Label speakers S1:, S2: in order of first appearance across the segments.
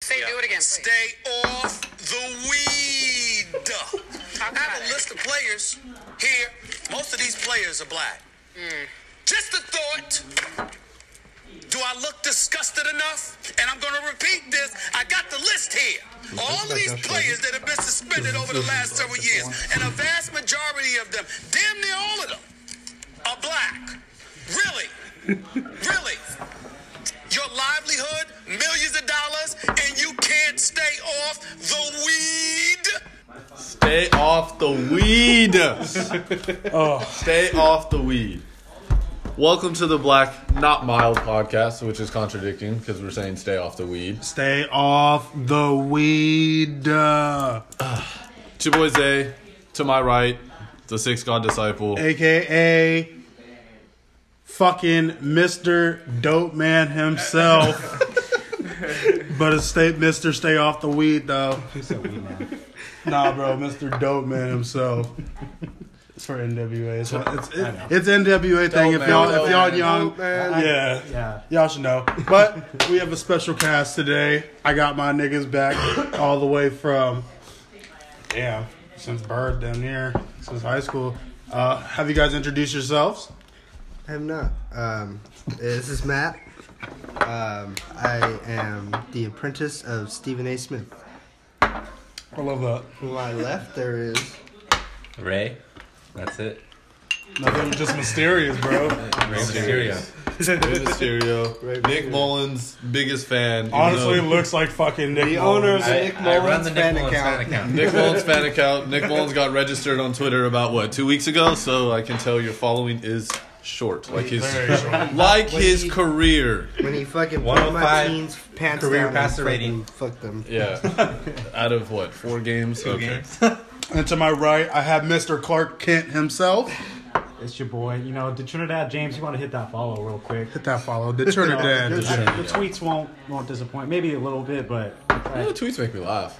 S1: Please do it again, please.
S2: Stay off the weed. I have
S1: about
S2: a
S1: it.
S2: list of players here. Most of these players are black.
S1: Mm.
S2: Just a thought. Do I look disgusted enough? And I'm going to repeat this. I got the list here. All of these players that have been suspended over the last several years, and a vast majority of them, damn near all of them, are black. Really? Really? Your livelihood, millions of dollars, and you can't stay off the weed?
S3: Stay off the weed. Oh. Stay off the weed. Welcome to the Black Not Mild podcast, which is contradicting because we're saying stay off the weed.
S4: Stay off the weed. Uh,
S3: It's your boy Zay. To my right, the Six God Disciple.
S4: AKA fucking Mr. Dope Man himself. but it's stay, Mr. Stay off the weed though. Nah, bro, Mr. Dope Man himself. It's for NWA. It's, it's, it's NWA thing. if y'all, if y'all young, yeah,
S5: Yeah.
S4: y'all should know. But we have a special cast today. I got my niggas back all the way from yeah, since birth down here, since high school. Uh, have you guys introduced yourselves?
S5: I am not. Um, this is Matt. Um, I am the apprentice of Stephen A. Smith.
S4: I love that.
S5: To my left, there is.
S6: Ray. That's it.
S4: Nothing just mysterious, bro.
S6: Ray Mysterio.
S3: Ray Mysterio.
S5: Ray
S3: Nick
S5: Mysterio.
S3: Mullins, biggest fan. even
S4: Honestly,
S3: though-
S4: looks like fucking Nick.
S5: The owner of
S4: Mullins.
S5: the
S6: I,
S5: Nick
S6: I run
S5: Mullins
S6: the
S5: fan
S6: Nick Mullins fan
S5: account.
S6: account.
S3: Nick Mullins fan account. Nick Mullins got registered on Twitter about what two weeks ago, so I can tell your following is short, like his like his career.
S5: When he fucking put my
S6: 105
S5: teens pants
S6: career
S5: down
S6: passer
S5: and
S6: rating.
S5: fucking fuck them.
S3: Yeah, out of what four games? okay.
S6: games.
S4: and to my right, I have Mr. Clark Kent himself.
S7: It's your boy. You know, the Trinidad James. You want to hit that follow real quick.
S4: Hit that follow. The Trinidad.
S7: I- the tweets won't won't disappoint. Maybe a little bit, but
S3: You know, tweets make me laugh.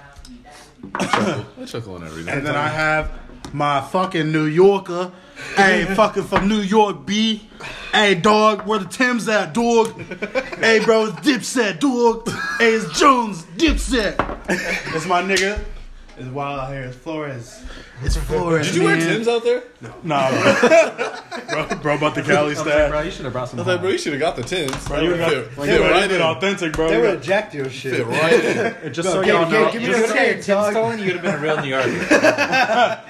S3: I chuckle, I chuckle on every
S4: and
S3: day.
S4: then I have my fucking New Yorker. hey, fucking from New York, B. Hey, dog, where the Thames at, dog? hey, bro, it's Dipset, dog. Hey, it's Jones, Dipset. It's my nigga.
S5: It's wild hair. It's Flores.
S4: It's Flores.
S3: Did you wear Tim's out there?
S4: Nah, bro. bro. Bro, about the Cali
S7: bro,
S4: stat.
S7: you should have brought some.
S3: I thought, bro, you should have got the Tim's.
S4: You
S3: Fit-
S4: got-
S3: fit
S4: you got
S3: right
S4: it
S3: in.
S4: authentic, bro.
S5: They
S4: You
S5: would
S4: got-
S5: have jacked your
S3: Fit
S5: shit.
S3: right in.
S7: Just so
S5: give-
S7: y'all know,
S5: give me
S7: just,
S5: that
S7: so-
S5: chair,
S6: Tim's calling you would have been a real New Yorker.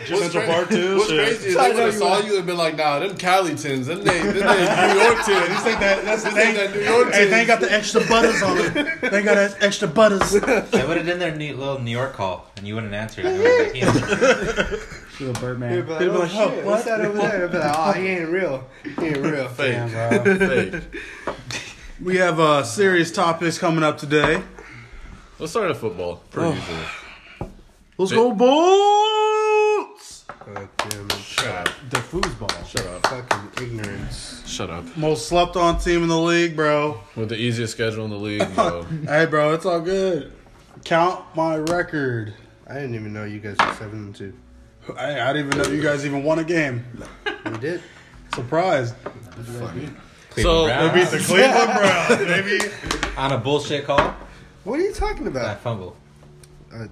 S4: Central Park too.
S3: What's
S4: shit.
S3: crazy is they would
S5: know
S3: have
S5: you
S3: saw you and been like, nah, them Cali Tim's, them they, them they New York Tim's. This ain't that, that's this ain't that New York
S4: Hey, they
S3: Tim's.
S4: ain't got the extra butters on it. They ain't got that extra butters.
S6: I would have done their neat little New York call, and you wouldn't answer. I would've been like, "Yeah."
S7: to the
S5: They'd be
S7: Birdman.
S5: like, oh, shit, what's that over there? They'd be like, oh, he ain't real. He ain't real.
S3: Fake. Fake.
S4: We have uh, serious topics coming up today.
S3: Let's start at football. Per usual.
S4: Let's go Bolts!
S5: Fuck them.
S3: Shut up.
S7: The foosball.
S3: Shut up.
S5: Fucking ignorance.
S3: Shut up.
S4: Most slept on team in the league, bro.
S3: With the easiest schedule in the league, bro.
S4: Hey, bro, it's all good. Count my record.
S5: I didn't even know you guys were 7 and 2.
S4: Hey, I didn't even know you guys even won a game.
S5: We did.
S4: Surprised.
S3: So,
S6: Cleveland
S4: Beat the
S6: Browns
S4: Cleveland Browns, baby.
S6: on a bullshit call.
S5: What are you talking
S6: That
S5: about?
S6: fumble.
S5: Uh,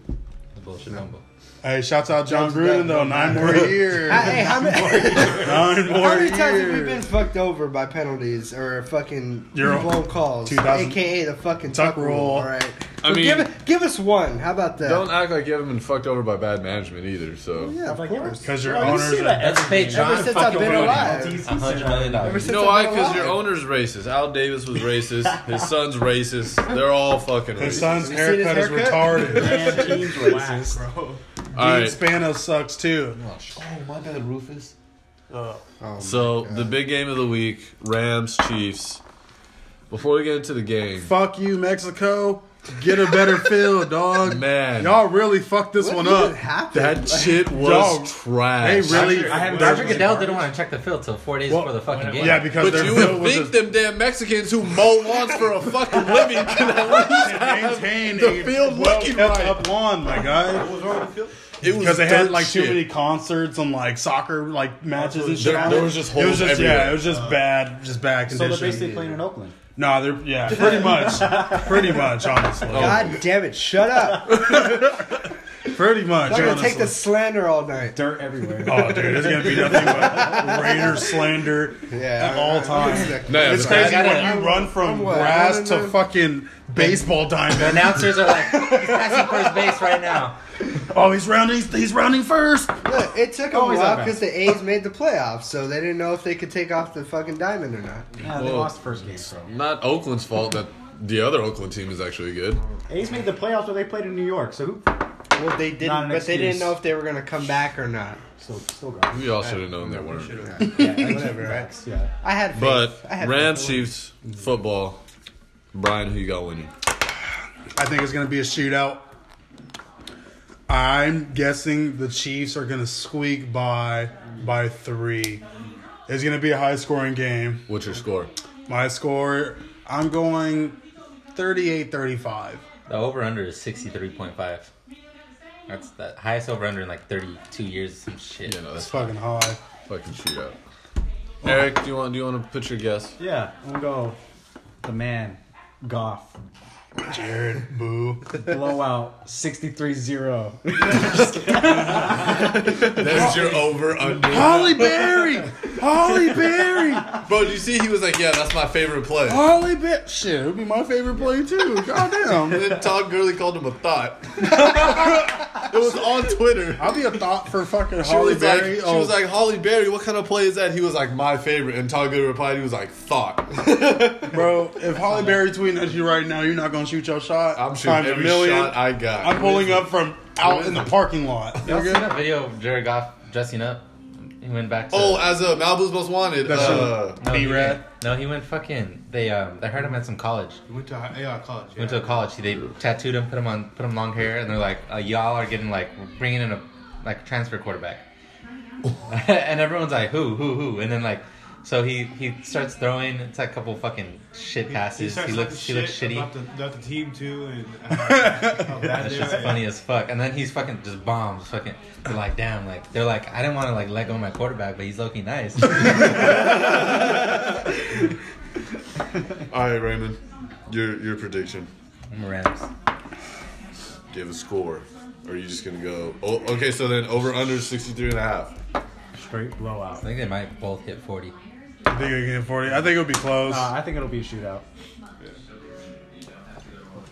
S6: The bullshit fumble.
S4: Hey, shouts out John Gruden, though. Nine more years.
S5: hey, how many?
S4: Nine more
S5: How many times have we
S4: years.
S5: been fucked over by penalties or fucking
S4: You're-
S5: blown calls,
S4: 2000
S5: aka the fucking
S4: Tuck
S5: tuck, rule?
S4: rule.
S5: All right,
S3: I
S5: But
S3: mean-
S5: give, give us one. How about that?
S3: don't act like you haven't been fucked over by bad management either, so.
S5: yeah, of
S7: Like,
S5: course.
S4: Because your
S7: Bro, you
S4: owners
S7: see
S4: are.
S7: that
S6: Let's pay John
S5: Ever since I've
S7: fucking
S5: been
S7: Gruden.
S5: alive.
S7: He's- he's
S6: a hundred
S7: said-
S6: million dollars.
S3: You know why? Because your owner's racist. Al Davis was racist. His son's racist. They're all fucking
S4: His
S3: racist.
S4: son's
S5: You seen his
S4: haircut is
S5: haircut?
S4: retarded.
S7: Man, teams were whack, bro.
S3: All
S4: Dean
S3: right.
S4: Spanos sucks too.
S6: Oh, my bad, Rufus.
S5: Oh,
S3: So the big game of the week: Rams Chiefs. Before we get into the game,
S4: Fuck you, Mexico. Get a better field, dog.
S3: man,
S4: Y'all really fucked this
S5: what
S4: one
S5: even
S4: up.
S5: happened?
S3: that shit was
S4: Y'all- They
S3: trash.
S4: really.
S7: I haven't-
S6: Roger Goodell didn't want to check the field till four days
S4: Well,
S6: before the fucking game.
S4: Yeah, because
S3: but
S4: their
S3: you
S4: field
S3: would
S4: was
S3: think
S4: just
S3: them damn Mexicans who mow lawns for a fucking living can at least have
S4: maintain
S3: the
S4: a
S3: field
S4: well
S3: looking
S4: kept
S3: right.
S4: up lawn, my guy.
S3: It was
S4: Because they had
S3: dirt
S4: like too
S3: shit.
S4: many concerts and like soccer like matches and shit.
S3: There-
S4: on
S3: there
S4: it.
S3: was just
S4: It
S3: holes
S4: was just
S3: everywhere.
S4: yeah, it was just bad, just bad
S7: So
S4: conditions.
S7: they're basically playing in Oakland.
S4: No, they're yeah, pretty much, pretty much, honestly,
S5: God damn it! Shut up.
S4: pretty much.
S5: I'm
S4: honestly.
S5: gonna take the slander all night.
S7: Dirt everywhere.
S4: Oh, dude, it's gonna be nothing but Raider slander
S5: Yeah,
S4: at all times.
S5: Exactly.
S3: No, yeah,
S4: It's
S3: the-
S4: crazy
S6: I got
S4: when
S6: it.
S4: you run
S5: I'm
S4: from
S5: what?
S4: grass
S5: No, no,
S4: to
S5: no.
S4: fucking baseball diamond.
S6: Announcers are like, he's passing first base right now.
S4: Oh, he's rounding. He's rounding first.
S5: Look, it took 'em
S7: Always
S5: a while
S7: that bad.
S5: because the A's made the playoffs, so they didn't know if they could take off the fucking diamond or not.
S7: Yeah, they
S3: Well,
S7: lost the first game. So.
S3: Not Oakland's fault that the other Oakland team is actually good.
S7: A's made the playoffs, but they played in New York, so who?
S5: Well, they didn't,
S7: Not an
S5: but they didn't
S7: excuse.
S5: know if they were gonna come back or not.
S7: Still, still gone.
S3: We all should have known they weren't.
S7: Yeah,
S5: Whatever, right?
S7: that's- yeah.
S5: I had faith.
S3: But
S5: I had
S3: Rams
S5: faith.
S3: Chiefs football. Brian, who you got winning?
S4: I think it's gonna be a shootout. I'm guessing the Chiefs are gonna squeak by by three. It's gonna be a high scoring game.
S3: What's your score?
S4: My score, I'm going 38-35.
S6: The over under is 63.5. That's the highest over under in like 32 years, some shit.
S3: You know, that's
S4: It's fucking high.
S3: fucking shootout. Eric, do you want do you want to put your guess?
S7: Yeah, I'm gonna go. The man, Goff,
S4: Jared, boo.
S7: blowout, 63-0.
S3: There's your over under.
S4: Holly Berry! Holly Berry!
S3: Bro, do you see he was like, yeah, that's my favorite play.
S4: Holly Berry! Shit, it would be my favorite play too. Goddamn.
S3: And then Todd Gurley called him a thought. it was on Twitter.
S4: I'll be a thought for fucking
S3: She
S4: Holly
S3: was, like,
S4: Berry.
S3: she
S4: Oh,
S3: was like, Holly Berry, what kind of play is that? He was like, my favorite. And Todd Gurley replied, he was like, thought.
S4: bro, if Holly Berry tweeting at you right now, you're not gonna shoot your shot.
S3: I'm shooting
S4: Times
S3: every shot I got.
S4: I'm pulling up from out in the parking lot.
S6: Y'all seen that video of Jared Goff dressing up? He went back to.
S3: Oh, as a Malibu's Most Wanted.
S4: That's
S3: Uh,
S6: no, he
S4: B-Rad.
S6: went- No, he went fucking. They um, they heard him at some college.
S1: We went to hi- yeah, college.
S6: Went to
S1: yeah.
S6: a college. They tattooed him, put him on, put him long hair, and they're like, uh, "Y'all are getting like bringing in a like transfer quarterback," and everyone's like, "Who, who, who?" And then like, so he he starts throwing. It's like a couple fucking shit passes. He,
S1: starts
S6: looks he
S1: talking
S6: looks
S1: shit
S6: shitty.
S1: About the, about the team too, and uh, how bad
S6: That's
S1: they
S6: just
S1: are.
S6: funny as fuck. And then he's fucking just bombs. Fucking, they're like, damn, like they're like, I didn't want to like let go of my quarterback, but he's looking nice.
S3: all right, Raymond, your your prediction.
S6: Rams.
S3: Do you have a score? Or are you just going to go, oh, okay, so then over under 63 and a half.
S7: Straight blowout.
S6: I think they might both hit forty.
S4: I think I get 40. I think it'll be close.
S7: Uh, I think it'll be a shootout.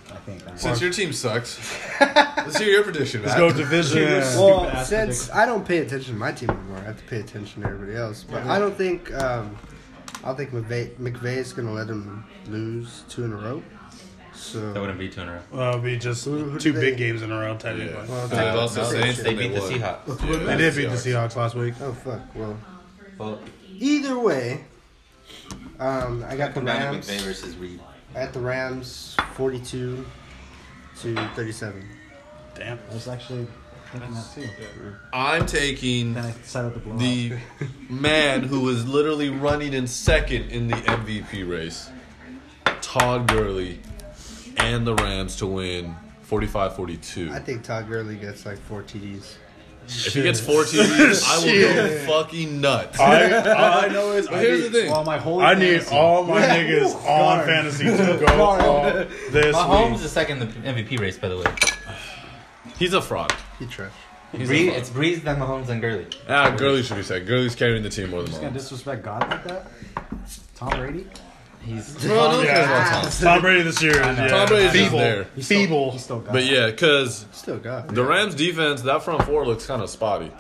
S7: I think. um, That's
S3: Since your team sucks, let's hear your prediction.
S4: Let's
S3: Matt.
S4: go division.
S7: Stupid
S5: Well,
S7: ass
S5: since I don't pay attention to my team anymore, I have to pay attention to everybody else. But I don't think um, I don't think McVay, McVay is going to let him lose two in a row.
S6: That
S5: So
S6: wouldn't be two in a row.
S4: Well, it'll be just
S5: Who- who
S4: two
S5: did
S4: big
S5: they-
S4: games in a row, technically.
S3: Yeah.
S5: Well,
S3: Uh, it also
S5: no,
S3: says
S6: Oh, They
S3: that
S6: beat the
S3: won.
S6: Seahawks.
S3: Yeah,
S4: They did beat the Seahawks last week.
S5: oh fuck. Well,
S6: Well,
S5: either way, um, I got the
S6: come down to
S5: Rams
S6: McVay versus Reed.
S5: at the Rams, forty-two to thirty-seven.
S4: Damn.
S7: I was actually thinking that too.
S3: I'm taking
S7: Then I decided to blow
S3: the man who was literally running in second in the MVP race, Todd Gurley, and the Rams to win 45 42.
S5: I think Todd Gurley gets like four TDs.
S3: If he gets 14, I will go fucking nuts.
S4: I, all I know is
S3: But
S4: I
S3: here's
S4: need,
S3: the
S7: Well,
S3: thing.
S7: my holy
S4: I need
S7: fantasy.
S4: all my niggas on fantasy to go off this
S6: Mahomes
S4: week.
S6: is second in the MVP race, by the way.
S3: He's a fraud.
S5: He trash.
S6: Breeze, it's Breeze, then Mahomes, then Gurley.
S3: Ah, Gurley should be said. Gurley's carrying the team more than
S7: Just gonna
S3: Mahomes.
S7: disrespect God like that? Tom Brady?
S6: He's
S3: Well, no,
S4: Yeah. Tom Brady this year is yeah.
S3: Tom Brady's just
S4: feeble.
S3: there.
S7: He's still-
S4: Feeble.
S7: he's still God.
S3: But yeah, because
S5: Still got.
S3: the Rams defense, that front four looks kind of spotty.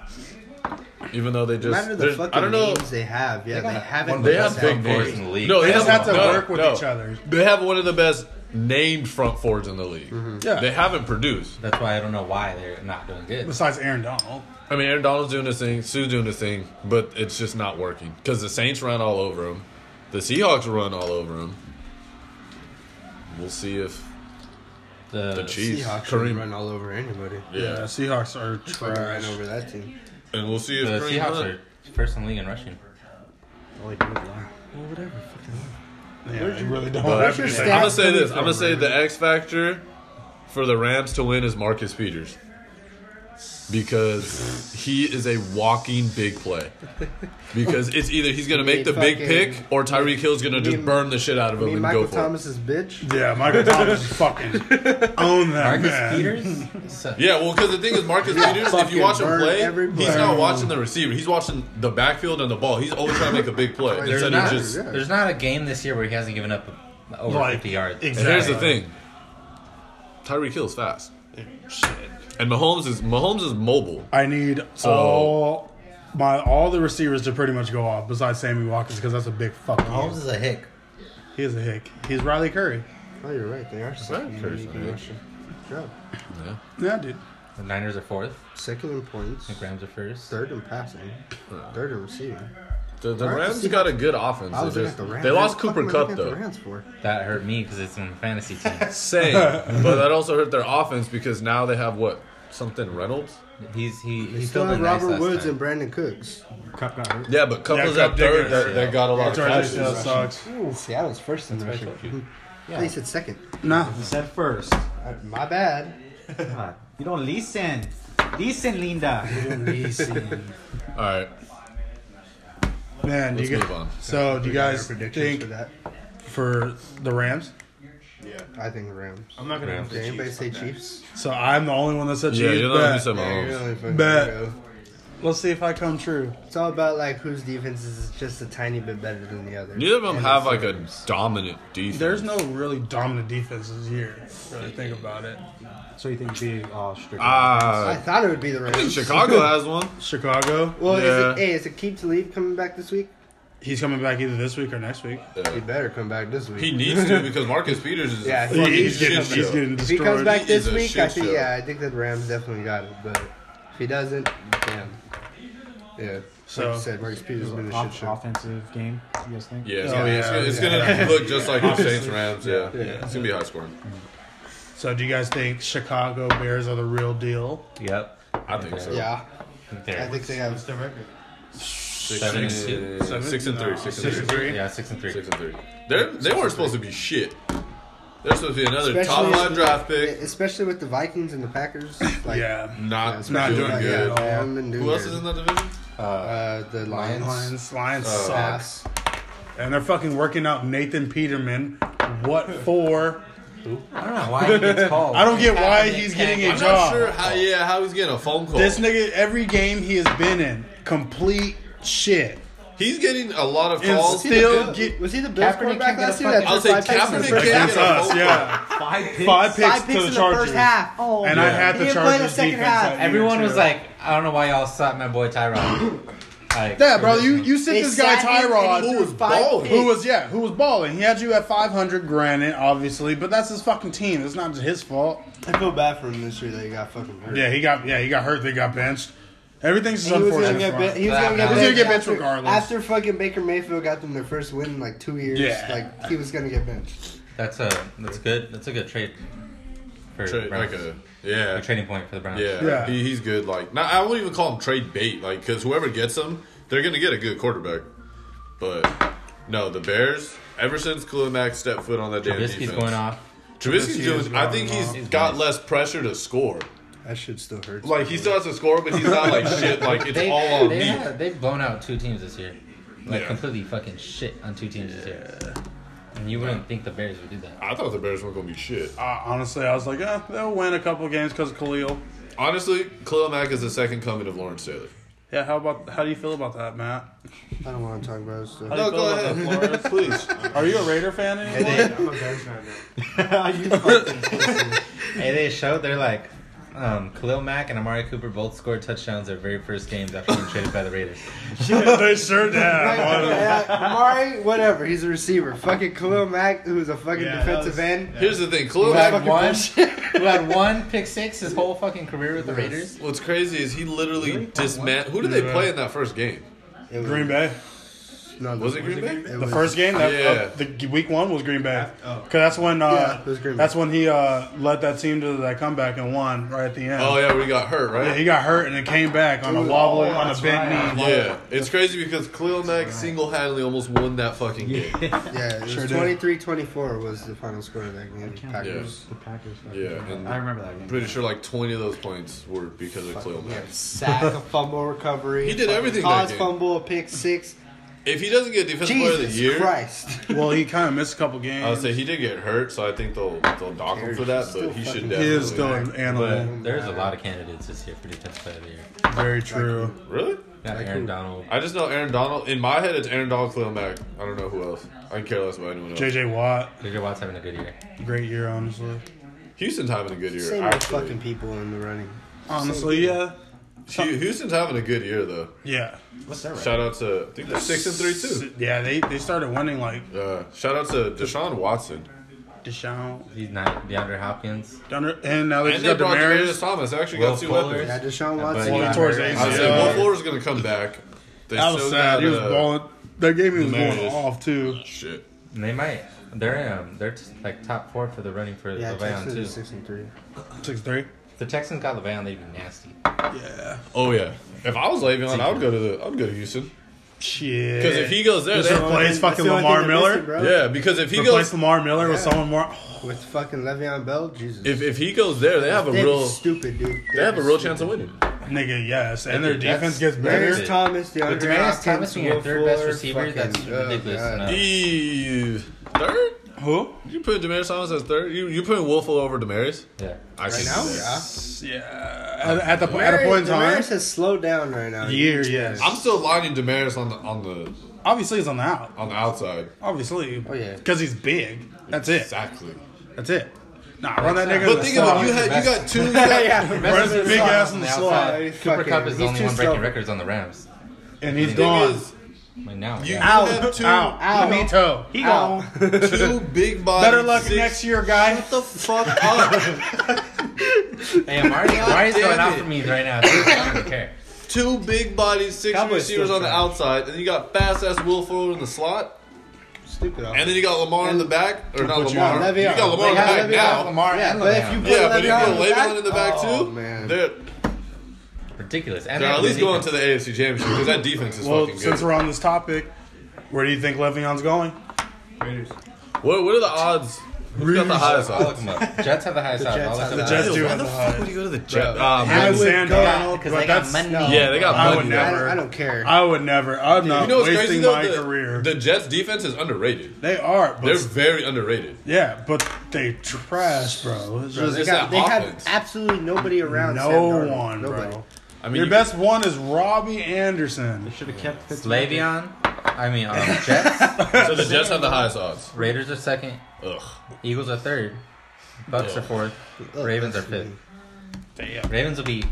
S3: Even though they just,
S5: Matter the
S3: there's-
S5: fucking
S3: I don't know.
S5: names they have. Yeah, they, haven't.
S6: one of the
S3: They have
S5: lost
S3: big
S5: out.
S6: fours
S3: names.
S6: in the league.
S3: No,
S4: They just have to
S3: no,
S4: work with
S3: no.
S4: each other.
S3: They have one of the best named front fours in the league.
S4: Yeah.
S3: They haven't produced.
S6: That's why I don't know why they're not doing good.
S4: Besides Aaron Donald.
S3: I mean, Aaron Donald's doing his thing, Sue's doing his thing, but it's just not working because the Saints run all over him, the Seahawks run all over him. We'll see if
S6: The,
S3: the Chiefs,
S5: Seahawks should
S3: Kareem,
S5: run all over anybody.
S3: yeah.
S4: Yeah, Seahawks are
S5: Fucking ran
S4: trash.
S5: over that team.
S3: and we'll see
S6: the
S3: if Kareem
S6: Seahawks
S3: Hunt-
S6: are first in the league in rushing.
S7: All he did was lie.
S4: Yeah, you really don't.
S3: But
S4: have
S5: your
S4: to
S3: I'm
S4: say-
S5: stats
S3: gonna say
S5: coming
S3: this. I'm
S5: from,
S3: gonna say the X factor for the Rams to win is Marcus Peters. because he is a walking big play. Because it's either he's gonna make the big
S5: Fucking-
S3: pick or Tyreek Hill's gonna just burn the shit out of
S5: I
S3: him
S5: mean,
S3: and
S5: Michael
S3: go for
S5: Thomas is bitch.
S4: Yeah, Michael Thomas is fucking own that
S6: Marcus
S4: Oh, man.
S6: Peters? So-
S3: it. Yeah, well, because the thing is, Marcus Peters, if
S5: fucking
S3: you watch him
S5: burn
S3: play,
S5: every
S3: he's
S5: play.
S3: not watching the receiver. He's watching the backfield and the ball. He's always trying to make a big play
S5: There's
S3: instead of
S6: not-
S3: just.
S5: yeah.
S6: There's not a game this year where he hasn't given up over
S4: Like,
S6: 50 yards.
S4: exactly.
S3: And here's the thing, Tyreek Hill's fast, and Mahomes is Mahomes is mobile.
S4: I need all my all the receivers to pretty much go off besides Sammy Watkins because that's a big fucking.
S6: Holmes is a hick.
S4: He's a hick. He's Riley Curry.
S5: Oh, you're right. They are second. in
S3: Curry's
S5: league
S3: not
S5: in
S3: big.
S5: rushing. Yeah.
S4: Yeah, dude.
S6: The Niners are fourth.
S5: Second in points,
S6: The Rams are first.
S5: third in passing,
S3: Uh,
S5: third in receiving.
S3: The, the
S5: All right,
S3: Rams
S5: see-
S3: got a good offense.
S5: I was
S3: They're
S5: looking
S3: just-
S5: at the Rams.
S3: They lost
S5: What the fuck
S3: Cooper
S5: am I
S3: Cup
S5: looking at
S3: though.
S5: The Rams for
S6: That hurt me because it's in fantasy team.
S3: Same, but that also hurt their offense because now they have what something Reynolds.
S6: He's he
S5: they still
S6: he still
S5: have
S6: been nice
S5: Robert
S6: last
S5: Woods
S6: time.
S5: and Brandon Cooks.
S7: Cup got hurt.
S3: Yeah, but couples
S4: Yeah,
S3: at third
S4: Diggers.
S3: that, that got a lot of
S4: That's
S3: passes.
S4: right. sucks.
S5: Seattle's first in rushing. Hmm. Yeah. They said second.
S4: Nah.
S7: You said first.
S5: Uh, my bad.
S7: God, you don't listen. Listen, Linda. You don't listen.
S3: All right,
S4: Man, do
S3: let's
S4: you
S3: move
S4: guys,
S3: on.
S4: so do you guys
S5: Predictions
S4: think
S5: for that?
S4: for the Rams?
S5: I think the Rams.
S1: I'm not gonna have
S5: Did
S1: the
S5: anybody
S1: Chiefs.
S5: say Chiefs?
S4: So I'm the only one that said
S3: Yeah,
S4: Chiefs.
S3: you're not gonna
S4: bet.
S3: be some
S5: Yeah, you're the
S3: Mahomes.
S5: only fucking
S4: Bet.
S5: weirdo.
S4: Let's see if I come true.
S5: It's all about like whose defense is just a tiny bit better than the other.
S3: Neither of them
S5: And
S3: have
S5: it's-
S3: like a dominant defense.
S4: There's no really dominant defenses here. Really think about it.
S7: so you think be all
S5: I
S7: strict?
S3: Ah,
S5: thought it would be the
S3: I think
S5: Rams.
S3: Chicago has one.
S4: Chicago.
S5: Well,
S3: Yeah.
S5: is it, hey, is it Keep to Leave coming back this week?
S4: He's coming back either this week or next week.
S5: He better come back this week.
S3: He needs to because Marcus Peters is
S5: Yeah,
S3: yeah,
S5: he-
S3: fucking
S4: he's, getting,
S3: shit
S4: he's
S3: show.
S4: getting
S5: If he
S4: destroyed.
S5: comes back
S3: He
S5: this
S3: is a
S5: week,
S3: shit
S5: I think
S3: show.
S5: yeah, I think that Rams definitely got it. But if he doesn't, damn, yeah.
S4: So-
S5: like you said, Marcus Peters has been a shit
S7: Off-
S5: show.
S7: offensive game, you guys think?
S3: Yeah, it's
S4: Oh,
S3: gonna,
S4: yeah,
S3: it's gonna, it's
S4: yeah.
S3: gonna look just like the Saints Rams. Yeah. yeah, it's gonna be high scoring.
S4: So do you guys think Chicago Bears are the real deal?
S6: Yep.
S3: I think so.
S5: Yeah,
S6: There.
S5: I think they have.
S1: What's their record?
S3: Six,
S6: Seven and
S3: six-
S6: two.
S3: six and three. Six and three.
S6: yeah, six and three.
S3: Six and three. They're, they weren't supposed to be shit. They're supposed to be another
S5: Especially-
S3: top five draft pick.
S5: Especially with the Vikings and the Packers, like
S4: Yeah.
S3: Not,
S5: it's not
S3: doing
S5: like,
S3: good.
S5: Yeah, they haven't been doing
S3: Who else
S5: good.
S3: is in that division?
S5: Uh, the Lions.
S4: Lions, Lions sucks.
S5: Pass.
S4: And they're fucking working out Nathan Peterman. What for?
S6: I don't know why he gets called.
S4: I don't get why he's getting
S3: I'm
S4: a
S3: not
S4: job.
S3: sure how. Yeah, how he's getting a phone call.
S4: This nigga, every game he has been in, complete shit.
S3: he's getting a lot of
S4: And
S3: calls.
S4: still
S3: Against
S4: get
S5: Was he the Bills
S6: Kaepernick
S5: quarterback
S6: can't get
S5: last
S6: a
S5: year? That
S3: I'll
S5: took
S3: say
S5: five picks in the
S3: Kaepernick
S5: first
S3: can't
S5: half?
S4: Against
S3: get a
S4: us,
S3: phone
S4: yeah.
S7: Five picks.
S4: Five picks,
S8: Five
S4: to
S8: picks
S4: the
S8: in the
S4: Chargers.
S8: first half. Oh,
S4: And I had
S8: He
S4: the
S8: didn't play the
S4: Chargers
S8: second
S4: defense
S8: half.
S4: that year,
S6: Everyone
S4: too.
S6: was like, I don't know why y'all slapped my boy Tyrod. Like,
S4: "Yeah, bro, you you sent
S8: They
S4: this guy
S8: sat him
S4: Tyrod,
S8: and he
S4: who
S8: threw
S4: was
S8: five
S4: balling, who
S8: picks.
S4: was yeah, who was balling. He had you at five hundred, granted, obviously, but that's his fucking team. It's not his fault.
S5: I feel bad for him this year that he got fucking hurt.
S4: Yeah, he got yeah, he got hurt. They got benched. Everything's just
S5: He was gonna
S4: unfortunate.
S5: get
S4: for
S5: ben-
S4: him.
S5: he was gonna
S6: He
S5: get
S6: was
S4: gonna get
S5: benched
S4: benched
S5: after-
S4: regardless.
S5: After fucking Baker Mayfield got them their first win in like two years,
S4: Yeah.
S5: like he was gonna get benched.
S6: That's a that's good that's a good trade for
S3: Tra- like
S6: Browns.
S3: a
S6: a
S3: yeah.
S6: trading point for the Browns.
S3: Yeah,
S4: Yeah.
S3: He, he's good. Like, now, I wouldn't even call him trade bait. Like, because whoever gets him, they're gonna get a good quarterback. But no, the Bears. Ever since Khalil Mack stepped foot on that damn
S6: Trubisky's
S3: defense,
S6: going off.
S3: Trubisky's
S4: Trubisky is
S3: doing. I think
S4: going
S3: he's
S4: off.
S3: got less pressure to score.
S5: That shit still hurts.
S3: Like he still has to score, but he's not like shit. Like it's
S6: They,
S3: all on
S6: they
S3: me.
S6: have, they've blown out two teams this year. Like
S3: Yeah.
S6: completely fucking shit on two teams this year. And you wouldn't think the Bears would do that.
S3: I thought the Bears weren't gonna be shit.
S4: Uh, honestly, I was like, eh, they'll win a couple games because of Khalil.
S3: Honestly, Khalil Mack is the second coming of Lawrence Taylor.
S4: Yeah, how about how do you feel about that, Matt?
S5: I don't want to talk about this stuff.
S4: No, go ahead.
S3: please.
S4: Are you a Raider fan anymore?
S1: I'm a Bears fan now.
S6: Hey, they showed they're like um, Khalil Mack and Amari Cooper both scored touchdowns their very first games after being traded by the Raiders.
S4: they sure did.
S5: Yeah, Amari, whatever. He's a receiver. Fucking Khalil Mack, who's a fucking
S1: Yeah, that
S5: defensive
S1: was-
S5: end.
S3: Here's the thing, Khalil
S6: Who
S3: Mack.
S6: had
S5: Fucking
S6: one?
S5: bullshit.
S6: Who had one pick six his whole fucking career with the Raiders?
S3: What's crazy is he literally dismantled. Who did they play in that first game?
S5: It was-
S4: Green Bay.
S5: No,
S3: Was it Green Bay?
S4: The first game, that,
S3: Yeah.
S4: uh, the g- week one was Green Bay,
S1: Oh.
S4: because that's when uh,
S5: Yeah, it was Green Bay.
S4: that's when he uh, led that team to that comeback and won right at the end.
S3: Oh yeah, we got hurt, right?
S4: Yeah, he got hurt and it came back on a wobbly, on a bent knee.
S3: Yeah, it's crazy because Cleo Mack single handedly almost won that fucking game.
S5: Yeah, it was
S4: Sure did.
S5: 23-24 was the final score of that game. Packers.
S7: The Packers.
S3: Yeah, and
S7: I remember that game.
S3: Pretty sure like 20 of those points were because of Cleo
S5: Yeah,
S3: Mack.
S5: sack, a fumble recovery.
S3: He did
S5: fucking
S3: everything that
S5: Cause
S3: game.
S5: fumble, a pick six.
S3: If he doesn't get Defensive Player of the Year,
S5: Jesus Christ.
S4: Well, he kind of missed a couple games.
S3: I would say he did get hurt, so I think they'll they'll dock him for that. But he should
S4: he
S5: He
S3: definitely.
S4: is still an animal.
S6: But there's a lot of candidates this year for defensive player of the year.
S4: Very true.
S3: really?
S6: Got Aaron Donald.
S3: I just know Aaron Donald. In my head, it's Aaron Donald, Cleo Mack. I don't know who else. I can care less about anyone else.
S4: J.J. Watt,
S6: JJ Watt's having a good year.
S4: great year, honestly.
S3: Houston's having a good year.
S5: Same with
S3: actually.
S5: fucking people in the running.
S4: Honestly, yeah,
S3: Hu- Houston's having a good year though.
S4: yeah,
S7: What's that? Right?
S3: Shout out to I think they're six and three too.
S4: yeah. They they started winning like
S3: Uh, shout out to Deshaun Watson.
S4: Deshaun,
S6: He's not DeAndre Hopkins.
S4: Dunner- and now
S3: And
S4: they
S3: they
S4: just got
S3: brought Demarius
S4: Demarius.
S3: Thomas. They actually
S6: Will
S3: got two
S6: Fuller.
S3: weapons.
S5: Yeah, Deshaun
S6: But
S5: Watson.
S6: he
S4: Well,
S6: got
S4: towards
S6: hurt.
S4: AC.
S3: I
S4: Yeah.
S3: said Will Fuller's gonna come back. They
S4: That was
S3: still
S4: sad.
S3: got,
S4: He was
S3: uh,
S4: balling. That game he was going
S3: Demarius.
S4: off too.
S3: Shit.
S6: And they might. They're um, they're t- like top four for the running for
S5: Yeah,
S6: Le'Veon
S5: Texans
S6: too.
S5: is six and three.
S4: Six three.
S6: If the Texans got Le'Veon, they'd be nasty.
S3: Oh yeah. If I was Le'Veon, I would go to the. I'd go to Houston
S4: Shit.
S3: because if he goes there,
S4: Just
S3: they
S4: replace fucking
S5: the only
S4: Lamar
S5: thing they're missing,
S4: Miller.
S5: bro.
S3: yeah. Because if he
S4: Replace
S3: goes,
S4: Lamar Miller with
S5: Yeah.
S4: someone more.
S5: With fucking Le'Veon Bell, Jesus.
S3: if if he goes there, they have a
S5: They'd be
S3: real.
S5: stupid dude.
S3: They have a real chance of winning.
S4: Nigga, yes. And their
S6: That's-
S4: defense gets
S6: that's
S4: better.
S5: There's
S6: it.
S5: Thomas, DeAndre
S6: But Demarius
S5: Hopkins,
S6: Thomas being your
S5: Will
S6: third best
S5: Fuller,
S6: receiver, that's
S5: fucking- oh,
S6: ridiculous.
S5: God.
S6: enough.
S3: Eve. Third?
S4: Uh, Who?
S3: You put Demarius Thomas as third? You you putting Wolfel over Demarius?
S6: Yeah.
S3: I
S5: Right
S3: can
S5: now,
S3: see that.
S5: yeah.
S4: Yeah. At, at the po- at a
S5: Demarius-
S4: point in time.
S5: Demarius has slowed down right now.
S4: Year, yes.
S3: I'm still lining Damaris on the on the
S4: Obviously, he's on the out.
S3: on the outside.
S4: Obviously.
S5: Oh, yeah.
S4: Because he's big. That's it.
S3: Exactly.
S4: That's it. Nah, run that nigga. in
S3: But
S4: the
S3: think of it, you
S4: slot.
S3: had you got two you got,
S4: Run his big ass in the slot.
S5: outside.
S6: Cooper
S5: Fucking-
S6: Cup is the
S5: he's
S6: only
S5: too
S6: one breaking
S5: slow.
S6: records on the Rams.
S4: And he's
S3: thing
S4: gone.
S3: is,
S6: Like now.
S3: you
S6: yeah.
S4: Ow.
S3: had two,
S4: Ow. Ow. Me toe. He
S5: Ow.
S3: two big bodies.
S4: Better luck next year, guy.
S3: What the fuck up?
S6: Hey, Amari, Amari's
S3: Damn
S6: going out
S3: it.
S6: for me right now. too. I don't even care.
S3: two big bodies, six
S5: Cowboys
S3: receivers
S5: still
S3: on the
S5: trash.
S3: outside, and you got fast ass Will Fuller in the slot,
S5: Stupid.
S3: and then you got Lamar in the back, or not
S4: put you
S3: Lamar.
S4: on
S3: You, got Lamar in the
S5: They
S3: back
S5: have Le'Veon.
S3: now.
S6: Lamar
S5: Yeah,
S6: and
S5: but if
S6: Le'Veon.
S5: you put
S3: Yeah, but if you
S5: Le'Veon
S3: get
S5: on the
S3: Le'Veon in the back
S5: Oh,
S3: too,
S5: man.
S3: they're
S6: Ridiculous. And
S3: they're
S6: they
S3: at
S6: have
S3: least
S6: the
S3: going
S6: defense.
S3: to the AFC Championship because that defense is
S4: Well,
S3: fucking
S4: since
S3: good.
S4: we're on this topic, where do you think Le'Veon's going?
S1: Raiders.
S3: What, what are the odds? Who's got the highest
S6: I'll look
S3: odds?
S6: him up. Jets have the highest
S5: The
S6: odds.
S5: Jets
S6: I'll look
S5: have
S6: him
S5: the
S6: up.
S4: Jets
S3: Ew,
S4: do
S3: why
S4: have
S3: the
S4: the
S3: fuck
S4: highest.
S3: would you go to the Jets?
S5: Bro.
S3: Ah,
S4: I
S3: man.
S4: understand
S5: go.
S4: that,
S6: Because
S4: but
S6: they got
S4: that's
S6: money.
S3: yeah, they got
S4: I
S3: money.
S4: would
S5: I,
S4: never.
S5: I don't care.
S4: I would never. I'm not
S3: You know what's
S4: wasting
S3: crazy though?
S4: my
S3: the,
S4: career.
S3: the Jets defense is underrated.
S4: they are, but
S3: They're very underrated.
S4: yeah, but they trash, bro. It's
S5: they
S4: just
S3: It's
S5: got,
S3: that
S5: they have
S3: offense.
S5: absolutely nobody around. Sam
S4: no
S5: Darnold.
S4: one,
S5: Nobody.
S4: bro.
S3: I mean,
S4: Your
S3: you-
S4: best one is Robbie Anderson.
S7: Should have kept Fitzpatrick.
S6: Le'Veon. I mean, um, Jets.
S3: so the Jets have the highest odds.
S6: Raiders are second.
S3: Ugh.
S6: Eagles are third. Bucks are fourth.
S5: Ugh,
S6: Ravens are
S5: that's
S6: fifth.
S5: me.
S6: Ravens will be.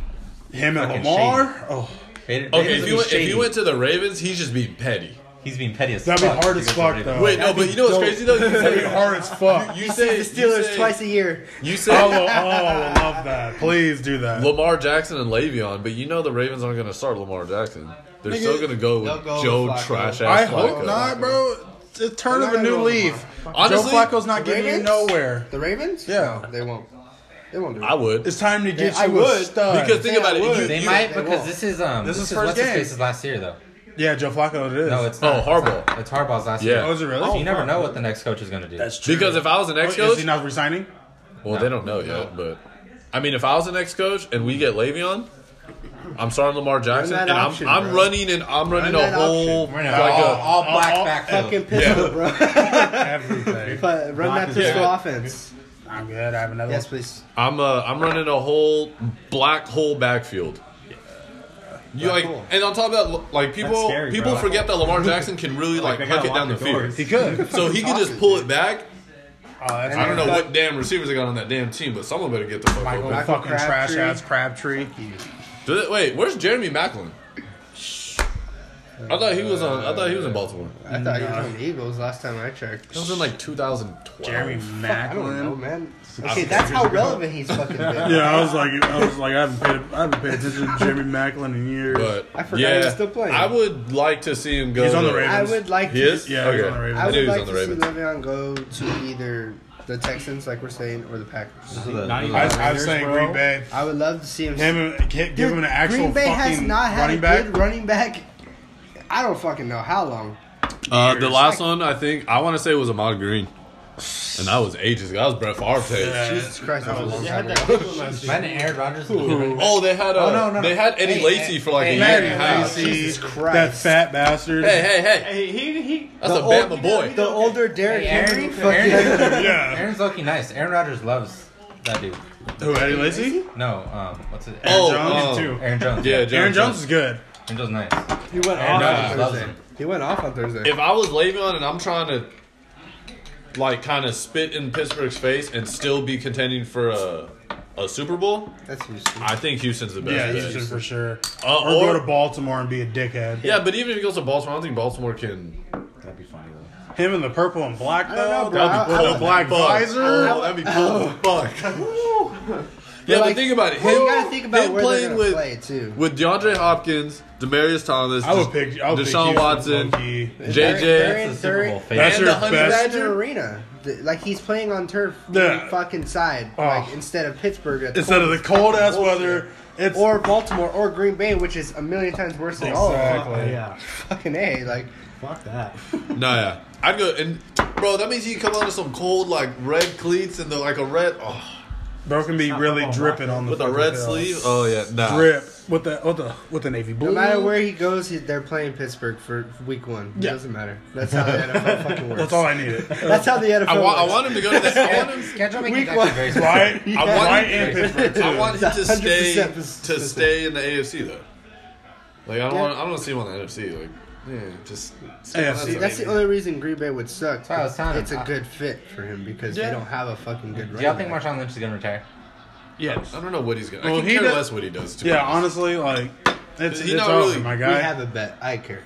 S4: Him and
S6: Fucking
S4: Lamar. Oh,
S6: Raiders,
S3: Okay,
S6: Ravens
S3: if
S6: will
S3: you
S6: be
S3: went, if
S6: shady.
S3: you went to the Ravens, he's just being petty.
S6: he's being petty as
S4: That'd be
S6: fuck
S4: hard as
S6: because
S4: fuck,
S6: of
S4: though.
S6: Ravens.
S3: Wait, no, but you know what's crazy though? You
S4: that'd be
S3: say,
S4: hard as fuck.
S3: you say
S5: The Steelers
S3: you say,
S5: twice a year.
S3: You say
S4: I would, oh, I would love that. Please do that.
S3: Lamar Jackson and Le'Veon, but you know the Ravens aren't going to start Lamar Jackson. They're still going to go
S5: they'll
S3: with
S5: go
S3: Joe
S5: Flacco.
S3: Trash
S4: I
S3: Ass
S4: hope
S3: Flacco.
S4: not, bro. It's a turn
S5: They're
S4: of
S5: not
S4: a
S5: gonna
S4: new
S5: go
S4: leaf.
S3: Honestly,
S4: Joe Flacco's not
S5: the
S4: getting you
S5: Ravens?
S4: nowhere.
S5: The Ravens?
S4: Yeah.
S5: No, they won't. They won't do it.
S3: I would.
S4: It's time to get
S5: I
S4: you a
S5: would,
S4: stud.
S3: Because think
S5: Yeah,
S3: about
S5: I
S3: it.
S5: would.
S3: You,
S6: They
S3: you,
S6: might
S5: they
S6: because
S5: won't.
S6: this is um
S4: This
S6: this
S4: is
S6: is
S4: first
S6: what's his
S4: game.
S6: face's last year though.
S4: yeah, Joe Flacco it is.
S6: No, it's
S3: Oh,
S6: not.
S3: Harbaugh.
S6: It's, not. It's Harbaugh's last
S3: Yeah.
S6: year.
S4: Oh, is it really?
S6: you never know what the next coach is going to do.
S4: That's true.
S3: because if I was an
S4: Wait,
S3: ex
S4: is
S3: coach,
S4: he not resigning?
S3: well, they don't know yet, but I mean, if I was an ex coach and we get Le'Veon, I'm starting Lamar Jackson,
S5: that
S3: and I'm,
S5: option,
S3: I'm
S5: bro.
S3: running and I'm running
S5: that
S3: a whole
S6: We're
S3: like
S6: not- all,
S3: a,
S6: all black
S4: all-
S6: backfield.
S5: fucking pistol, bro.
S4: Everything.
S5: but run that pistol
S3: Yeah.
S5: offense.
S4: I'm good. I have another.
S5: Yes,
S4: one.
S5: please.
S3: I'm uh, I'm running a whole black hole backfield. You like,
S5: hole.
S3: and on top of that, like people
S7: That's scary,
S3: people
S7: bro.
S3: forget that Lamar Jackson can really like
S7: they
S3: huck
S7: gotta
S3: it down the
S7: lock the
S3: field.
S7: doors.
S4: He could.
S3: So he can just pull it back.
S4: Oh, that's
S3: I don't know what damn receivers they got on that damn team, but someone better get the fuck
S4: Michael
S3: open.
S4: fucking trash
S5: Crabtree.
S4: ass Crabtree.
S3: Do they- wait, where's Jeremy Macklin? I thought he was on. I thought he was in Baltimore.
S5: I thought he was on the Eagles last time I checked.
S3: That was in like 2012.
S4: Jeremy
S5: I don't know,
S4: Macklin.
S5: man. Okay, that's how relevant he's fucking been.
S4: Yeah, I was like, I was like, I haven't paid, I haven't paid attention to Jeremy Macklin in years.
S3: But
S5: I forgot he
S3: yeah,
S5: was still playing.
S3: I would like to see him go.
S4: He's on the
S3: to-
S4: Ravens.
S5: I would like
S3: He
S5: to.
S3: is.
S4: Yeah,
S3: okay.
S4: he's on the Ravens.
S5: I
S3: I knew
S5: would
S3: he was
S5: like
S3: on the
S5: to see
S3: Ravens.
S5: Le'Veon go to either the Texans, like we're saying, or the Packers.
S1: I,
S6: The-
S1: I
S4: I'm
S1: was
S4: saying
S1: saying
S4: Green
S1: Green
S4: Bay.
S5: I would love to see him.
S4: Him, and- give
S5: Dude,
S4: him an actual
S5: Green Bay
S4: fucking
S5: has not had
S4: running
S5: a
S4: back.
S5: good running back. I don't fucking know how long.
S3: Uh, the last one I think I want to say was Ahmad Green, and that was ages ago. That was Brett Favre. days.
S5: Jesus Christ, that was a long
S1: Yeah,
S5: time ago.
S6: Man, Aaron Rodgers. is different.
S3: Oh, they had uh,
S6: Oh, no, no,
S3: they
S6: no.
S3: had Eddie
S6: Hey,
S3: Lacy
S6: hey,
S3: for like a
S6: hey,
S3: year and a
S6: Eddie
S3: half.
S4: Lacy.
S5: Jesus
S4: That
S5: Christ.
S4: fat bastard.
S3: Hey, hey, hey!
S1: Hey, he he.
S3: That's a
S5: old-
S3: Bama boy.
S5: The older Derrick
S6: Hey,
S5: Henry,
S6: Aaron,
S5: fucking
S6: Aaron,
S4: Yeah.
S6: Aaron's looking nice. Aaron Rodgers loves that dude.
S4: Who, Eddie Lacy?
S6: No, um, what's it?
S3: oh, um,
S4: Jones, too.
S6: Aaron Jones.
S3: Yeah,
S4: Aaron Jones is good.
S6: Aaron Jones nice.
S5: he went
S6: Aaron
S5: off
S6: Rodgers
S5: on
S6: loves
S5: Thursday.
S6: him.
S5: He went off on Thursday.
S3: If I was Le'Veon and I'm trying to, like, kind of spit in Pittsburgh's face and still be contending for a a Super Bowl,
S5: That's Houston.
S3: I think Houston's the best.
S4: Yeah,
S3: bet.
S4: he's just for sure.
S3: Uh,
S4: Or, go
S3: or-
S4: to Baltimore and be a dickhead.
S3: yeah, but even if he goes to Baltimore, I don't think Baltimore can.
S7: That'd be funny though.
S4: Him in the purple and black, though.
S5: I don't know, bro.
S4: That'd be
S5: I-
S4: cool.
S5: I-
S4: The black
S3: Fuck.
S4: visor. Oh.
S3: Oh, that'd be cool as fuck. yeah, but
S5: like,
S3: think about it.
S5: Well,
S3: Him,
S5: you gotta think about
S3: him
S5: where they're
S3: playing
S5: gonna
S3: with
S5: play too.
S3: with DeAndre Hopkins, Demarius Thomas,
S4: I would
S3: Des-
S4: pick. I would pick
S3: Deshaun
S4: Houston,
S3: Watson,
S4: low-key.
S3: JJ.
S5: They're in
S6: That's the Super Bowl
S5: third-
S6: favorite.
S4: That's
S3: and
S4: your
S3: the hundred.
S4: best-
S5: That's an arena. The- Like he's playing on turf,
S4: Yeah.
S5: the fucking side,
S4: Oh.
S5: like instead of Pittsburgh. at
S4: Instead of the cold ass
S5: Bullshit.
S4: weather, it's
S5: or Baltimore or Green Bay, which is a million times worse than all of them.
S4: Exactly.
S7: yeah.
S5: Fucking a, like
S7: Fuck that.
S3: No, yeah, I'd go and bro. That means he can come out with some cold like red cleats and the, like a red oh,
S4: bro can be really
S7: football,
S4: dripping on the
S3: with a
S4: fucking
S3: red
S4: field.
S3: sleeve. Oh yeah, nah.
S4: drip with the with the with the navy blue.
S5: no matter where he goes, he, they're playing Pittsburgh for week one. It
S4: Yeah.
S5: doesn't matter. That's how the NFL fucking works.
S4: That's all I needed.
S5: That's how the NFL.
S3: I want, I
S5: works.
S3: want him to go to the. I want him,
S6: Schedule me
S5: Week
S6: Kentucky
S5: one.
S6: very soon.
S4: right.
S3: I
S4: I
S3: want
S4: want
S3: him-
S4: and Pittsburgh too.
S3: I want him to
S5: 100%
S3: stay to
S5: this- this
S3: stay in the AFC though. Like I don't
S5: Yeah.
S3: want. I don't see him on the NFC. Like yeah, just
S4: AFC.
S5: That's the only reason Green Bay would suck.
S6: why I was telling
S5: it's
S6: him.
S5: a good fit for him because
S3: Yeah.
S5: they don't have a fucking good.
S6: Do y'all think
S5: running back.
S6: Marshawn Lynch is gonna retire?
S4: Yes.
S3: I don't know what he's gonna.
S4: Well,
S3: I can
S4: he
S3: care
S4: does-
S3: less what he does. To be
S4: Yeah,
S3: honest.
S4: honestly, like it's,
S3: He
S4: it's
S3: not
S4: over,
S3: really-
S4: my
S5: We
S4: guy.
S5: have a bet. I care.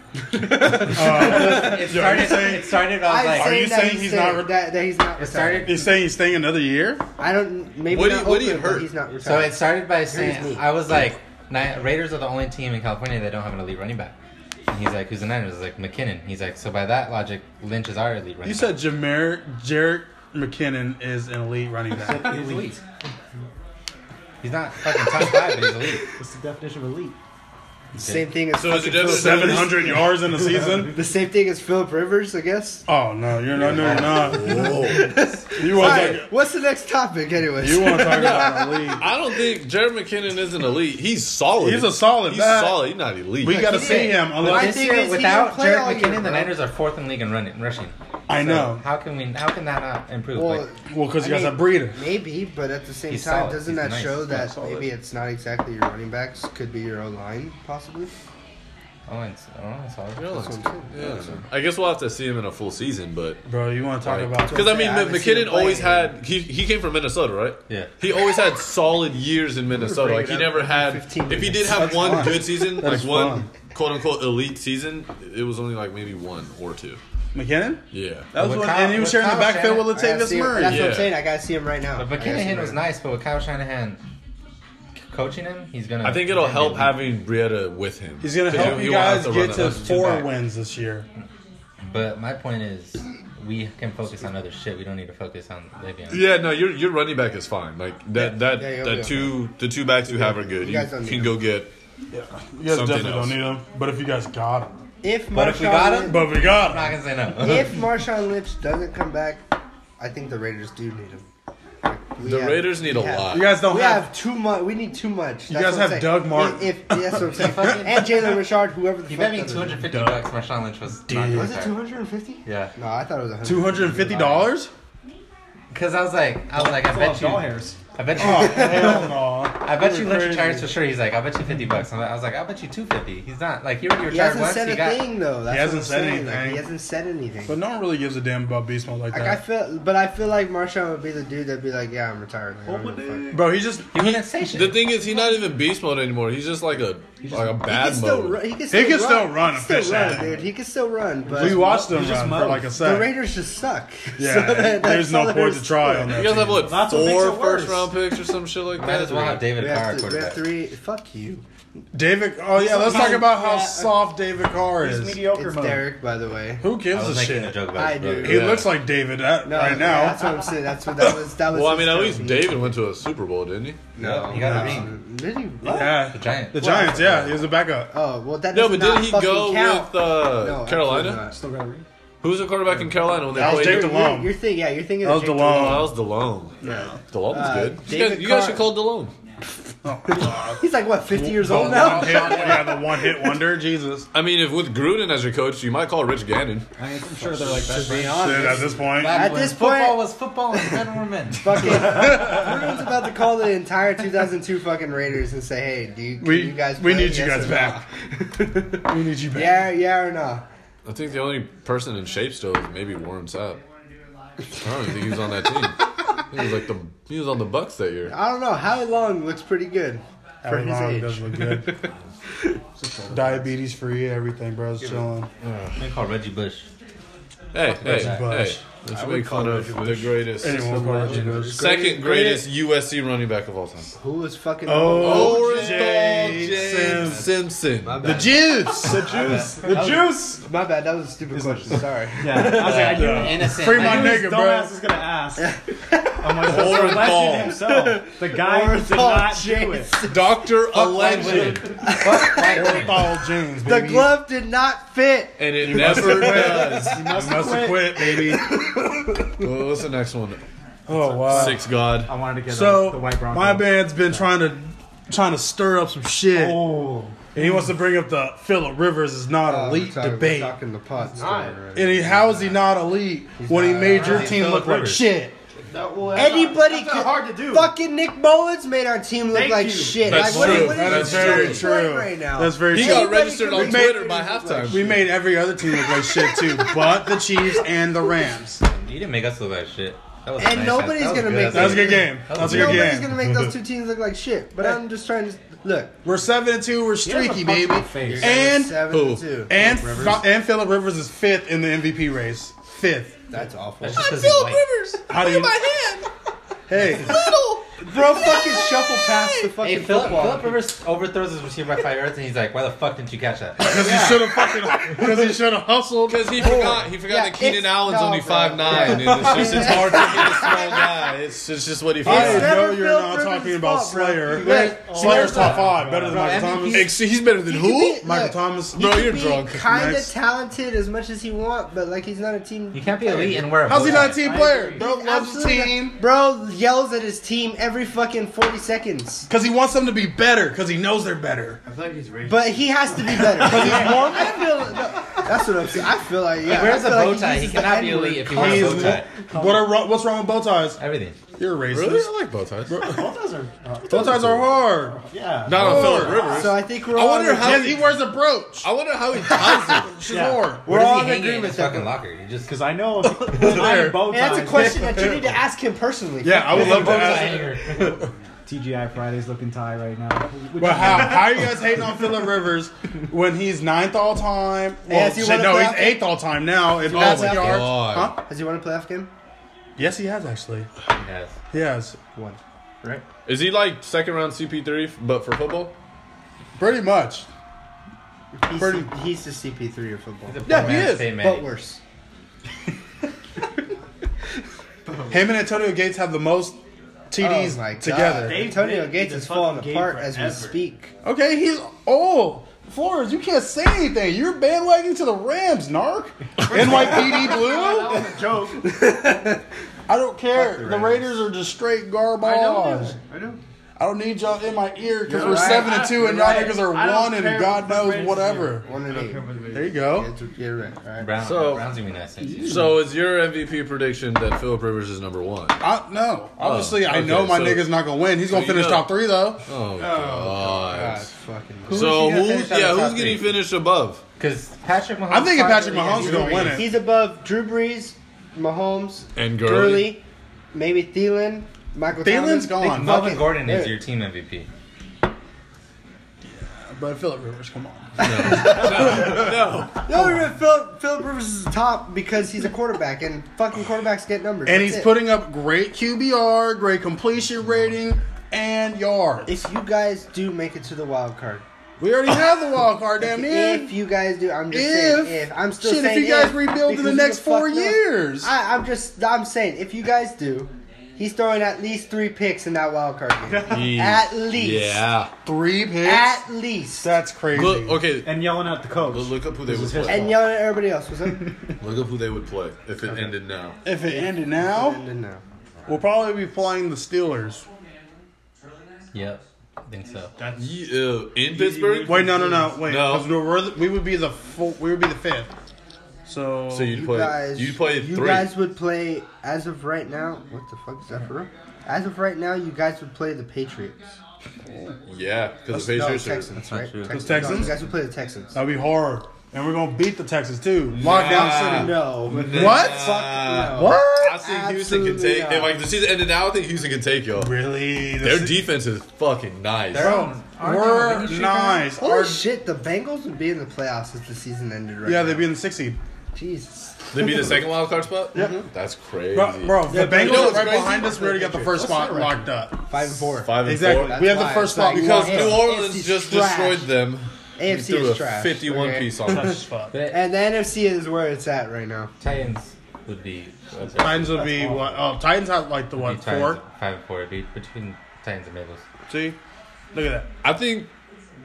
S6: It started.
S4: saying-
S6: it started off
S5: I'm
S6: like.
S4: Are
S5: saying
S4: you
S5: that
S4: saying he's not
S5: saying
S4: re-
S5: that, that he's not
S6: It started-
S5: retired?
S4: He's saying he's staying another year.
S5: I don't. Maybe
S3: What do
S5: not
S3: you- what do you
S5: open, but
S3: hurt?
S5: He's not
S6: So
S5: retired.
S6: it started by saying
S5: Here's me.
S6: I was like, Ni- Raiders are the only team in California that don't have an elite running back. And he's like, who's the Niners? I was like McKinnon. He's like, so by that logic, Lynch is our elite running.
S4: You
S6: back.
S4: said Jamer Jarek McKinnon is an elite running back.
S6: He's elite. He's not fucking top five, but he's elite.
S7: What's the definition of elite?
S5: same thing as
S3: So is it
S5: fucking
S3: definitely-
S5: Phillip-
S4: Seven hundred yards in a season.
S5: the same thing as Philip Rivers, I guess.
S4: Oh no, you're not. No, you're not.
S3: Whoa.
S4: You want
S5: All
S4: to
S5: right, what's the next topic, anyways?
S4: you want to talk about elite?
S3: I don't think Jared McKinnon is an elite. He's solid.
S4: He's a solid
S3: He's
S4: back.
S3: solid. He's not elite.
S4: We got to
S6: He
S4: see
S6: did.
S4: him.
S6: But
S5: I
S4: Unless,
S6: this
S5: think
S6: year,
S5: it's- he
S6: without
S5: didn't play all
S6: Jared
S5: year,
S6: McKinnon, the
S5: bro.
S6: Niners are fourth in the league in running, rushing.
S4: I
S6: So
S4: know.
S6: How can we? How can that not improve?
S5: Well,
S6: like,
S4: Well, because you
S5: I
S4: guys
S5: mean,
S4: have Breida.
S5: Maybe, but at the same
S6: He's
S5: time,
S6: solid.
S5: doesn't
S6: He's
S5: that
S6: nice.
S5: show
S6: He's
S5: that
S6: solid.
S5: maybe it's not exactly your running backs? Could be your O line, possibly.
S6: oh, it's, oh, it's hard.
S3: Yeah,
S5: That's what I'm saying. That's what I'm-
S3: I guess we'll have to see him in a full season, but
S4: Bro, you want to talk
S3: Right.
S4: about?
S3: because I mean,
S5: I haven't seen him
S3: McKinnon
S5: play
S3: always
S5: yet.
S3: had he he came from Minnesota, right?
S6: Yeah.
S3: He always had solid years in Minnesota. Like
S5: bringing
S3: he
S5: up
S3: never had.
S5: 15
S3: If he did
S5: minutes.
S3: have
S4: That's
S3: one
S4: fine.
S3: good season,
S4: That
S3: like
S4: is
S3: one
S4: fine.
S3: quote unquote elite season, it was only like maybe one or two.
S4: McKinnon?
S3: Yeah.
S7: Oh.
S4: That was
S6: With
S4: when,
S6: Kyle-
S4: and he was
S6: with
S4: sharing the
S6: Kyle
S4: backfield
S6: Shanahan.
S4: with
S5: I gotta
S4: Latavius
S5: see him-
S4: Murray.
S5: That's what
S3: Yeah.
S5: I'm saying. I gotta see him right now.
S6: But
S5: I gotta see
S6: McKinnon
S5: him
S6: was
S5: right now.
S6: nice, but with Kyle Shanahan coaching him, he's gonna.
S3: I think it'll
S6: he's
S3: help
S6: gonna be elite.
S3: having Brietta with him.
S4: He's gonna
S3: 'Cause
S4: help
S3: he-
S4: you
S3: he won't have
S4: guys
S3: to
S4: get
S3: run
S4: to
S3: that-
S4: four
S6: back.
S4: wins this year.
S6: But my point is, we can focus on other shit. We don't need to focus on Le'Veon.
S3: Yeah, no, your your running back is fine. Like that that
S5: Yeah, he'll be
S3: that
S5: okay.
S3: two the two backs you have are good. You,
S5: You guys don't
S3: can
S5: need
S3: go get.
S4: You guys
S3: Something
S4: definitely
S3: else.
S4: don't need him. But if you guys got him,
S5: If Marshawn
S6: But if we got him-
S5: Lynch-
S4: but we
S6: I'm not
S4: got him.
S6: gonna say no.
S5: if Marshawn Lynch doesn't come back, I think the Raiders do need him. Like, we
S3: The
S5: have-
S3: Raiders need a
S5: we have-
S3: lot.
S4: You guys don't
S5: We
S4: have.
S5: have too much. We need too much.
S4: You
S5: That's
S4: guys
S5: what I'm
S4: have
S5: saying.
S4: Doug Martin.
S5: If, if- that's what I'm saying. and Jalen Richard, whoever the
S6: He
S5: fuck.
S6: bet me
S5: that is.
S6: 250 bucks. Marshawn Lynch was. not
S4: Dude.
S6: gonna
S5: Was it
S6: retire.
S5: 250?
S6: Yeah.
S5: No, I thought it was 100.
S4: Two hundred and fifty dollars?
S6: Because I was like, I was like, I bet you.
S7: doll hairs.
S6: I bet you.
S4: Oh hell no!
S6: I bet you
S4: were
S6: lunch
S4: crazy.
S6: charge for sure. He's like, I bet you fifty bucks. I'm like- I was like, I bet you two fifty. He's not like he already
S5: He
S6: retired
S5: hasn't
S6: once.
S5: said
S6: He
S5: a
S6: got
S5: thing though. That's
S4: hasn't
S5: what I'm
S4: said
S5: saying. Like,
S4: anything.
S5: he hasn't said anything.
S4: But no one really gives a damn about Beast Mode like
S5: like I
S4: that.
S5: feel, but I feel like Marshawn would be the dude that'd be like, "Yeah, I'm retired." Like, I don't give a fuck.
S4: Bro, he just
S6: he wouldn't say shit.
S3: The thing is, he's not even beast mode anymore. He's just like a like a
S5: He can
S3: bad
S5: still
S3: mode.
S5: run. He can
S4: He
S5: still
S4: can
S5: run.
S4: still run
S5: He
S4: a
S5: can
S4: fish
S5: still run,
S4: out.
S5: dude. He can still run, but
S4: we watched him
S7: he just
S4: run for
S7: mowed.
S4: like a
S5: the
S4: second.
S5: Raiders just suck.
S4: yeah,
S5: So
S4: there's
S5: that- that's all
S4: no
S5: there
S4: point
S5: is
S4: to try on
S3: You
S4: that.
S3: guys have what
S7: That's what makes
S3: four
S7: it worse.
S3: first round picks or some shit like
S6: Might as well have
S3: that.
S6: David
S5: We
S6: Carr
S5: have, to, we have
S6: quarterback.
S5: three. Fuck you.
S4: David, oh yeah, let's talk about how
S7: Yeah.
S4: soft David Carr
S7: He's
S4: is.
S7: mediocre
S5: It's
S7: mode.
S5: Derek, by the way.
S4: Who
S6: I
S4: gives a
S6: was making a
S4: shit?
S6: joke
S5: I
S6: about his
S5: do.
S6: brother.
S4: He
S3: Yeah.
S4: looks like David at,
S5: No,
S4: right
S5: yeah,
S4: now.
S5: that's what I'm saying. That's what that was. That was.
S3: Well, I
S5: his
S3: mean, at least
S5: therapy.
S3: David went to a Super Bowl, didn't he?
S5: No,
S6: He got a
S5: no.
S6: ring.
S5: Um, Did he?
S4: yeah,
S6: The Giant.
S4: the Giants. Yeah, he was a backup.
S5: Oh well, that
S3: No,
S5: does
S3: but
S5: not
S3: did he
S5: fucking
S3: go
S5: count.
S3: with uh,
S5: No, absolutely
S3: Carolina? Oh,
S5: not.
S7: Still got a ring.
S3: Who was the quarterback in Carolina when they
S4: That was
S3: played?
S4: David
S5: You're-
S4: DeLong.
S5: You're thinking, yeah, you're thinking.
S4: That
S5: of
S4: was
S5: Jake
S3: Oh,
S4: DeLong.
S3: that was DeLome.
S5: Yeah.
S3: DeLome's
S5: Uh,
S3: good. You
S5: David
S3: guys, you guys
S5: Carr-
S3: should call DeLome.
S5: He's like what, 50 years
S4: The
S5: old
S4: one
S5: now?
S4: hit, yeah, the one hit wonder. Jesus,
S3: I mean, if with Gruden as your coach, you might call Rich Gannon.
S7: I mean, I'm sure they're like best
S5: To be
S7: friends.
S4: Dude, at
S5: honest,
S4: this point,
S6: Back
S5: At
S6: when
S5: this
S6: football
S5: point-
S6: was football and men were men.
S5: fucking Bruno's about to call the entire 2002 fucking Raiders and say, "Hey, do you, can
S4: we
S5: you guys?
S4: we
S5: play?
S4: need you guys
S5: Yes or
S4: back. we need you
S5: no?"
S4: back.
S5: Yeah, yeah or no?
S3: I think the only person in shape still is maybe Warren Sapp. I don't even think he was on that team. He was like the he was on the Bucks that year.
S5: I don't know. Howie Long looks pretty good for
S4: Howie
S5: his
S4: Long
S5: age.
S4: does look good. Diabetes free, everything, bro. It's chilling.
S6: They call Reggie Bush.
S3: Hey, hey, hey!
S4: Bush.
S3: Let's make fun of the greatest,
S4: Anyone call Reggie Bush?
S3: second greatest USC running back of all time.
S5: Who was fucking?
S4: Oh,
S3: Orenthal
S4: Jay
S3: James Simpson.
S5: my
S4: The
S5: bad.
S4: juice, the juice, the juice.
S5: my bad. That was a stupid question. Sorry.
S7: Yeah, I was like, I knew
S4: Yeah.
S6: Innocent.
S4: Free
S7: I
S4: my
S7: knew this
S4: nigga, bro.
S7: dumbass is gonna ask. I'm like,
S3: Or
S7: so
S3: Paul.
S7: legend himself. The guy who did
S5: Orenthal
S7: not do it.
S3: Doctor Alleged,
S4: Paul Jones,
S5: The
S4: baby.
S5: glove did not fit.
S3: and it never does.
S4: must have quit, baby.
S3: Well, what's the next one?
S4: Oh wow.
S3: Six God.
S7: I wanted to get
S4: So
S7: the, the white Bronco.
S4: my band's been trying to trying to stir up some shit.
S7: Oh,
S4: And he wants to bring up the Philip Rivers is not
S5: Oh,
S4: elite
S5: we're talking- we're
S4: debate.
S5: Talking the pot story already.
S4: And he, how is he not elite when he made your
S6: He's
S4: team
S6: Phillip
S4: look like
S6: Rivers.
S4: shit?
S5: Anybody
S7: that's not
S5: could-
S7: hard to do.
S5: Fucking Nick Mullins made our team look
S7: Thank
S5: like
S7: you.
S5: shit.
S3: That's
S5: like,
S3: true.
S5: What, what
S3: That's
S5: is
S3: very
S5: Detroit playing Right now?
S4: That's very
S3: He
S4: true.
S3: got registered on
S5: We
S4: made-
S3: Twitter by halftime.
S4: we made every other team look like shit too, but the Chiefs and the Rams.
S6: You didn't make us look like shit. That was a
S5: And
S6: nice
S5: nobody's
S6: ass- that was
S5: gonna
S6: good
S5: make
S6: ass
S4: That was a
S6: game.
S4: good game. That was a good
S5: Nobody's
S4: game.
S5: gonna make those two teams look like shit. But I'm just trying to look.
S4: We're seven and two. We're
S7: has a
S4: streaky,
S7: punch in
S4: baby.
S7: the face.
S4: And
S5: seven
S3: who?
S5: to two.
S4: and Fi- and Philip Rivers is fifth in the MVP race. Fifth.
S5: That's awful.
S6: That's just 'cause he's white.
S4: How do you? Hey,
S5: Bro, fucking shuffle past the fucking
S6: Hey, Philip,
S5: football.
S6: Philip Rivers overthrows his receiver by five yards, and he's like, "Why the fuck didn't you catch that?"
S4: because he should have fucking because he should have hustled.
S3: Because he forgot, he forgot
S5: Yeah,
S3: that Keenan
S5: it's-
S3: Allen's
S5: no,
S3: only
S5: bro.
S3: five nine, and it's just it's hard to get a small guy. It's, it's just what he
S4: I
S5: It's
S3: forgot.
S4: know
S5: never
S4: you're
S5: Philip
S4: not
S5: Rivers'
S4: talking about
S5: fault, bro.
S4: Slayer.
S5: Wait,
S4: Slayer's
S5: Slayer's
S4: top five, better than Michael
S5: MVP.
S4: Thomas.
S3: Ex- He's better than who?
S5: He-
S4: Michael
S5: look,
S4: Thomas.
S3: Bro,
S5: he
S3: you're
S5: can be
S3: drunk.
S5: Kinda
S4: Nice.
S5: talented as much as he want, but like he's not a team.
S6: You can't be elite and wear a.
S4: How's he
S6: bow tie.
S4: not a team player? Bro loves the
S5: Absolutely not.
S4: team.
S5: Bro yells at his team every fucking forty seconds.
S4: Because he wants them to be better, because he knows they're better.
S1: I feel like he's racist.
S5: But he has to be better. I feel, no, that's what I'm saying. I feel like yeah.
S6: He wears
S5: I
S6: a
S5: feel like
S6: bow tie. He
S5: uses
S6: cannot
S5: the
S6: be
S5: N-word
S6: elite if he
S4: He
S6: wears a
S4: is
S6: bow tie.
S4: what are, wrong- what's wrong with bow ties?
S6: Everything.
S4: You're racist.
S3: Really? I like bow ties.
S7: both those are. oh,
S4: Bow ties are hard.
S7: yeah.
S3: Not on Philip Rivers.
S5: So I think we're
S3: I
S5: all.
S3: wonder
S5: in
S3: how
S4: Yes,
S3: he,
S4: he wears a brooch.
S3: I wonder how he ties it.
S4: She's
S7: Yeah.
S4: hard.
S6: Where
S5: all
S6: does
S5: in
S6: he hang it in
S5: agreement
S6: his
S5: that-
S6: fucking locker? He just.
S7: Because I know. I'm bow
S5: And that's a
S7: ties.
S5: question that you need to ask him personally.
S4: Yeah, I would love to
S6: Bow tie
S4: ask.
S6: hanger.
S7: TGI Friday's looking tie right now. Which
S4: But how, how are you guys hating on Philip Rivers when he's ninth all time? Well,
S5: Yes, he
S4: shit,
S5: won a
S4: no, he's
S5: playoff game.
S4: eighth all time now in
S5: won a
S4: passing
S5: playoff game.
S4: yards.
S3: God.
S4: Huh?
S5: Has he won a playoff game?
S4: Yes, he has actually.
S6: Yes.
S4: He has.
S5: One.
S6: Right.
S3: Is he like second round CP3, but for football?
S4: Pretty much.
S5: He's,
S4: Pretty-
S5: he's the CP3 of football,
S4: Yeah, he is.
S5: but worse.
S4: Him and Antonio Gates have the most TDs
S5: Oh my God.
S4: together.
S5: Antonio
S1: been
S5: Gates
S1: the
S5: is falling
S1: fucking
S5: apart
S1: game
S5: as we
S1: forever.
S5: speak.
S4: Okay, he's old. Flores, you can't say anything. You're bandwagoning to the Rams, narc. NYPD blue.
S7: was a joke.
S4: I don't care. The Raiders are just straight garbage. I know.
S5: I know.
S4: I don't need y'all in my ear because
S5: You're
S4: we're
S5: right.
S4: seven and two, and y'all
S9: You're right.
S4: niggas are
S9: I don't
S4: one and
S9: care
S4: God
S9: what
S4: knows
S9: race
S4: whatever.
S5: One and eight.
S4: There you go.
S5: It's- You're right. All right.
S6: Brown, uh,
S3: So-
S6: Brown's gonna be nice next year.
S3: So it's your MVP prediction that Philip Rivers is number one.
S4: I, no, obviously I
S3: okay,
S4: know my
S3: so-
S4: nigga's not gonna win. He's gonna
S3: you
S4: finish
S3: know-
S4: top three though.
S3: Oh, God.
S5: That's fucking.
S3: So
S6: Who is he gonna
S3: who's
S6: finish out of
S3: yeah?
S6: the
S3: Who's
S6: top
S3: getting
S6: three?
S3: finished above?
S6: Because Patrick Mahomes.
S4: I'm thinking Patrick
S6: probably
S4: Mahomes is gonna win it.
S5: He's above Drew Brees, Mahomes,
S3: And Gurley.
S5: Gurley, maybe Thielen, Michael.
S4: Thielen's
S5: Thomas.
S4: gone.
S5: They-
S6: Melvin
S5: fuck it.
S6: Gordon is
S5: Hey,
S6: your team MVP.
S4: But Philip Rivers, come on.
S5: The only reason Philip Philip Rivers is top because he's a quarterback and fucking quarterbacks get numbers.
S4: And
S5: That's
S4: he's
S5: it.
S4: putting up great QBR, great completion
S3: Mm-hmm.
S4: rating, and yards.
S5: If you guys do make it to the wild card,
S4: We already have the wild card, damn near.
S5: if you guys do, I'm just
S4: If-
S5: saying. If I'm still
S4: shit, if
S5: saying
S4: you guys
S5: if,
S4: rebuild in the
S5: because
S4: next
S5: who the
S4: four
S5: fuck knows?
S4: years.
S5: I, I'm just I'm saying if you guys do, he's throwing at least three picks in that wild card game. at least,
S3: Yeah.
S4: Three picks.
S5: at least,
S4: That's crazy.
S3: Look, okay.
S7: And yelling at the coach.
S3: Look look up who they would
S7: is his
S3: play.
S5: and yelling at everybody else. Was it?
S3: Look up who they would play if it ended now.
S4: If it ended now,
S5: Didn't know.
S4: we'll probably be playing the Steelers.
S6: Yep, I think so.
S3: Ye- uh, in Pittsburgh.
S4: Wait, no, no, no. Wait,
S3: No.
S4: 'cause we're, we're the- we would be the four, we would be the fifth. So,
S3: So you'd
S5: You
S3: play.
S5: guys,
S3: you'd play
S5: you
S3: three.
S5: guys would play as of right now. What the fuck is that for? real? As of right now, you guys would play the Patriots.
S3: yeah, because the
S5: No,
S3: Patriots are. Uh,
S5: Texans, right?
S6: true.
S5: Texans.
S4: The Texans?
S5: No, you guys would play the Texans.
S4: that'd be hard. And we're gonna beat the Texans too. Lockdown City.
S5: No.
S4: What?
S5: Fuck no.
S3: I
S4: What?
S3: think Houston can
S5: Absolutely
S3: take. They,
S5: not.
S3: like the season ended now. I think Houston can take y'all.
S4: Really?
S3: Their
S4: This-
S3: defense is fucking nice.
S4: Bro, we're nice.
S5: Holy
S4: Our-
S5: shit, the Bengals would be in the playoffs if the season ended right
S4: yeah,
S5: now.
S4: they'd be in the sixth seed.
S5: Jesus.
S3: They'd be the second wild card spot. Mm-hmm. That's crazy.
S4: Bro, bro if
S5: Yeah,
S4: the
S5: but you
S4: Bengals
S5: know
S4: are
S5: what's
S4: right
S3: crazy?
S4: behind us. We already got the first spot locked up.
S5: Five and four.
S3: Five and
S4: Exactly.
S3: four.
S4: we have
S5: That's
S4: the
S5: why
S4: first
S5: it's like
S4: spot
S3: Because
S5: Yeah.
S3: New Orleans
S5: AFC's
S3: just
S5: trash.
S3: destroyed them.
S5: AFC
S3: Threw
S5: is
S3: a
S5: trash.
S3: 51
S5: Okay.
S3: piece on them.
S5: And the NFC is where it's at right now.
S6: Titans would be. what's that?
S4: Titans would be what? Oh, Titans have like the
S6: Be
S4: what
S6: Titans,
S4: four?
S6: Five and four. Be between Titans and Bengals.
S4: See, look at that.
S3: I think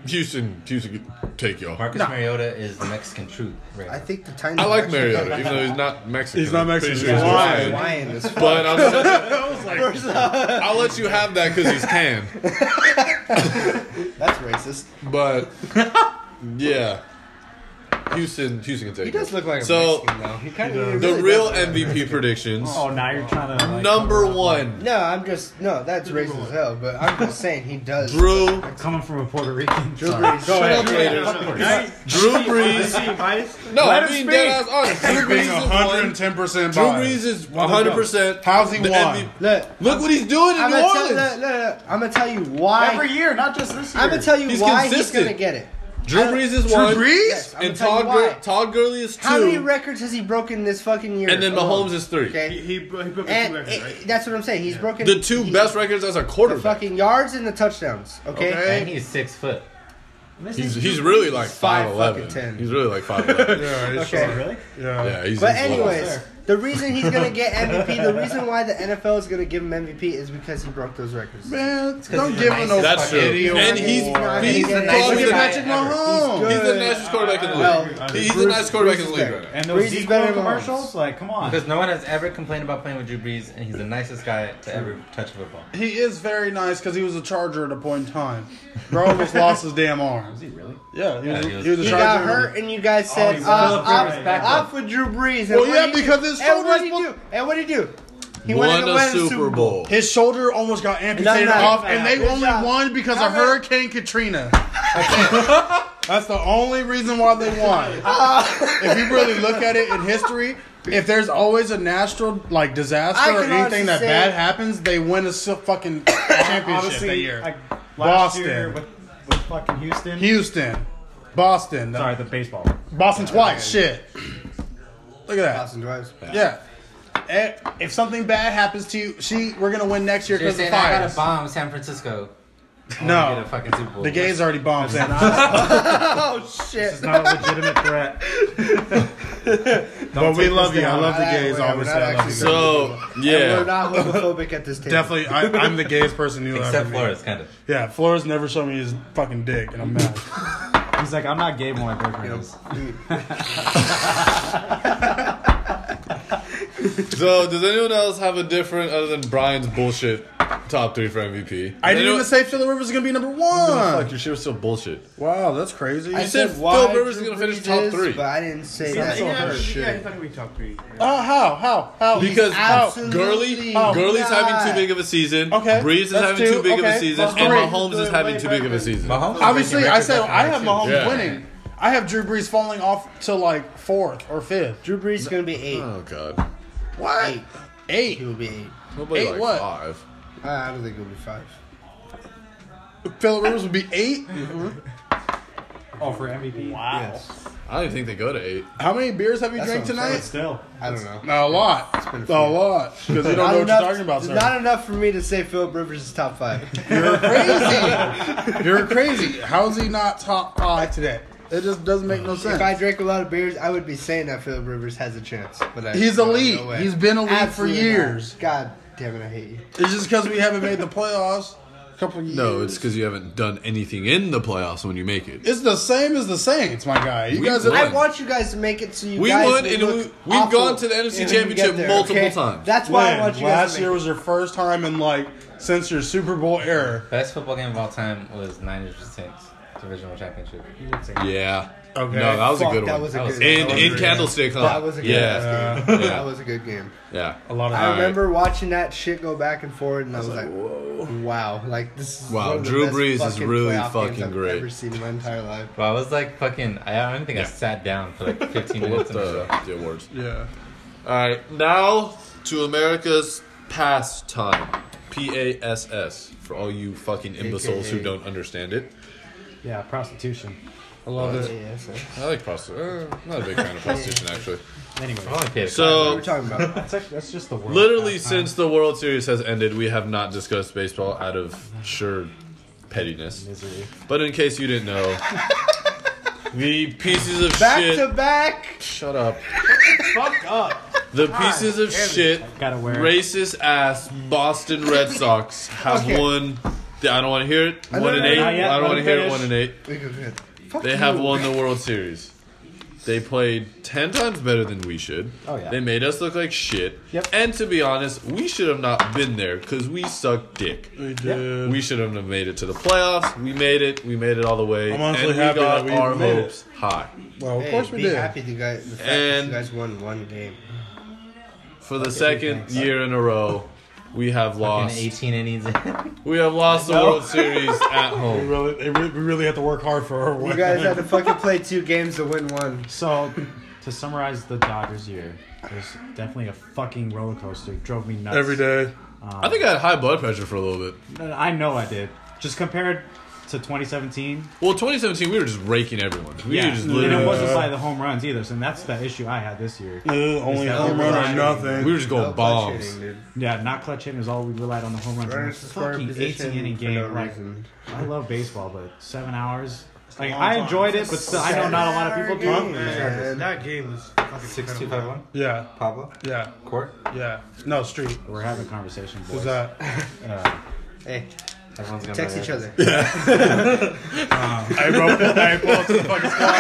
S3: Houston, Houston could take y'all.
S6: Marcus Mariota is the Mexican truth. Right.
S5: I
S6: now.
S5: think the Titans.
S3: I
S5: are
S3: like
S5: actually-
S3: Mariota, even though he's not Mexican.
S4: He's not
S3: I'm pretty
S4: Mexican,
S3: sure
S4: he's
S3: Hawaiian.
S5: Hawaiian as fuck.
S3: But I'm I'll let you have that because he's tan.
S5: That's racist.
S3: But yeah, Houston, Houston can take.
S5: He does
S3: it.
S5: look like a
S3: so.
S5: Mexican, though. He kind of
S3: The real MVP predictions.
S7: oh, now you're trying to. Like,
S3: Number one,
S5: No, I'm just no. That's racist as hell. But I'm just saying he does.
S3: Drew.
S7: Coming from a Puerto Rican.
S5: Drew Brees.
S3: Shut up, Raiders. Drew Brees. No, I mean dead ass honest. Drew
S4: Being
S3: Brees is one.
S4: 110 percent.
S3: Drew Brees is 100. percent
S4: How's he won?
S5: Look,
S3: Look what he's doing in
S5: I'm
S3: New
S5: gonna, tell,
S3: Orleans.
S5: look, look, look, I'm gonna tell you why.
S7: Every year, not just this year.
S5: I'm gonna tell you
S3: He's
S5: why he's
S3: consistent.
S5: gonna get it.
S3: Drew Brees is one.
S5: Yes, I'm
S3: and
S5: gonna tell
S3: Todd
S5: you why.
S3: Gur- Todd Gurley is two.
S5: How many records has he broken this fucking year?
S3: and then
S5: alone?
S3: Mahomes is three.
S10: He,
S5: Okay,
S10: he, he broke two
S5: and
S10: records,
S5: it-
S10: right?
S5: that's what I'm saying. He's broken
S3: The two
S5: he-
S3: best records as a
S5: the
S3: quarterback.
S5: fucking yards and the touchdowns. Okay,
S4: Okay.
S6: and he's six foot.
S3: He's, he's really like
S5: five
S3: five
S5: fucking
S3: eleven.
S5: ten.
S3: He's really like five eleven.
S4: Yeah, it's-
S5: okay.
S7: Really?
S4: yeah.
S3: yeah, he's.
S5: But
S3: he's little.
S5: anyways, the reason he's gonna get MVP, the reason why the NFL is gonna give him MVP is because he broke those records.
S4: Man,
S6: he's
S4: don't
S6: the
S4: give him
S6: nicest
S4: no
S3: that's
S4: fucking
S3: true.
S4: idiot.
S3: And he's
S5: He's not
S3: he's,
S5: gonna get
S3: probably
S4: Look
S3: the
S4: at
S3: nicest.
S4: Patrick
S6: guy ever.
S4: Mahomes.
S3: He's
S5: Good.
S3: the nicest quarterback in the
S5: Well,
S3: league. He's the nicest quarterback in the league right now.
S7: And those
S5: Brees is
S7: Dequan
S5: better than Mahomes.
S7: commercials? Like, come on.
S6: Because no one has ever complained about playing with Drew Brees, and he's the nicest guy to ever touch a football.
S4: He is very nice because he was a Charger at a point in time. Bro almost lost his damn arm. Was he really? Yeah, he, was,
S6: Yeah, he was-
S4: he was a
S5: He
S4: Charger.
S5: got hurt, and you guys said
S7: he's
S5: uh,
S7: Phillip
S5: off,
S7: Rivers back
S5: off with Drew Brees. And
S4: Well,
S5: what
S4: yeah,
S5: did he-
S4: because his
S5: and what did
S4: shoulders
S5: he do? And what did he do? He
S3: Won
S5: went
S3: a Super Bowl.
S4: His shoulder almost got amputated
S5: No, no, no.
S4: off, and they
S5: Good
S4: only
S5: job.
S4: won because of
S5: No, no.
S4: Hurricane Katrina. That's the only reason why they won. if you really look at it in history, if there's always a natural like disaster
S5: I
S4: or
S5: can
S4: anything
S5: honestly
S4: that
S5: say-
S4: bad happens, they win a si- fucking championship that
S7: Honestly,
S4: year.
S7: like last
S4: Boston.
S7: year with, with fucking Houston.
S4: Houston, Boston,
S7: Sorry, the baseball.
S4: Boston twice. Shit. Look at that.
S5: Boston drives.
S4: Yeah. Eh, If something bad happens to you, she we're gonna win next year
S6: They're
S4: because of
S6: saying I gotta
S4: fires.
S6: bomb San Francisco. to Get
S4: No,
S6: a fucking Super Bowl.
S4: the gays already bombed San Francisco.
S5: Oh shit!
S7: It's not a legitimate threat.
S4: But we love you. I
S7: down.
S4: love the
S5: Not that
S4: gays.
S5: way.
S4: Always
S5: We're
S4: say
S5: not
S4: I love you.
S5: actually-
S3: So
S5: And We're
S3: yeah,
S5: not homophobic at this table.
S4: Definitely, I, I'm the gayest person you
S6: except
S4: ever met.
S6: Flores, kind of.
S4: Yeah, Flores never showed me his fucking dick, and I'm mad.
S7: He's like, I'm not gay, but my boyfriend is.
S3: so does anyone else have a different other than Brian's bullshit top three for MVP.
S8: I
S3: They
S8: didn't
S3: don't-
S8: even say Phillip Rivers is gonna be number
S3: Fuck,
S8: one.
S3: your shit was still bullshit.
S8: Wow, that's crazy.
S3: You said Phil Rivers is gonna finish top three.
S5: But I didn't say that.
S1: yeah, he's- yeah,
S5: for
S1: he's
S5: shit.
S1: not gonna be top three.
S8: Uh, how? How? How?
S3: Because
S8: How?
S3: Gurley,
S5: Oh,
S3: Gurley's having
S5: God.
S3: too big of a season.
S8: Okay,
S3: Breeze is
S8: that's
S3: having
S8: two.
S3: too big of a
S8: Okay,
S3: season,
S8: that's
S3: and
S8: three.
S3: Mahomes is having too big of a season.
S8: Obviously, I said I have Mahomes
S3: Yeah.
S8: winning. I have Drew Brees falling off to like fourth or fifth.
S5: Drew Brees is gonna be eight.
S3: Oh god,
S8: What?
S5: Eight.
S8: Eight.
S5: He will be eight.
S3: nobody
S8: Eight
S3: like
S8: what?
S3: five.
S5: Uh, I don't think he'll be five.
S8: Phillip Rivers would be eight.
S7: Oh, for MVP. Wow.
S5: Yes.
S3: I don't even think they go to eight.
S8: How many beers have you
S5: That's
S8: drank
S5: what I'm
S8: tonight?
S1: But still,
S5: I don't know.
S8: Not a lot.
S5: been a
S8: Not
S5: few.
S8: a lot. Because you don't know what you're talking about, sir.
S5: Not enough for me to say Philip Rivers is top five.
S8: You're crazy. How is he not top five today? It just doesn't make no
S5: if
S8: sense.
S5: I drank a lot of beers, I would be saying that Philip Rivers has a chance. But I,
S8: He's
S5: no, no
S8: elite.
S5: way.
S8: He's been elite
S5: Absolutely
S8: for years.
S5: not. God damn it, I hate you.
S8: It's just because we haven't made the playoffs a couple years.
S3: No, it's because you haven't done anything in the playoffs when you make it.
S8: It's the same as the Saints, my guy. You
S3: We
S8: guys,
S3: won.
S5: I want you guys to make it so you
S3: We
S5: guys
S3: won
S5: will
S3: and
S5: look
S3: we- we've
S5: awful
S3: gone to the NFC
S5: when you
S3: Championship
S5: get there,
S3: multiple
S5: okay?
S3: times.
S5: That's why I want
S8: when
S5: you guys
S8: last
S5: to
S8: year
S5: make
S8: was your first time in like since your Super Bowl era.
S6: Best football game of all time was Niners versus Saints divisional championship.
S3: Yeah.
S8: Okay.
S3: No, that was
S5: Fuck,
S3: a good
S5: that
S3: one.
S5: was a
S6: That
S5: good
S3: in
S6: was-
S5: that was a
S3: in
S5: good-
S3: Candlestick, huh?
S5: That was a good
S3: yeah.
S5: ass
S8: Uh,
S5: game.
S3: Yeah.
S5: That was a good game.
S3: Yeah.
S8: A lot of
S5: I
S3: All right.
S5: remember watching that shit go back and forward, and I was, like, "Wow, like this is
S3: Wow,
S5: one of the
S3: Drew
S5: best
S3: Brees is
S5: fucking
S3: really
S5: playoff
S3: fucking
S5: games I've
S3: great.
S5: Ever seen in my entire life."
S6: But I was like fucking. I don't even think I sat down for like 15
S3: Pull up
S6: minutes. in a
S3: the,
S6: row.
S3: the awards.
S8: yeah.
S3: All right, now to America's pastime, P A S S, for all you fucking imbeciles who
S5: AKA.
S3: don't understand it.
S7: Yeah, prostitution.
S8: I love
S5: Yeah,
S8: it.
S5: yeah, so-
S3: I like prostitution. Uh, not a big fan of prostitution, actually.
S7: Anyway,
S6: I only paid a
S5: What are
S3: So,
S5: we talking about?
S7: that's, like, that's just the world.
S3: literally,
S7: pastime.
S3: since the World Series has ended, we have not discussed baseball out of sure pettiness.
S7: misery.
S3: But in case you didn't know, the pieces of
S5: back
S3: shit.
S5: to back.
S3: Shut up. Fuck up. The pieces of shit,
S7: Gotta wear it.
S3: racist ass Boston Red Sox have
S5: Okay.
S3: won. the- I don't want to hear it. One and
S5: no,
S3: eight.
S7: not yet.
S3: I don't
S7: Let
S3: want to
S7: him
S3: hear it.
S7: finish.
S3: One and eight.
S5: We go good. Fuck
S3: They
S5: you.
S3: have won the World Series. They played ten times better than we should.
S7: Oh, yeah.
S3: They made us look like shit.
S7: Yep.
S3: And to be honest, we should have not been there because we sucked dick.
S8: We did.
S3: We should have made it to the playoffs. We made it. We made it all the way.
S8: I'm honestly
S3: and we
S8: happy
S3: got
S8: that we
S3: our
S8: even made it.
S3: hopes high.
S8: Well, Oh, of
S5: Hey,
S8: course we
S5: be
S8: did.
S5: Happy you guys, the fact
S3: And-
S5: that you guys won one game.
S3: For the second year in a row, we have
S6: In
S3: lost.
S6: 18 innings.
S3: We have lost the World Series at home.
S8: really, they re- we really have to work hard for our
S5: You
S8: win.
S5: guys had to fucking play two games to win one.
S7: So, to summarize the Dodgers year, it was definitely a fucking roller coaster. It drove me nuts.
S8: every day.
S3: I think I had high blood pressure for a little bit.
S7: No, no, I know I did. Just compared to 2017.
S3: Well, 2017, we were just raking everyone. We were just
S7: and it
S3: literally,
S7: wasn't by the home runs either. So that's the issue I had this year.
S8: Ugh, only
S7: that
S8: home
S7: what
S8: run or
S7: we're
S8: nothing.
S3: we were just going
S5: No clutch
S3: bombs.
S5: hitting, dude.
S7: Yeah, not clutch hitting is all we relied on the home runs.
S5: Runners to
S7: And
S5: scoring
S7: fucking 18
S5: position
S7: inning
S5: for no
S7: game. Like,
S5: reason.
S7: I love baseball, but seven hours. Like
S1: long
S7: I
S1: time.
S7: enjoyed it, but still, I know not a lot of people
S5: Saturday
S7: do.
S5: night.
S1: Man,
S5: And-
S1: that game was fucking incredible.
S6: 6251.
S8: yeah,
S6: Pablo.
S8: yeah,
S6: Court.
S8: yeah. No street.
S7: We're having conversations.
S8: Who's
S7: Boys.
S8: that?
S5: Hey,
S6: Everyone's gonna
S5: text each other.
S8: I roll. I pull up to the fucking spot.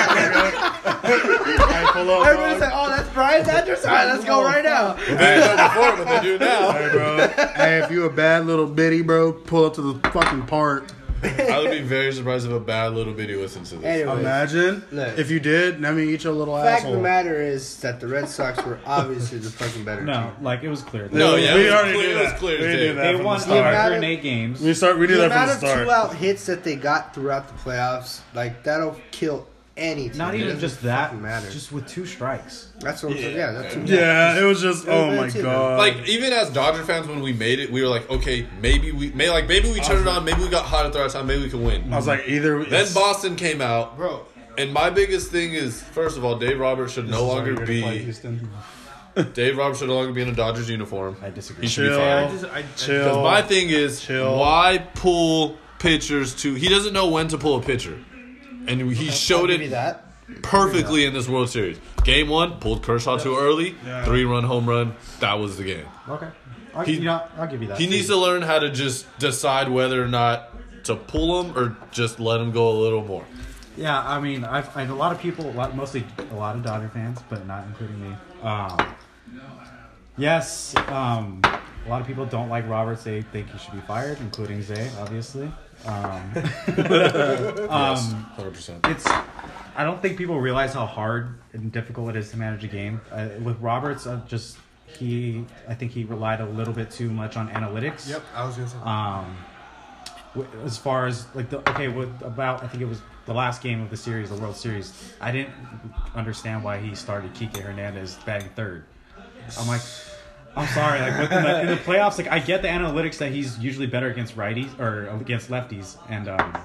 S8: I pull up. dog.
S5: Everybody's like, "Oh, that's Brian's address. All right, let's go right now."
S3: They didn't know before, but they do now.
S8: Hey, bro. hey, if you a bad little bitty, bro, pull up to the fucking park.
S3: I would be very surprised if a bad little bitty listens to this.
S5: Anyway,
S8: Imagine
S5: Look.
S8: if you did. Let me eat your little
S5: fact of
S8: asshole.
S5: the matter is that the Red Sox were obviously the fucking better
S7: No,
S5: team.
S7: like Oh, it was clear.
S3: No, yeah,
S8: we
S3: it was
S8: already
S3: clear-
S8: knew
S3: it was
S8: that.
S3: clear as
S8: we
S3: day.
S8: knew that
S7: They
S8: from
S7: won
S8: the
S7: eight
S8: start.
S5: Yeah.
S7: or eight games.
S8: We start. We knew that
S5: The
S8: from
S5: amount
S8: the
S5: of two
S8: start.
S5: out hits that they got throughout the playoffs, like that'll kill any team.
S7: Not
S5: It
S7: even
S5: doesn't
S7: just that.
S5: fucking matter.
S7: Just with two strikes.
S5: that's what I'm saying. Yeah, that's what-
S8: Yeah, it was just. Oh my
S5: too.
S8: god.
S3: Like even as Dodger fans, when we made it, we were like, okay, maybe we may like maybe we turned it on, maybe we got hot at the right time, maybe we can win.
S8: I was like, either.
S3: Then Boston came out,
S1: Bro,
S3: and my biggest thing is, first of all, Dave Roberts should no longer be
S8: Houston.
S3: Dave Roberts should no longer be in a Dodgers uniform.
S7: I disagree.
S3: He should be
S8: Chill.
S3: fired.
S1: I just, I,
S8: Chill.
S3: My thing is,
S8: Chill.
S3: why pull pitchers to? He doesn't know when to pull a pitcher, and he showed
S5: Maybe
S3: it
S5: that.
S3: perfectly in this World Series. Game one, pulled Kershaw too early, three-run home run. That was the game.
S7: Okay. I'll,
S3: He-
S7: you know, I'll give you that.
S3: He needs to learn how to just decide whether or not to pull him or just let him go a little more.
S7: Yeah, I mean, I've, I've a lot of people, a lot, mostly a lot of Dodger fans, but not including me. Um, yes, um, A lot of people don't like Roberts. They think he should be fired, including Zay, obviously. Um,
S3: Yes,
S7: um,
S3: hundred percent.
S7: it's I don't think people realize how hard and difficult it is to manage a game. Uh, with Roberts, uh, just he, I think he relied a little bit too much on analytics.
S1: Yep, I was gonna say.
S8: Uh,
S7: Um, w- as far as like the okay, with about I think it was the last game of the series, the World Series. I didn't understand why he started Kike Hernandez batting third. I'm like, I'm sorry. Like with the, in the playoffs, like I get the analytics that he's usually better against righties or against lefties, and um,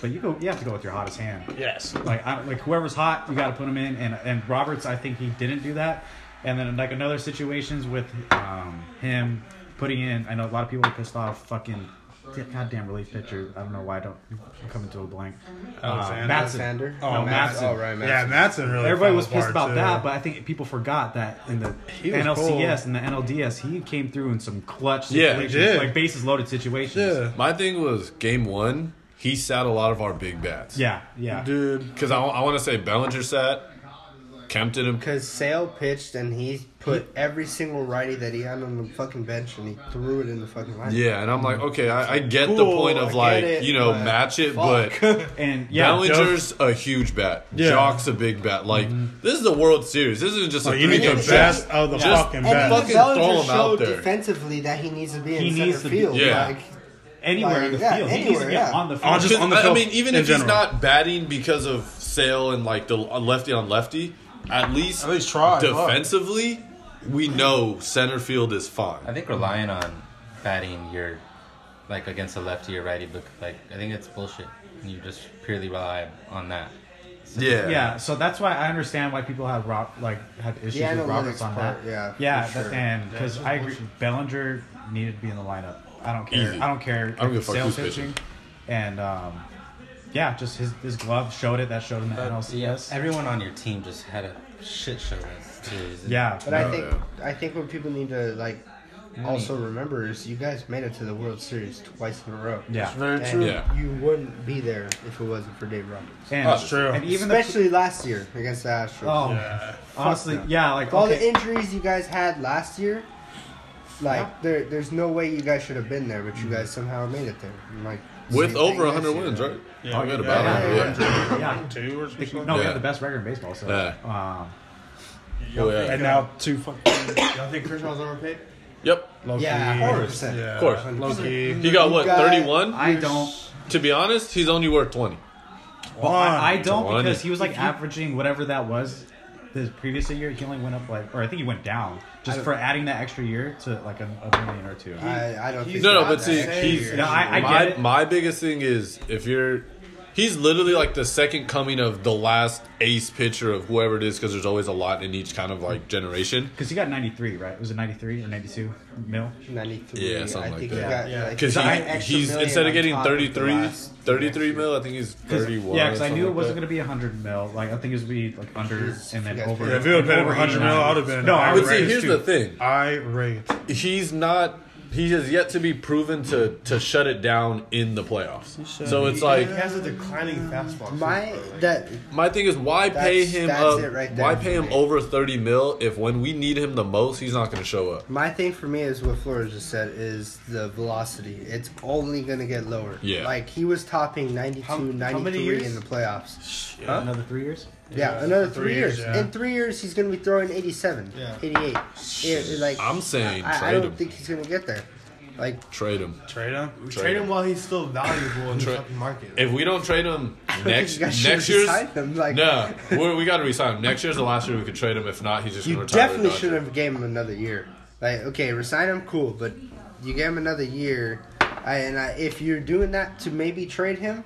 S7: but you go, you have to go with your hottest hand.
S8: Yes.
S7: Like I, like whoever's hot, you got to put him in. And and Roberts, I think he didn't do that. And then like another situations with um, him putting in. I know a lot of people are pissed off. Fucking goddamn relief pitcher. I don't know why I don't I'm coming to a blank. Uh,
S8: Alexander?
S7: Matson.
S5: Alexander.
S7: Oh, Matson.
S5: Oh, right,
S8: Yeah,
S5: Matson.
S8: Matson really.
S7: Everybody
S8: fell
S7: was pissed
S8: apart,
S7: about
S8: too.
S7: that, but I think people forgot that in the
S8: He was
S7: NLCS and the NLDS, he came through in some clutch
S3: Yeah, he
S7: situations,
S8: did.
S7: like bases loaded situations.
S8: Yeah.
S3: My thing was game one. He sat a lot of our big bats.
S7: Yeah, yeah.
S8: dude.
S3: Because I, I want to say Bellinger sat, Kempton and
S5: Because Sale pitched and he put every single righty that he had on the fucking bench and he threw it in the fucking line.
S3: Yeah, and I'm like, okay, I, I get the
S5: Cool,
S3: point
S5: I
S3: of
S5: get
S3: like,
S5: it,
S3: you know,
S5: but
S3: match it,
S5: fuck.
S3: but
S7: And yeah,
S3: Bellinger's a huge bat.
S8: Yeah.
S3: Jock's a big bat. Like, this is the World Series. This isn't
S4: Oh,
S3: just a
S8: You need
S3: three
S8: the
S3: game
S5: Just-
S8: best of the
S3: just-
S8: fucking
S5: And
S8: best.
S3: fucking
S5: fucking
S3: throw
S5: Bellinger
S3: him out
S5: showed
S3: there.
S5: defensively that he needs to be in
S7: He
S5: center
S7: needs to be-
S5: field.
S3: Yeah.
S5: Like,
S7: anywhere in the
S5: Yeah,
S7: field, he needs to
S5: anywhere,
S7: be
S5: yeah.
S7: on the field.
S8: I'll just on the
S3: I- I
S8: field
S3: mean, even
S8: in
S3: if he's
S8: general.
S3: not batting because of Sale and like the lefty on lefty, at least,
S1: At least try, fuck.
S3: defensively, we know center field is
S6: I
S3: fine.
S6: think relying on batting your like against a lefty or righty, look like I think it's bullshit. You just purely rely on that.
S3: Yeah,
S7: yeah, so that's why I understand why people have Rob, like had issues
S5: The
S7: with Roberts
S5: analytics
S7: on
S5: part,
S7: that.
S5: yeah,
S7: yeah,
S5: for
S7: that-
S5: sure.
S7: and because I agree, Bellinger needed to be in the lineup. I don't care.
S3: Easy.
S7: I don't care.
S3: I don't give a
S7: if
S3: fuck
S7: Sale's
S3: who's pitching.
S7: And um, yeah, just his his glove showed it. That showed him the NLCS.
S6: Everyone on your team just had a shit show this series.
S7: yeah,
S5: but I think I think what people need to like also remember is you guys made it to the World Series twice in a row.
S7: yeah.
S8: very
S5: And
S8: true.
S3: Yeah.
S5: you wouldn't be there if it wasn't for Dave Roberts.
S7: And,
S3: That's
S8: true.
S7: Oh, And even the
S5: Especially last year against the Astros.
S7: oh,
S4: Uh,
S7: honestly, yeah, like
S5: With all
S7: okay.
S5: the injuries you guys had last year, like there, there's no way you guys should have been there, but you guys somehow made it there. And, like
S3: with
S5: same
S3: over 100
S5: thing this year.
S3: wins, right?
S8: Yeah.
S3: Oh, we got
S8: Yeah.
S3: about
S5: Yeah.
S3: 100, yeah.
S7: yeah.
S8: Two or
S7: I think-
S8: something.
S7: No, we
S3: Yeah.
S7: have the best record in baseball. So, um,
S3: Oh, yeah.
S8: And
S4: uh,
S8: now two fucking
S1: Y'all think Kershaw's overpaid?
S3: Yep.
S8: low
S5: Yeah,
S8: key.
S5: hundred percent.
S8: Yeah,
S3: Of course.
S8: Low key.
S3: He got what,
S5: got-
S3: 31?
S7: I don't.
S3: to be honest, he's only worth 20.
S7: Well, I, I don't
S3: One.
S7: because he was like averaging whatever that was the previous year. He only went up like, or I think he went down just for adding that extra year to like a, a million or two.
S5: I, I don't think
S3: No, no,
S5: not
S3: but
S5: that
S3: see,
S5: extra
S3: he's
S5: year.
S7: No, I- I
S3: my
S7: get it.
S3: my biggest thing is if you're, he's literally like the second coming of the last ace pitcher of whoever it is because there's always a lot in each kind of like generation.
S7: Because he got 93, right? Was it 93 or 92 mil?
S5: 93.
S3: Yeah, something
S5: I
S3: like
S5: think
S3: that.
S5: He got,
S1: Yeah.
S5: like,
S3: Because
S5: an
S3: he,
S5: extra
S3: he's
S5: million
S3: instead of
S5: on
S3: getting
S5: top
S3: 33,
S5: the last-
S3: 33 mil, I think he's
S7: 'Cause-
S3: 31.
S7: yeah, because I knew it
S3: was
S7: wasn't going to be 100 mil. Like, I think it was going to be like under and then
S5: you guys
S7: over.
S5: paid- Yeah,
S8: If it would have been
S7: over
S8: 100 mil,
S7: 89.
S8: I would have been.
S7: No, I
S3: But
S7: would
S3: see,
S8: irate,
S3: here's
S8: too.
S3: the thing.
S8: Irate.
S3: he's not he has yet to be proven to to shut it down in the playoffs. So it's like
S1: he has a declining fastball. too.
S5: My that
S3: my thing is why pay
S5: That's-
S3: him
S5: that's
S3: up
S5: it right there
S3: why
S5: for
S3: pay him
S5: me.
S3: over 30 mil if when we need him the most he's not going to show up.
S5: my thing for me is what Flores just said is the velocity. It's only gonna get lower.
S3: Yeah.
S5: Like he was topping 92,
S1: How- how many
S5: 93
S1: years?
S5: in the playoffs.
S7: Another three years?
S5: Yeah,
S1: Yeah,
S5: another
S1: for
S5: three,
S1: three
S5: years.
S1: years, yeah.
S5: In three years, he's going to be throwing 87,
S1: Yeah.
S5: 88. Yeah, like,
S3: I'm saying
S5: I, I
S3: trade
S5: don't
S3: him.
S5: think he's going to get there. Like,
S3: Trade him.
S8: Trade him.
S1: Trade him while he's still valuable in the
S3: Trade-
S1: fucking market.
S3: If we don't trade him next
S5: you guys should
S3: next
S5: have
S3: year's
S5: signed him, like-
S3: no, we're, we got to resign him. Next year's the last year we could trade him. If not, he's just going
S5: you
S3: to retire.
S5: definitely should have gave him another year. Like, okay, resign him, cool, but you gave him another year. I, and I, if you're doing that to maybe trade him,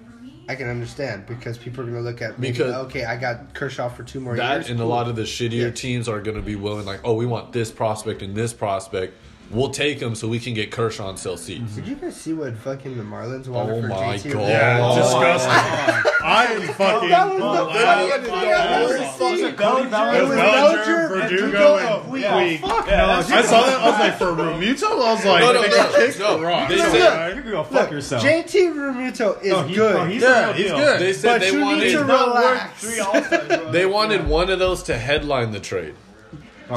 S5: I can understand because people are going to look at maybe,
S3: Because-
S5: okay, I got Kershaw for two more years.
S3: That and a
S5: cool.
S3: lot of the shittier
S5: Yeah.
S3: teams are going to be willing, like, oh, we want this prospect and this prospect. We'll take him so we can get Kershaw and sell seats.
S5: Did you guys see what fucking the Marlins wanted
S3: Oh
S5: for
S3: my
S5: JT?
S3: god!
S8: Yeah,
S4: Oh,
S8: disgusting. I am
S5: That was
S8: fucking.
S5: the funniest thing I've ever seen.
S8: It was Bellinger, Verdugo, and Puig. I saw that. I was like, for Romuto, I was like,
S3: No, no,
S8: they
S3: no,
S8: got kicked
S3: no.
S8: or wrong.
S3: They
S8: So,
S3: said-
S8: right?
S7: You can go fuck
S5: Look,
S7: yourself.
S5: JT Romuto is
S7: No, he-
S5: good.
S7: no, he's
S8: Yeah,
S7: the real
S8: he's
S7: deal.
S8: good.
S3: They said
S5: but
S3: they
S5: you need to
S3: wanted
S5: relax.
S1: Three all-stars, bro.
S3: they wanted one of those to headline the trade.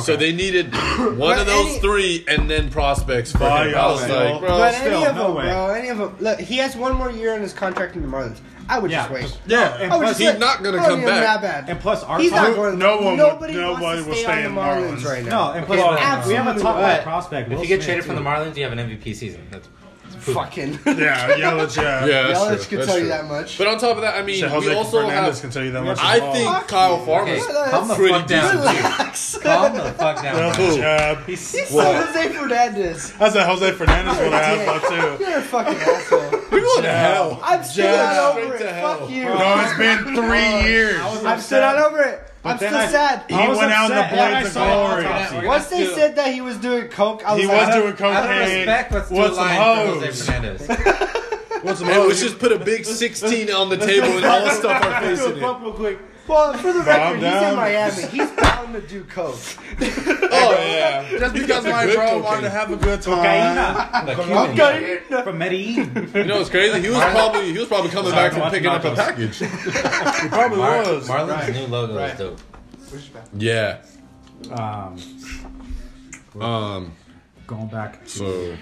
S3: So they needed one of
S5: But
S3: those
S5: any-
S3: three and then prospects for
S4: By
S3: him. I was
S4: y'all,
S3: like, bro.
S5: but
S4: still,
S5: any of
S4: no
S5: them,
S4: way.
S5: bro. Any of them. Look, he has one more year on his contract in the Marlins. I would
S7: Yeah,
S5: just wait.
S7: just-
S3: Yeah,
S7: and
S5: I would
S7: plus
S5: just
S3: he's
S5: wait.
S3: not gonna
S5: Bro,
S3: come
S5: you're
S3: back.
S5: Not bad.
S7: And plus, our
S5: Oh, he's not
S7: Who-
S5: going.
S4: no one would-
S5: Nobody,
S4: nobody
S5: wants to
S4: would
S5: stay,
S4: stay
S5: on
S4: in
S5: the Marlins,
S4: Marlins.
S5: right
S7: no,
S5: now.
S7: and
S5: It's
S7: plus, we have a
S5: absolutely
S7: top five
S5: not.
S7: prospect.
S6: If
S7: Will
S6: you get
S7: Smith,
S6: traded from the
S7: too.
S6: Marlins, you have an MVP season. That's
S5: Fucking.
S4: Yeah, Yelich, yeah.
S3: Yeah, that's
S5: Yelich
S3: true.
S5: can
S3: that's
S5: tell you
S3: true.
S5: that much.
S3: But on top of that, I mean,
S4: Shit, Jose
S3: we also
S4: Fernandez can
S3: have.
S4: tell you that much. as
S3: I
S4: well.
S3: think Kyle Farmer's
S6: Okay.
S5: Calm the
S3: pretty
S6: fuck down.
S3: decent.
S5: Relax.
S6: calm the fuck down. bro.
S3: Who?
S4: Yeah,
S6: He's
S5: He's
S6: so
S5: so Jose Fernandez.
S4: I said Jose Fernandez would have thought too.
S5: You're a fucking asshole.
S3: We're going to hell.
S5: I'm still not
S3: Straight
S5: over
S3: to
S5: it.
S3: hell.
S5: Fuck you.
S4: No, it's been three years.
S5: I'm still not over it. I'm still
S7: then I-
S5: sad.
S4: He went out in the
S7: upset. Yeah, I
S4: blades of
S7: saw it.
S4: glory.
S6: We're
S5: Once
S6: gonna
S5: they
S6: do-
S5: said that he was doing coke, I was
S4: He
S5: like,
S4: was doing
S6: Out of
S4: cocaine.
S6: respect, let's do a
S4: What's some
S6: line for
S4: hoes?
S6: Jose Fernandez.
S4: What's some
S3: Hey, let's
S4: hoes?
S3: just put a big 16 on the table and all stuff our face in it.
S7: real quick.
S5: well, for the record, he's
S4: down.
S5: in Miami. He's bound to do coke.
S3: Oh, yeah.
S4: Just because
S3: Good
S4: my bro
S3: cocaine.
S4: wanted to have a good time.
S7: Cocaina.
S6: The Cuban guy.
S5: Okay.
S7: From Medellin.
S3: You know what's crazy? He was probably he was probably coming
S7: Sorry,
S3: back from
S7: watch
S3: picking up a
S7: Narcos.
S3: package.
S4: He probably
S6: Mar-
S4: was.
S6: Marlins' new logo is dope.
S3: Yeah.
S7: Um,
S3: Um.
S7: going back.
S3: So,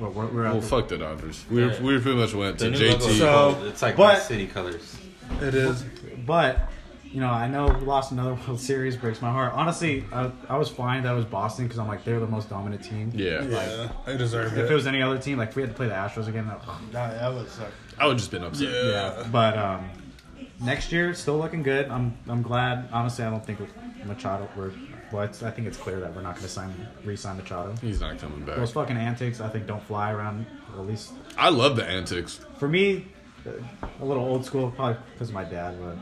S7: Well, we're, we're at
S3: well,
S7: the-
S3: fuck the Dodgers. We were,
S6: Yeah.
S3: we pretty much went to
S6: The new logo is
S3: JT.
S7: So,
S6: gold. it's like
S7: but-
S6: my city colors.
S4: It is.
S7: But you know, I know we lost another World Series. Breaks my heart. Honestly, I, I was fine that it was Boston because I'm like they're the most dominant team.
S3: Yeah.
S4: Yeah, I deserve
S7: If
S4: it.
S7: it was any other team, like if we had to play the Astros again. That,
S4: Nah, that was like,
S3: I would just been upset.
S4: yeah.
S7: but um, next year, still looking good. I'm I'm glad. Honestly, I don't think with Machado we're. Well, it's, I think it's clear that we're not going to sign re-sign Machado.
S3: He's not coming back.
S7: Those fucking antics, I think, don't fly around. Or at least
S3: I love the antics.
S7: For me, uh, a little old school, probably because of my dad, but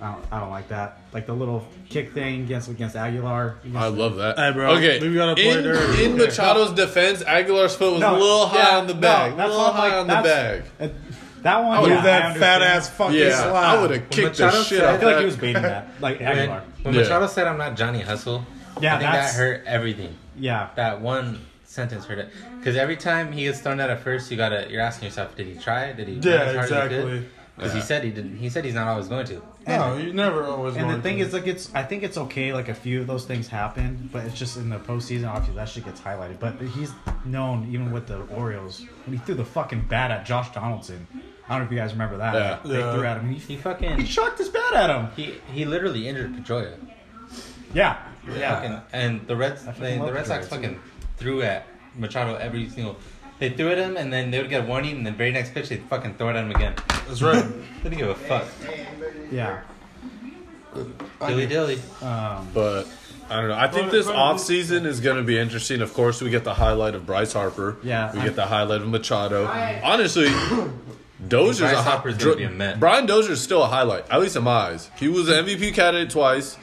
S7: I don't, I don't like that. Like the little kick thing against against Aguilar.
S3: I love that.
S4: Hey, bro,
S3: Okay.
S4: we gotta play
S3: in,
S4: dirty.
S3: in Machado's defense, Aguilar's foot was
S7: No,
S3: a little high
S7: yeah,
S3: on the
S7: no,
S3: bag. a
S7: that's what
S3: little
S7: I'm
S3: high
S7: like,
S3: on the bag. Oh,
S7: that's- uh, that one.
S3: would
S7: yeah,
S4: Move that fat
S7: I understand.
S4: ass fucking
S3: Yeah.
S4: slide.
S3: I would have kicked the
S6: Machado
S3: shit
S6: said-
S3: out
S7: I
S3: of
S7: feel like he
S3: that.
S7: was baiting that, like
S6: When,
S7: Aguilar.
S6: when
S3: Yeah.
S6: Machado said, "I'm not Johnny Hustle,"
S7: Yeah,
S6: I think
S7: that's-
S6: that hurt everything.
S7: Yeah,
S6: That one sentence hurt it because every time he gets thrown out at first, you gotta you're asking yourself, did he try it? Did he?
S4: Yeah, exactly.
S6: Because he said he didn't. He said he's not always going to.
S4: No, you never always.
S7: and the
S4: wanted
S7: thing
S4: to.
S7: is, like, it's I think it's okay. Like a few of those things happen, but it's just in the postseason. Obviously, that shit gets highlighted. But he's known even with the Orioles when he threw the fucking bat at Josh Donaldson. I don't know if you guys remember that.
S3: Yeah.
S7: They
S4: Yeah.
S7: threw at him. He,
S6: He fucking
S7: he chucked his bat at him.
S6: he he literally injured Pedroia.
S7: Yeah.
S6: Fucking, and the Reds they,
S7: love
S6: the Red Sox
S7: Pedroia, too.
S6: fucking threw at Machado every single. They threw at him, and then they would get one eaten, and the very next pitch they'd fucking throw it at him again.
S4: that's right.
S6: They didn't give a fuck.
S7: Yeah.
S6: Dilly dilly.
S7: Um,
S3: But I don't know. I think this offseason is going to be interesting. Of course, we get the highlight of Bryce Harper.
S7: Yeah,
S3: We
S7: I'm-
S3: get the highlight of Machado. Honestly, Dozier's
S6: Bryce
S3: a hi-
S6: Harper's gonna be a Met.
S3: Brian Dozier's still a highlight, at least in my eyes. He was an MVP candidate twice.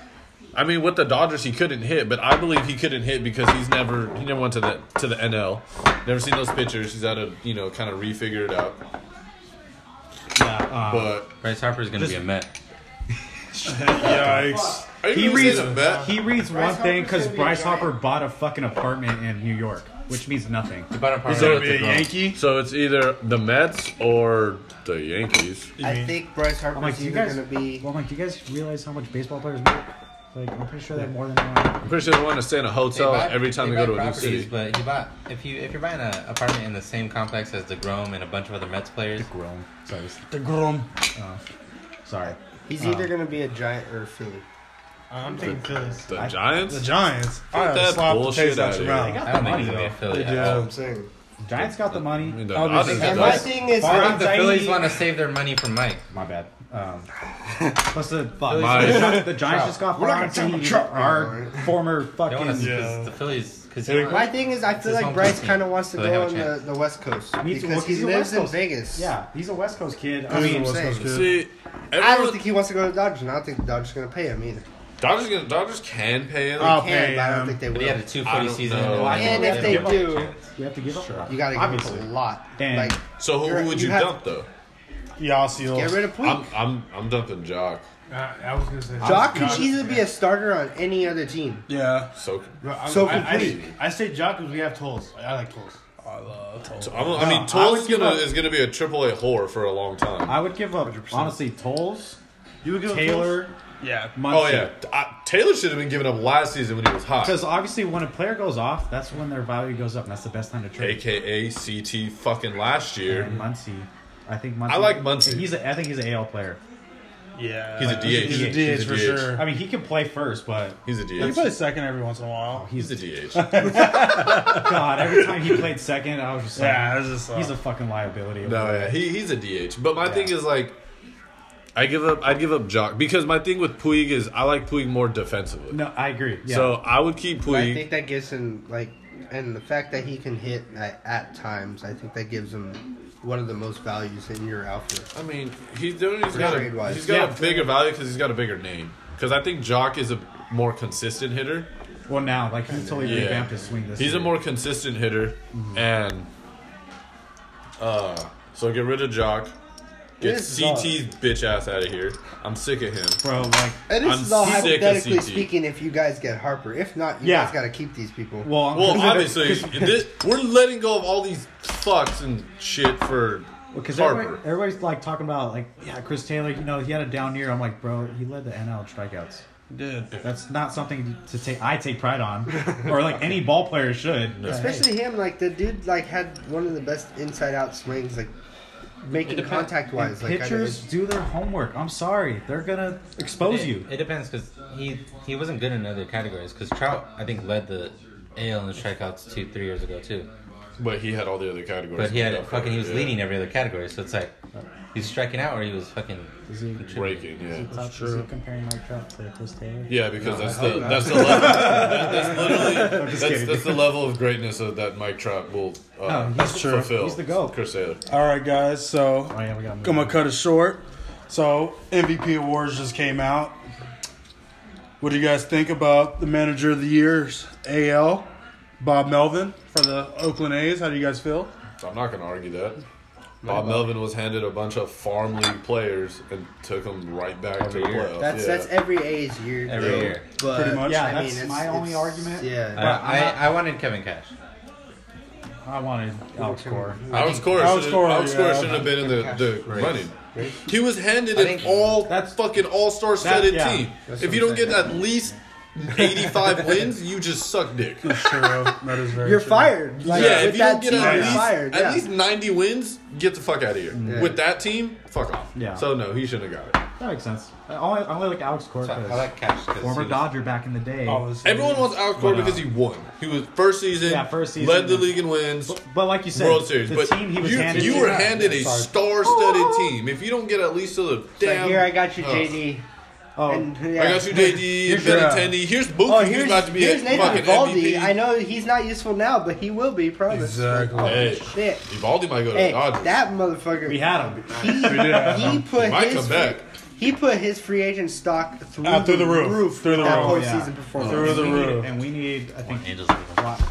S3: I mean, with the Dodgers, he couldn't hit, but I believe he couldn't hit because he's never he never went to the to the NL. Never seen those pitchers. He's had to you know kind of refigure it out.
S7: yeah. Um,
S3: But
S6: Bryce Harper's gonna be a Met.
S4: Yikes.
S3: are you
S7: he
S3: gonna say
S7: reads
S3: the Met?
S7: he reads one
S5: Bryce Harper's
S7: thing because
S5: gonna be a
S7: Bryce
S5: giant.
S7: Harper bought a fucking apartment in New York, which means nothing.
S6: The bottom part.
S3: gonna
S6: of
S3: be
S6: the
S4: A
S6: goal.
S4: Yankee.
S3: So it's either the Mets or the Yankees.
S5: I think Bryce Harper's
S7: I'm like, do you
S5: either
S7: guys?
S5: gonna be.
S7: Well, I'm like, do you guys realize how much baseball players make? Like, I'm pretty sure they have more than one.
S3: I'm pretty sure they want to stay in a hotel every time they go to a new
S6: properties,
S3: city.
S6: But you bought if you if you're buying an apartment in the same complex as Degrom and a bunch of other Mets players,
S7: Grown. Sorry. this-
S4: The groom.
S7: Sorry.
S5: He's either gonna be a giant or a Philly.
S4: I'm taking Phillies.
S3: The
S7: I-
S4: The
S3: Giants?
S4: Giants. I
S3: that
S4: have slapped the
S3: bullshit
S4: taste
S3: outta
S4: out your
S3: here.
S7: They
S4: mouth.
S7: got
S6: I
S7: the
S6: don't think
S7: money
S6: he's gonna be a
S7: though.
S6: Philly.
S4: They
S6: I
S4: do.
S5: I'm saying.
S7: Giants got Oh, the
S3: I mean,
S7: money.
S3: the
S4: Obviously.
S3: Dodgers
S5: And
S3: got
S5: my
S3: that.
S5: thing is,
S7: Barnes-
S6: think the Phillies
S7: Zaidi-
S6: want to save their money for Mike.
S7: My bad. Um, plus the fuck.
S3: My-
S7: the Giants- the Giants just got
S5: We're not gonna
S7: Fonzie,
S5: talk about Trout
S7: our former
S6: They want
S7: fucking.
S6: to
S4: Yeah.
S6: the Phillies because
S5: my thing is, I feel
S6: his
S5: like
S6: home
S5: Bryce
S6: team,
S5: kind of wants to
S6: so they
S5: go
S6: have
S5: on
S6: a
S5: the, the West Coast
S7: Me too, well,
S5: because he
S7: he's a
S5: lives
S7: West
S5: in
S7: Coast-
S5: Vegas.
S7: Yeah, he's a West Coast kid.
S4: He's
S7: I
S4: a
S7: mean,
S4: West
S5: saying.
S4: Coast kid.
S3: See,
S5: I don't
S3: everyone,
S5: think he wants to go to the Dodgers, and I don't think the Dodgers are gonna pay him either.
S3: Dodgers, gonna, Dodgers can pay him.
S4: I'll
S5: Can,
S4: pay
S5: but I
S4: him.
S5: don't think they
S6: But
S5: will.
S6: he had a 240
S3: I don't
S6: season.
S3: know.
S6: in the league.
S5: and if they
S6: don't give
S5: do,
S6: him a
S7: you have to give up. Sure.
S5: you gotta give
S7: Obviously.
S5: up a lot.
S7: And-
S5: like,
S3: so who
S5: You're-
S3: would
S5: you
S3: you
S5: have-
S3: dump though?
S4: Yasiel.
S5: get rid of Puig.
S3: I'm I'm I'm dumping Jock.
S1: I was gonna say.
S5: Jock could easily be a starter on any other team.
S4: Yeah.
S3: So,
S5: So
S1: I,
S5: complete.
S1: I, I say Jock because we have tolls. I like tolls.
S3: so I'm, I mean,
S7: I would
S3: Toll's
S7: give
S3: gonna
S7: up-
S3: is gonna be a AAA whore for a long time.
S7: I would give up honestly tolls,
S11: You would give him
S7: Taylor.
S4: Yeah.
S3: Oh
S7: Muncie.
S3: yeah, I, Taylor should have been giving up last season when he was hot.
S7: Because obviously, when a player goes off, that's when their value goes up, and that's the best time to trade.
S3: AKA CT fucking last year.
S7: And Muncie, I think Muncie.
S3: I like Muncie.
S7: He's a, I think he's an AL player.
S4: Yeah.
S3: He's a DH.
S4: He's a DH,
S3: He's a
S4: for
S3: DH.
S4: sure.
S7: I mean, he can play first, but
S3: He's a
S4: He
S3: DH.
S4: plays second every once in a while.
S3: He's a DH.
S7: God, every time he played second, I was just like,
S4: Yeah, it's just, uh,
S7: he's a fucking liability.
S3: No, yeah, he, he's a DH. But my thing is like, I give up. I'd give up Jock because my thing with Puig is I like Puig more defensively.
S7: No, I agree. Yeah.
S3: So I would keep
S5: But I
S3: Puig.
S5: think that gives him like, and the fact that he can hit at, at times, I think that gives him one of the most values in your outfield.
S3: I mean, he's doing. He's got a,
S5: Trade-wise.
S3: he's got
S7: Yeah.
S3: a bigger value because he's got a bigger name. Because I think Jock is a more consistent hitter.
S7: well, now like he totally
S3: Yeah.
S7: revamped his swing this.
S3: He's a
S7: year. Mm-hmm.
S3: more consistent hitter, and uh, so get rid of Jock. Get
S5: is Jock.
S3: CT's bitch ass out of here. I'm sick of him.
S7: bro. Like,
S5: And
S3: I'm
S5: this is all
S3: sick of
S5: hypothetically
S3: CT.
S5: speaking. If you guys get Harper, if not, you
S7: E Yeah.
S5: guys got to keep these people.
S7: well,
S3: Well, obviously, this, we're letting go of all these fucks and shit for
S7: because
S3: Harper.
S7: everybody, everybody's like talking about like, yeah, Chris Taylor. You know, he had a down year. I'm like, bro, he led the NL strikeouts.
S4: Dude.
S7: That's not something to take. I take pride on, or like any ball player should.
S5: Especially him, like the dude, like had one of the best inside-out swings, like making contact-wise. Like I-
S7: pitchers do their homework. I'm sorry, they're gonna expose
S6: It-
S7: you.
S6: It depends because he he wasn't good in other categories. Because Trout, I think, led the AL in strikeouts two three years ago too.
S3: But he had all the other categories.
S6: But he had
S3: made up for
S6: fucking
S3: it,
S6: he was
S3: yeah.
S6: leading every other category. So it's like he's striking out or he was fucking. contributing.
S3: Breaking, yeah,
S7: That's true. comparing Mike Trout to Chris Taylor?
S3: yeah, because that's the that's the level that- that's literally that's,
S7: kidding.
S3: that's the level of greatness of, that Mike Trout will uh,
S7: No, he's-
S3: fulfill.
S7: he's the GOAT.
S3: Chris Taylor.
S4: All right, guys. So
S7: Oh yeah, we got.
S4: I'm gonna cut it short. So MVP awards just came out. What do you guys think about the manager of the year's AL, Bob Melvin for the Oakland A's? How do you guys feel?
S3: I'm not going to argue that. Bob Melvin was handed a bunch of farm league players and took them right back to the
S6: Every year.
S3: playoffs.
S5: That's
S3: yeah.
S5: that's every A's year.
S6: Every
S5: though,
S6: year.
S5: but
S4: Pretty much.
S7: Yeah,
S5: I
S7: that's
S5: mean, it's-
S7: my only
S5: it's-
S7: argument.
S6: I,
S5: Yeah,
S6: I, I wanted Kevin Cash.
S7: I wanted Alex Cora.
S3: Alex Cora
S4: Alex
S3: shouldn't-
S4: Cora,
S3: Alex Cora
S4: yeah.
S3: shouldn't have been in the, the running. He was handed an
S6: think
S3: all
S7: that's-
S3: fucking all star studded
S7: yeah.
S3: team.
S5: That's
S3: If
S5: what
S3: you
S5: I'm
S3: don't get at least 85 wins, you just suck dick. Yeah,
S4: True. That is very
S5: you're
S4: true.
S5: fired. Like, with
S3: if you don't
S5: that
S3: get
S5: team,
S3: at
S5: you're
S3: least,
S5: fired.
S3: at
S5: yeah.
S3: least 90 wins, get the fuck out of here.
S5: Yeah.
S3: With that team, fuck off.
S7: Yeah.
S3: So, no, he shouldn't have got it.
S7: That makes sense. I only, I only like Alex Cora
S6: So I,
S7: 'cause
S6: I like Cash because
S7: former Dodger back in the day.
S4: Oh, this-
S3: Everyone wants Alex Cora
S7: Why not?
S3: because he won. He was first season,
S7: Yeah, first season.
S3: led the league in wins.
S7: but like you said,
S3: World Series.
S7: the
S3: but
S7: team he was
S3: you,
S7: handed.
S3: you
S7: to-
S3: were handed a
S7: Sorry.
S3: star-studded team. If you don't get at least to the
S5: But
S3: damn,
S5: here I got you,
S3: Oh.
S5: JD.
S7: Oh,
S5: And, yeah.
S3: I got you, JD, and
S4: your-
S3: Benintendi. Here's Mookie.
S5: Oh,
S3: he's
S5: here's,
S3: about to be a
S5: here's Nathan
S3: fucking
S5: Evaldi.
S3: MVP.
S5: I know he's not useful now, but he will be, promise.
S4: Exactly.
S5: Oh,
S3: Hey.
S5: shit.
S3: Evaldi might go to
S5: Hey,
S3: the Dodgers.
S5: that motherfucker.
S7: we had him.
S5: he, he put
S3: He might
S5: his
S3: come back.
S5: he put his free agent stock through,
S4: Out Ah, through the roof. Through
S5: with
S4: the
S5: that
S4: roof,
S5: postseason
S7: yeah.
S5: performance.
S4: Through the
S7: We need-
S4: roof.
S7: and we need, I think,
S6: Angels.
S7: Wa-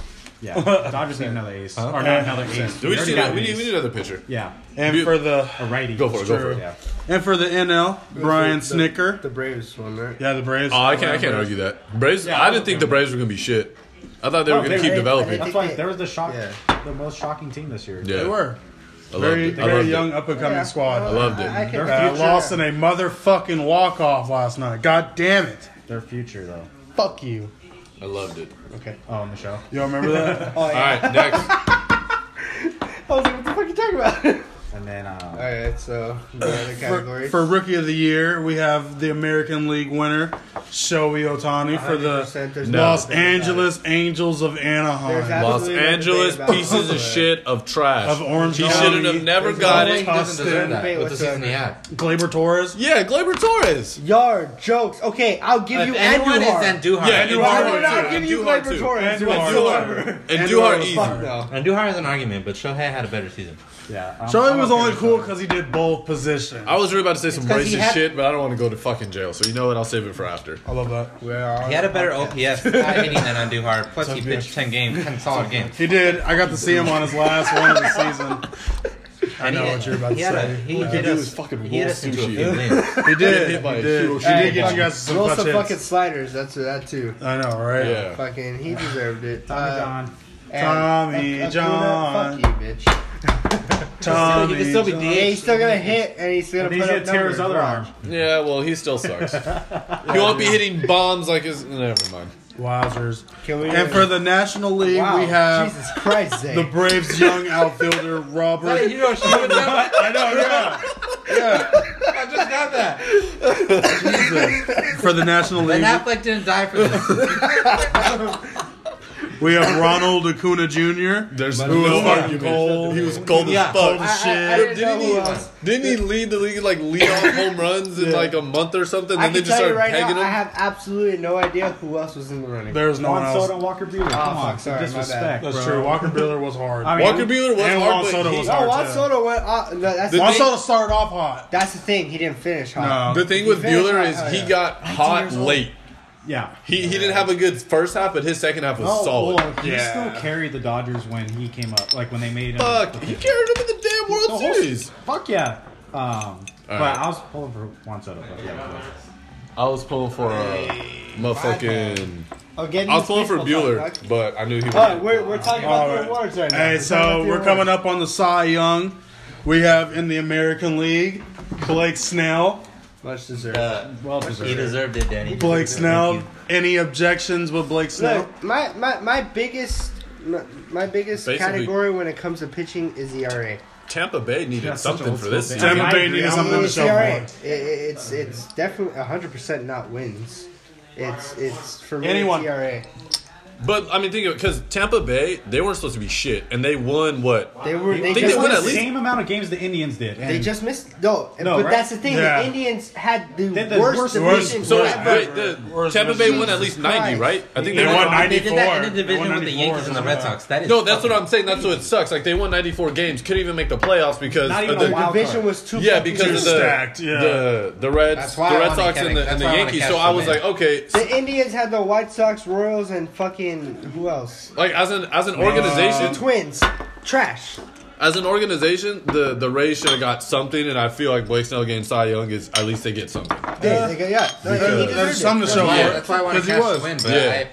S7: Yeah, Dodgers need another ace, or not another ace.
S3: Do we just
S7: already
S3: need,
S7: got
S3: we, need,
S7: ace.
S3: we need another pitcher.
S7: Yeah,
S4: And for the
S7: a righty.
S3: Go for it, go for it.
S7: Yeah.
S4: and for the NL, Brian
S5: The-
S4: Snicker.
S5: the Braves one, right?
S4: Yeah, the Braves.
S3: Oh, I can't, I can't argue that. Braves.
S7: Yeah,
S3: I
S7: I
S3: didn't
S7: would
S3: think
S7: agree.
S3: the Braves were going to be shit. I thought they were going
S7: No,
S3: to
S7: they-
S3: keep
S7: they-
S3: developing.
S5: I
S7: That's
S5: think
S7: why
S5: they-
S7: there was the shock,
S5: Yeah.
S7: the most shocking team this year.
S3: yeah,
S4: They were
S3: I loved
S4: very,
S3: it. I
S4: very
S3: loved
S4: young,
S3: it.
S4: up and coming squad.
S5: I
S3: loved it.
S5: I can-
S7: Their
S4: Uh,
S7: future-
S4: lost in a motherfucking walk off last night. God damn it!
S7: Their future, though.
S4: Fuck you.
S3: I loved it.
S7: Oh, on the show.
S4: Y'all remember that?
S5: Oh,
S3: All
S5: yeah.
S3: right, next.
S5: I was like, what the fuck are you talking about?
S7: And then, uh,
S5: All right, so the other
S4: for,
S5: category.
S4: for rookie of the year, we have the American League winner, Shohei Otani, for the
S5: 100%, there's
S3: No.
S4: Los
S5: nothing about it.
S4: Angeles Angels of
S5: There's
S4: Anaheim.
S3: Los
S5: absolutely nothing
S3: Angeles
S5: about it.
S3: pieces of shit of trash.
S4: Of Orange
S3: He
S4: County.
S3: shouldn't have never
S5: There's
S3: got
S5: no
S3: it.
S5: way-
S6: doesn't deserve
S5: Austin.
S6: that
S5: Wait,
S6: with the
S5: what's
S6: season he
S5: up?
S6: had.
S4: Glaber Torres.
S3: Yeah, Gleyber Torres.
S5: Yard jokes. Okay, I'll give you Andrew Hart.
S6: Andujar.
S3: Yeah, Andujar.
S5: I
S3: Duhar
S5: will
S3: too,
S5: not give
S3: and
S5: you
S3: Duhar
S5: Gleyber
S3: too.
S5: Torres.
S4: And Duhar.
S5: whatsoever.
S3: And Duhar
S5: Fuck
S3: easy.
S5: no.
S6: Andujar is an argument, but Shohei had a better season.
S7: yeah. um,
S4: Shohei
S7: I'm
S4: was
S7: okay
S4: only
S7: with
S4: cool
S7: that.
S4: because he did both positions.
S3: I was really about to say some
S5: 'cause he
S3: racist
S5: had-
S3: shit, but I don't want to go to fucking jail. So you know what? I'll save it for after.
S4: I love that.
S6: He had a better OPS without hitting than Andujar. Plus, he pitched 10 games, 10 solid games.
S4: He did. I got to see him on his last one of the season.
S6: I know
S4: what you're about to say.
S6: He
S3: he
S6: hit
S3: do
S6: us-
S3: is fucking
S6: he hit
S3: roll
S6: us into a
S3: sushi.
S6: few lanes.
S4: He did.
S3: hit by
S4: He
S3: a
S4: did.
S3: hero
S4: He did
S5: shot.
S4: get you guys some
S5: Roll
S4: clutch
S5: some fucking
S4: hits.
S5: sliders. That's that too.
S4: I know, right?
S3: Yeah.
S5: Fucking, he deserved it.
S7: Tommy
S5: Uh,
S7: John.
S5: and
S4: Tommy
S5: Acuna,
S4: John.
S5: Fuck you, bitch.
S8: Tommy.
S6: He can still be
S5: Yeah,
S6: DH.
S5: he's still gonna hit, and he's still
S7: And
S5: gonna
S7: he's
S5: put
S7: gonna
S5: up
S7: tear his
S5: numbers.
S7: other arm.
S3: Yeah, well, he still sucks. he won't be hitting bombs like his. Never mind.
S4: Wowzers.
S5: Can we-
S4: And for the National League,
S5: wow,
S4: we have
S5: Jesus Christ, Zay.
S4: the Braves' young outfielder Robert.
S6: you know what she would do? I
S4: No, yeah.
S6: just got that.
S4: For the National League,
S6: Ben Affleck didn't die for this.
S4: we have Ronald Acuna Jr.
S3: There's
S4: Who
S3: no
S4: was fucking
S3: argument.
S4: cold.
S3: He was cold
S6: Yeah.
S3: as fuck.
S4: Cold as
S5: I, I, I
S4: shit.
S5: didn't know who else.
S3: Didn't he lead the league in, like lead off home runs in like a month or something?
S5: I
S3: Then they
S5: can
S3: just
S5: tell you
S3: started
S5: right now,
S3: pegging
S5: I
S3: him.
S5: have absolutely no idea who else was in the running.
S4: There's no one
S7: Juan
S4: else.
S7: Soto and Walker Buehler. Come on,
S5: fuck, sorry, my bad.
S7: Oh, disrespect,
S4: That's
S7: bro.
S4: true. Walker Buehler was hard.
S7: I mean,
S3: Walker Buehler was
S4: And Juan
S3: hard,
S4: Soto
S3: but he-
S4: was
S5: No,
S4: hard,
S5: Oh, Juan
S4: too.
S5: Soto went. Uh, no, that's
S3: The
S5: the,
S4: Juan
S3: thing-
S4: Soto started off hot.
S5: that's the thing. He didn't finish. Huh?
S4: No.
S3: the thing with
S5: finished
S3: Bueller
S5: high-
S3: is
S5: oh,
S3: he
S5: yeah.
S3: got hot
S5: years old.
S3: late.
S7: yeah.
S3: He he didn't have a good first half, but his second half was
S5: Oh,
S3: solid.
S7: Well, he still carried the Dodgers when he came up, like when they made him.
S3: Fuck, he carried him in the damn World
S7: The whole-
S3: Series.
S7: Fuck yeah. Um, but
S3: right.
S7: I was pulling for Juan Soto. But yeah,
S3: I was pulling for a motherfucking.
S5: Oh, get in
S3: I was
S5: this
S3: pulling for
S5: baseball
S3: Bueller,
S5: talk, fuck.
S3: but I knew he.
S5: All right,
S3: was.
S5: we're, we're talking
S4: All
S5: about the
S4: right.
S5: awards right now.
S4: Hey, so we're coming up on the Cy Young. We have in the American League Blake Snell.
S5: Much deserved.
S7: well deserved.
S6: He deserved it, Danny.
S4: Blake Snell.
S6: Thank
S4: Any objections with Blake Snell?
S5: Look, my, my, my biggest my, my biggest
S3: Basically-
S5: category when it comes to pitching is E ERA.
S3: Tampa Bay needed
S7: That's such
S3: something
S7: old
S3: for this.
S7: school
S3: season.
S4: Tampa
S7: I
S4: Bay
S7: agree.
S4: needed
S7: I'm
S4: something to
S5: It's
S4: show
S5: ERA.
S4: for.
S5: E It, it- it's it's definitely hundred percent not wins. It's it's E for me
S4: Anyone.
S5: it's ERA.
S3: But I mean, think of it because Tampa Bay they weren't supposed to be shit, and they won what?
S5: They were they
S3: think
S5: just
S3: they won
S5: missed,
S3: at
S7: the
S3: least-
S7: same amount of games the Indians did. And
S5: they just missed no,
S7: No,
S5: but
S7: right?
S5: that's the thing.
S4: Yeah.
S5: The Indians had the,
S7: had the
S5: worst,
S7: worst-
S5: division
S3: So
S5: ever.
S3: wait, the- Tampa Bay won at least ninety,
S5: Christ.
S3: right? I think
S6: you.
S3: they
S4: won
S3: won.
S6: They did that
S4: 94.
S6: in the
S4: They won
S6: division with the
S4: 94
S6: Yankees and the Red Sox. That is
S3: No, that's what
S6: fucking-
S3: I'm saying. That's what sucks. Like they won ninety four games, couldn't even make the playoffs because
S7: Not even
S3: of the,
S7: a wild
S5: division
S7: card.
S5: was too
S3: yeah,
S5: fucking
S3: because of
S5: good.
S3: the
S4: stacked, yeah.
S3: the the Reds,
S6: That's
S3: the
S6: why I
S3: Red
S6: wanna
S3: Sox,
S6: catch-
S3: and the,
S6: that's
S3: and the
S6: why I wanna
S3: Yankees.
S6: catch
S3: So I
S6: them
S3: was
S6: in.
S3: like, okay, s-
S5: the Indians had the White Sox, Royals, and fucking who else?
S3: like as an as an organization,
S5: Twins. Trash.
S3: as an organization, the the Rays should have got something, and I feel like Blake Snell getting Cy Young is at least they get something.
S5: They, they got, yeah, they- they
S4: There's-
S5: deserved
S4: There's
S5: it.
S4: something to show
S6: Yeah,
S4: for.
S6: that's why I want to
S4: 'Cause he
S6: catch
S4: was.
S6: the win, but
S3: Yeah.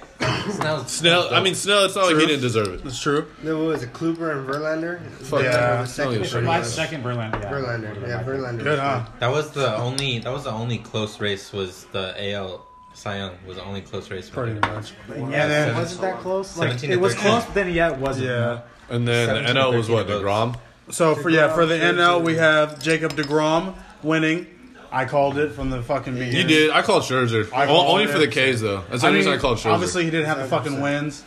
S6: I, Snell's
S3: Snell, I mean Snell, it's not like he
S4: True.
S3: didn't deserve it.
S4: That's true.
S5: There was a Kluber and Verlander.
S3: Fuck.
S4: Yeah.
S5: Verlander was second.
S3: Snell
S7: my
S3: is-
S7: second Verlander. Yeah,
S5: Verlander, yeah, Verlander.
S4: Good, huh?
S6: That was the only. That was the only close race. Was the AL Cy Young was the only close race.
S4: Pretty much.
S7: Yeah,
S6: then-
S7: was it that close?
S6: 17
S7: Like,
S6: to
S7: it was
S6: 13.
S7: close, but then yeah, it wasn't.
S4: Yeah.
S3: And then the
S6: 17
S3: NL was what
S6: votes.
S3: Degrom.
S4: So for yeah, for the NL we have Jacob DeGrom winning. I called it from the fucking beginning.
S3: You did. I called Scherzer.
S4: I
S3: O-
S4: called
S3: only for the
S4: him.
S3: K's though. That's the
S4: I
S3: only reason
S4: mean,
S3: I called Scherzer.
S4: Obviously, he didn't have the fucking wins,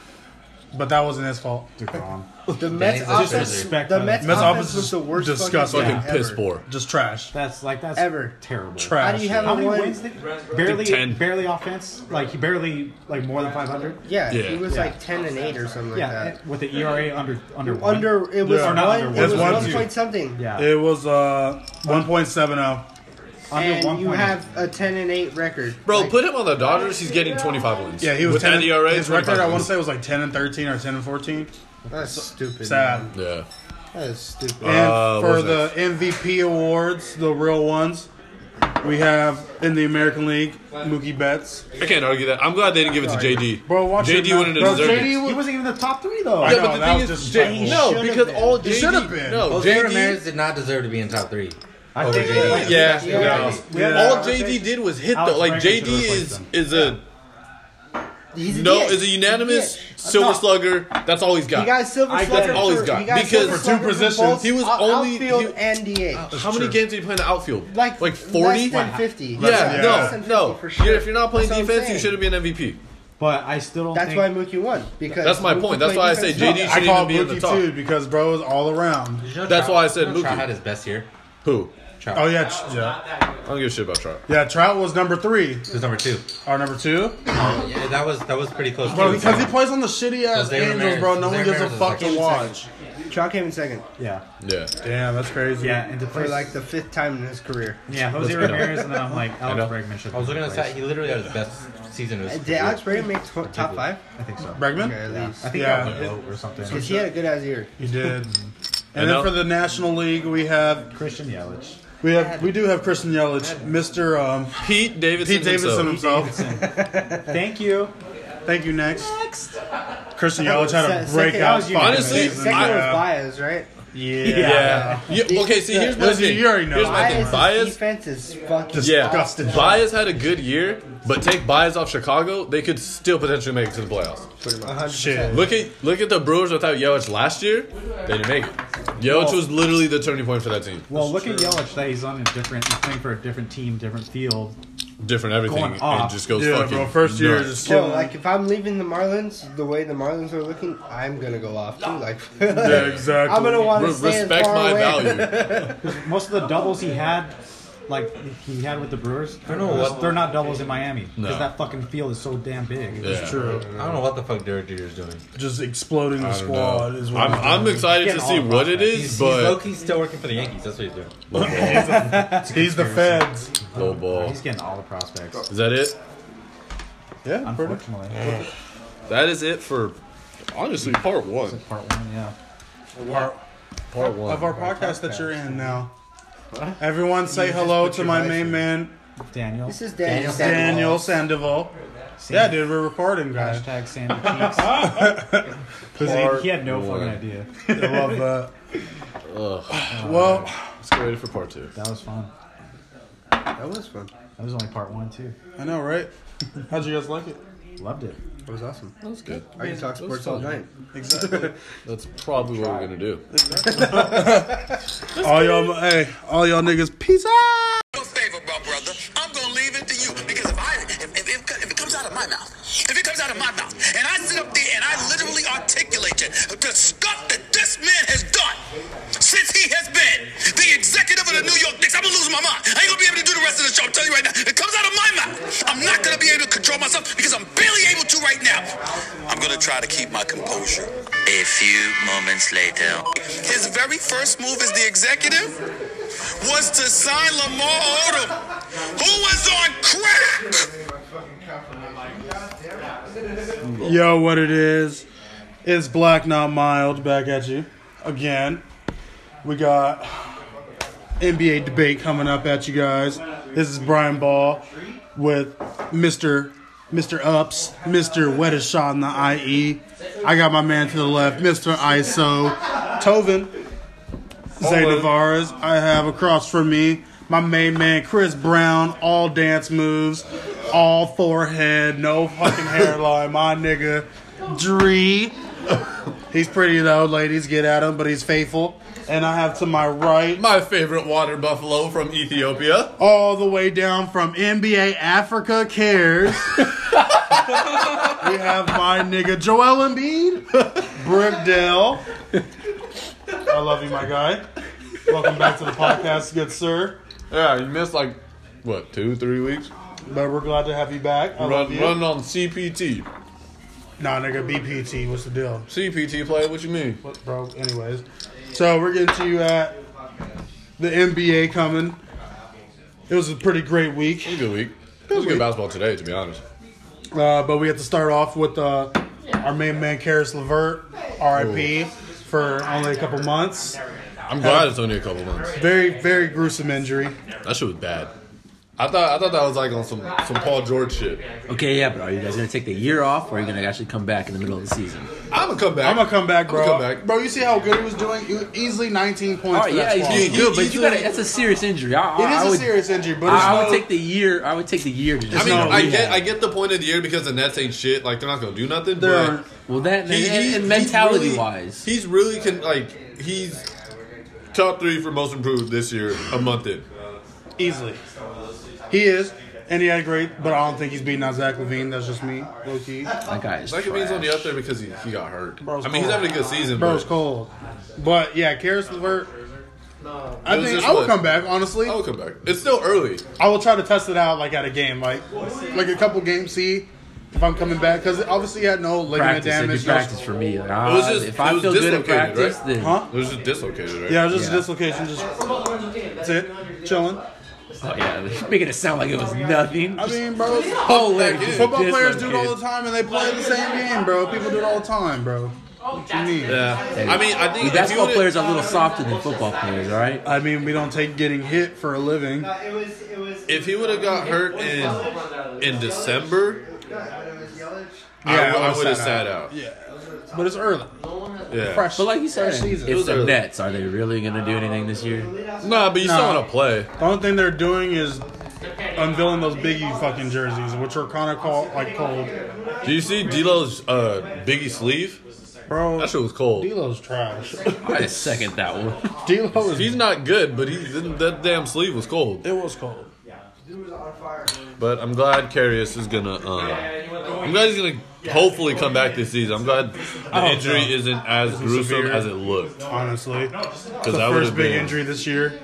S4: but that wasn't his fault.
S7: DeGrom.
S5: The Mets
S6: he's a
S5: offense,
S7: disrespect,
S5: the
S7: man.
S5: Mets
S4: Mets
S5: offense
S4: offense
S5: was the worst
S4: disgust
S5: fucking,
S3: fucking
S5: team
S3: piss
S5: ever.
S3: poor.
S4: Just trash.
S7: That's like that's
S5: Ever.
S7: terrible.
S4: Trash.
S5: How do you have
S7: How
S5: a
S7: many
S5: one?
S7: wins? Did, barely,
S3: Ten.
S7: barely offense. Like he barely, like more than five hundred.
S5: Yeah,
S3: Yeah.
S5: he was
S7: Yeah.
S5: like ten and eight or something like
S7: Yeah,
S5: that.
S7: and with the ERA under under one.
S5: Under it was
S4: Yeah.
S7: Or not
S5: one,
S7: under one.
S5: it was
S4: It's one,
S5: one
S4: two.
S5: point something.
S7: yeah,
S4: It was uh 1.70.
S7: under
S5: and you
S7: 1.8.
S5: have a ten and eight record,
S3: Bro,
S5: Like,
S3: put him on the Dodgers. He's getting 25 wins.
S4: Yeah, he was
S3: with
S4: 10
S3: that E ERA.
S4: His record,
S3: 25
S4: I want
S3: wins.
S4: to say, was like 10 and 13 or 10 and 14.
S5: that's stupid.
S4: Sad.
S5: man.
S3: Yeah.
S5: That is stupid.
S4: And
S3: Uh, what
S4: for
S3: was
S4: the MVP awards, the real ones, we have in the American League Mookie Betts.
S3: I can't argue that. I'm glad they didn't give it to JD.
S4: Bro, watch
S3: JD
S4: your mouth.
S3: wouldn't
S4: Bro,
S3: have deserved
S4: JD
S3: it.
S7: He wasn't even in the top three though.
S4: I
S3: Yeah,
S4: know,
S3: but
S4: that
S3: the thing
S4: was
S3: is,
S4: disrespectful.
S3: J- no,
S5: He
S3: because
S5: should've
S3: all
S4: been. He
S3: JD,
S4: should've been.
S3: no,
S6: Jose
S3: JD,
S6: Ramirez did not deserve to be in top three.
S7: I
S6: over
S7: think-
S6: JD.
S7: like,
S3: yeah,
S5: Yeah.
S3: no.
S7: Yeah.
S3: all JD did was hit
S7: Alex
S3: though. Like
S7: Bregman
S3: JD
S7: should've replaced
S3: is
S7: him.
S3: is a
S5: He's a
S3: no,
S5: dick.
S3: is a unanimous
S5: He's a dick.
S3: silver
S5: Uh, No.
S3: slugger. That's all he's got.
S5: He got silver
S3: I-
S5: slugger.
S3: That's all he's
S5: for-
S3: got.
S5: He got
S3: Because
S5: silver
S3: for two
S5: slugger both
S3: positions, he was
S5: out-
S3: only-
S5: outfield
S3: he-
S5: and DH.
S3: How many games did he play in the outfield?
S5: Like
S3: like 40.
S5: less than fifty.
S3: Yeah,
S5: less than
S3: no,
S5: 50
S3: no.
S5: for sure.
S3: You're- If you're not playing
S5: That's what I'm
S3: defense, you
S5: saying.
S3: shouldn't be an MVP.
S7: But I still don't.
S5: That's
S7: think,
S5: why Mookie won because
S3: That's my
S5: Mookie
S3: point. That's
S5: played
S3: why I say
S5: defense.
S3: JD
S4: I
S3: shouldn't
S4: call
S3: even be in the
S4: Mookie
S3: top.
S4: too because bro is all around.
S6: You know
S3: That's
S6: Trout-
S3: why I said
S6: you know Trout
S3: Mookie.
S6: had his best year.
S3: Who?
S6: Trout.
S4: Oh yeah, Tr- yeah,
S3: I don't give a shit about Trout.
S4: yeah. Trout was number three
S6: He was number two.
S4: or number two,
S6: Yeah, that was that was pretty close.
S4: bro,
S6: too.
S4: because he plays on the shitty ass
S6: Jose
S4: Angels,
S6: Ramirez-
S4: bro. No
S6: Jose
S4: one gives a
S6: Ramirez is
S4: fuck
S6: like
S4: to watch.
S5: Trout came in second
S7: Yeah,
S3: Yeah.
S4: Damn, that's crazy.
S7: yeah, and to
S5: for
S7: play
S5: like the fifth time in his career.
S7: yeah Jose
S3: Let's go.
S7: Ramirez, and then I'm like
S3: know.
S7: Alex Bregman should.
S6: I was looking at that. He literally had his best season. Of his
S5: Did Uh, Alex
S6: career.
S5: Brady make tw- top five?
S7: I think so.
S4: Bregman,
S5: Okay, at least.
S7: I think
S4: Yeah.
S7: yeah. that was vote or something.
S5: Because he had a good ass year.
S4: he did.
S3: I
S4: And
S3: know.
S4: then for the National League, we have
S7: Christian Yelich.
S4: we have we do have Christian Yelich, Mr. Um,
S3: Pete Davidson.
S4: Pete Davidson
S3: himself.
S4: himself.
S7: Thank you.
S4: Thank you. Next, Christian Yelich
S5: Se-
S4: had a
S5: second-
S4: breakout.
S5: that was
S4: fucking
S3: Honestly,
S4: season.
S5: Second
S3: I-
S5: was
S4: Yeah.
S5: Baez, right?
S4: Yeah.
S3: Yeah. You- okay, see, here's my
S4: Listen,
S3: thing.
S4: you already know.
S3: Here's my thing.
S5: Bias'
S3: Bias.
S5: defense is fucking
S3: Yeah.
S5: disgusting.
S3: Bias had a good year, but take Bias off Chicago, they could still potentially make it to the playoffs.
S5: 100%.
S3: Look at look at the Brewers without Yelich last year. They didn't make it. Yelich was literally the turning point for that team.
S7: Well, look at Yelich that he's on a different, he's playing for a different team, different field.
S3: Different everything.
S7: Going off.
S3: It just goes
S4: Yeah,
S3: fucking.
S4: bro. First year
S3: nuts.
S4: is
S5: Well,
S4: killing.
S5: like if I'm leaving the Marlins, the way the Marlins are looking, I'm gonna go off too. Like,
S3: Yeah,
S4: exactly.
S5: I'm gonna want
S3: Re-
S5: to stay as
S3: respect
S5: far
S3: my
S5: away.
S3: value.
S7: Most of the doubles he had, like he had with the Brewers, I
S6: know what-
S7: they're not doubles in Miami because
S3: No.
S7: that fucking field is so damn big.
S3: Yeah.
S4: True.
S6: I don't know what the fuck Derek Jeter's doing.
S4: Just exploding the squad is what
S3: I'm, I'm excited to
S7: Getting
S3: see
S7: all
S3: what it
S6: He's,
S3: is,
S6: he's
S3: but
S6: low-key still working for the Yankees. That's what he's doing.
S3: low ball.
S4: he's the feds.
S3: Low ball.
S7: He's getting all the prospects,
S3: Is that it?
S4: Yeah, pretty-
S7: unfortunately.
S3: That is it for honestly part one.
S7: Part one, yeah.
S4: Our-
S3: Part one.
S4: of our podcast that you're in now. Everyone say hello to my main man
S7: Daniel.
S5: This is Daniel.
S4: Daniel Sandoval. Yeah, dude, we're recording, guys.
S7: Hashtag Sandy Cheeks. 'Cause he, he had no fucking idea.
S4: I love that. Well,
S3: Let's get ready for part two.
S7: That was fun.
S5: That was fun.
S7: That was only part one too.
S4: I know, right? How'd you guys like it?
S7: Loved it.
S5: That was awesome.
S3: That was good.
S5: I can talk sports all night.
S4: Exactly.
S3: That's probably what we're gonna do.
S4: all y'all, hey, all y'all niggas, peace out.
S2: Do a favor, my brother. I'm gonna leave it to you because if I if, if, if, if it comes out of my mouth, if it comes out of my mouth, and I sit up there and I literally articulate it, the stuff that this man has done since he has been the executive of the New York Knicks, I'm gonna lose my mind. I ain't gonna be able to do the rest of the show. I'm telling you right now, if it comes out of my mouth. I'm not gonna be able to control myself because I'm barely able to right now. I'm gonna try to keep my composure. A few moments later, his very first move as the executive was to sign Lamar Odom, who was on crack.
S4: Yo, what it is? It's Black Not Mild back at you again. We got NBA debate coming up at you guys. This is Brian Ball with Mister Mister Ups, Mister Wettest Shot in the IE. I got my man to the left, Mister ISO, Tovin, Zay Navarez. I have across from me my main man Chris Brown, all dance moves, all forehead, no fucking hairline, my nigga Dree. He's pretty though, ladies get at him, but he's faithful. And I have to my right
S3: My favorite water buffalo from Ethiopia.
S4: all the way down from NBA Africa Cares. we have my nigga Joel Embiid, Brickdale. I love you, my guy. Welcome back to the podcast, good sir.
S3: Yeah, you missed like what two, three weeks.
S4: But we're glad to have you back. I love
S3: Run,
S4: you.
S3: run on CPT.
S4: Nah, nigga, BPT. What's the deal,
S3: CPT play. What you mean?
S4: What- bro? Anyways, so we're getting to you at the NBA coming. It was a pretty great week.
S3: It was a good week. It was a good basketball today, to be honest.
S4: Uh, but we have to start off with uh, our main man, Karis Levert, RIP, for only a couple months.
S3: I'm glad it's only a couple months.
S4: Very, very gruesome injury.
S3: That shit was bad. I thought I thought that was like on some some Paul George shit.
S12: Okay, yeah, but are you guys gonna take the year off, or are you gonna actually come back in the middle of the season?
S3: I'm gonna come back.
S4: I'm gonna come back,
S3: I'ma
S4: bro.
S3: come back. Oh,
S4: Bro, you see how good he was doing? He was easily 19 points.
S12: All
S4: for
S12: right,
S4: that
S12: yeah, he's
S4: squad.
S12: doing good,
S3: He's
S12: but you got
S3: doing-
S12: that's a serious injury. I,
S4: It
S12: I,
S4: is
S12: I
S4: a
S12: would,
S4: serious injury, but it's
S12: I, I would
S4: no-
S12: take the year. I would take the year to
S3: I
S12: just.
S3: mean,
S4: not
S3: I
S4: rehab.
S3: get I get the point of the year because the Nets ain't shit. Like they're not gonna do nothing.
S4: They're-
S3: But
S12: well, that
S3: he-
S12: and,
S3: he- he's
S12: and mentality
S3: really-
S12: wise,
S3: he's really can like he's top three for most improved this year. A month in,
S4: easily. He is, and he had great, but I don't think he's beating out Zach Levine. That's just me, low key.
S12: that guy is.
S3: Zach Levine's only up there because he, he got hurt.
S4: Bro's
S3: I mean, he's
S4: cold.
S3: having a good season,
S4: Bro's
S3: but
S4: cold. But yeah, Karis Levert. I
S3: It was
S4: think
S3: just
S4: I will
S3: what-
S4: come back, honestly.
S3: I'll come back. It's still early.
S4: I will try to test it out like at a game, like like a couple games. See if I'm coming back because obviously he had no ligament
S12: practice. It'd be
S4: damage. no-
S12: practice for me. Like, ah,
S3: was just-
S12: if
S3: it
S12: I
S3: was
S12: feel good in
S3: dislocated,
S12: practice,
S3: right?
S12: then
S4: Huh?
S3: It was just dislocated, right?
S4: Yeah, it was just
S12: Yeah.
S4: a dislocation. Just that's it, chilling.
S12: oh yeah, making it sound like it was nothing.
S4: I mean, bro,
S12: Oh, wait,
S3: in.
S12: just
S4: football players do it all
S12: dislocated.
S4: the time, and they play the same game, bro. People do it all the time, bro. What you mean?
S3: Yeah. I mean, I think
S12: Well,
S3: if
S12: basketball
S3: you would've-
S12: players are a little softer than football players, all right?
S4: I mean, we don't take getting hit for a living.
S3: If he would have got hurt in in December, Yeah, I,
S4: was
S3: would have sat
S4: sat
S3: out.
S4: But it's early.
S3: Yeah.
S4: Fresh.
S12: But like you said,
S4: season.
S12: it's
S3: Those
S12: the
S3: are-
S12: Nets. Are they really going to do anything this year?
S3: Nah, but you
S4: Nah.
S3: still want to play.
S4: The only thing they're doing is unveiling those Biggie fucking jerseys, which are kind of called like cold.
S3: Do you see D'Lo's uh, Biggie sleeve?
S4: Bro,
S3: That shit was cold.
S4: D'Lo's trash.
S12: I second that one.
S4: D'Lo is.
S3: He's not good, but he's that damn sleeve was cold.
S4: It was cold.
S3: But I'm glad Carius is gonna. Um, I'm glad he's gonna hopefully come back this season. I'm glad the injury isn't as gruesome as it looked.
S4: Honestly, it's the
S3: that would've
S4: first big
S3: been-
S4: injury this year.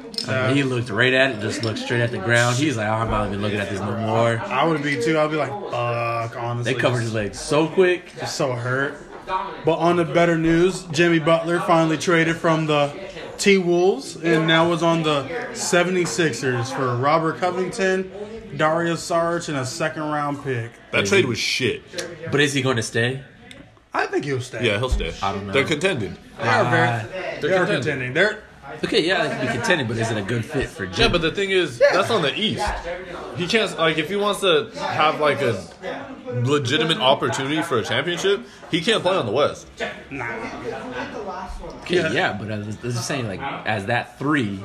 S12: He looked right at it, just looked straight at the ground. He's like, oh, I'm not even looking at this no more.
S4: I would be too. I'd be like, fuck. Honestly,
S12: They covered his legs so quick.
S4: Just so hurt. But on the better news, Jimmy Butler finally traded from the T Wolves and now was on the 76ers for Robert Covington, Darius Sarge, and a second round pick.
S3: That trade was shit.
S12: But is he going to stay?
S4: I think he'll stay.
S3: Yeah, he'll stay. I
S12: don't know. Uh,
S3: They're contending.
S4: They are very, they are
S3: contending.
S4: contending. They're
S12: Okay, yeah, they can be contended, but is it a good fit for
S3: Yeah,
S12: Jim?
S3: but the thing is, that's on the East. He can't like if he wants to have like a legitimate opportunity for a championship, he can't play on the West.
S12: Okay, yeah. but I was, I was just saying, like, as that three,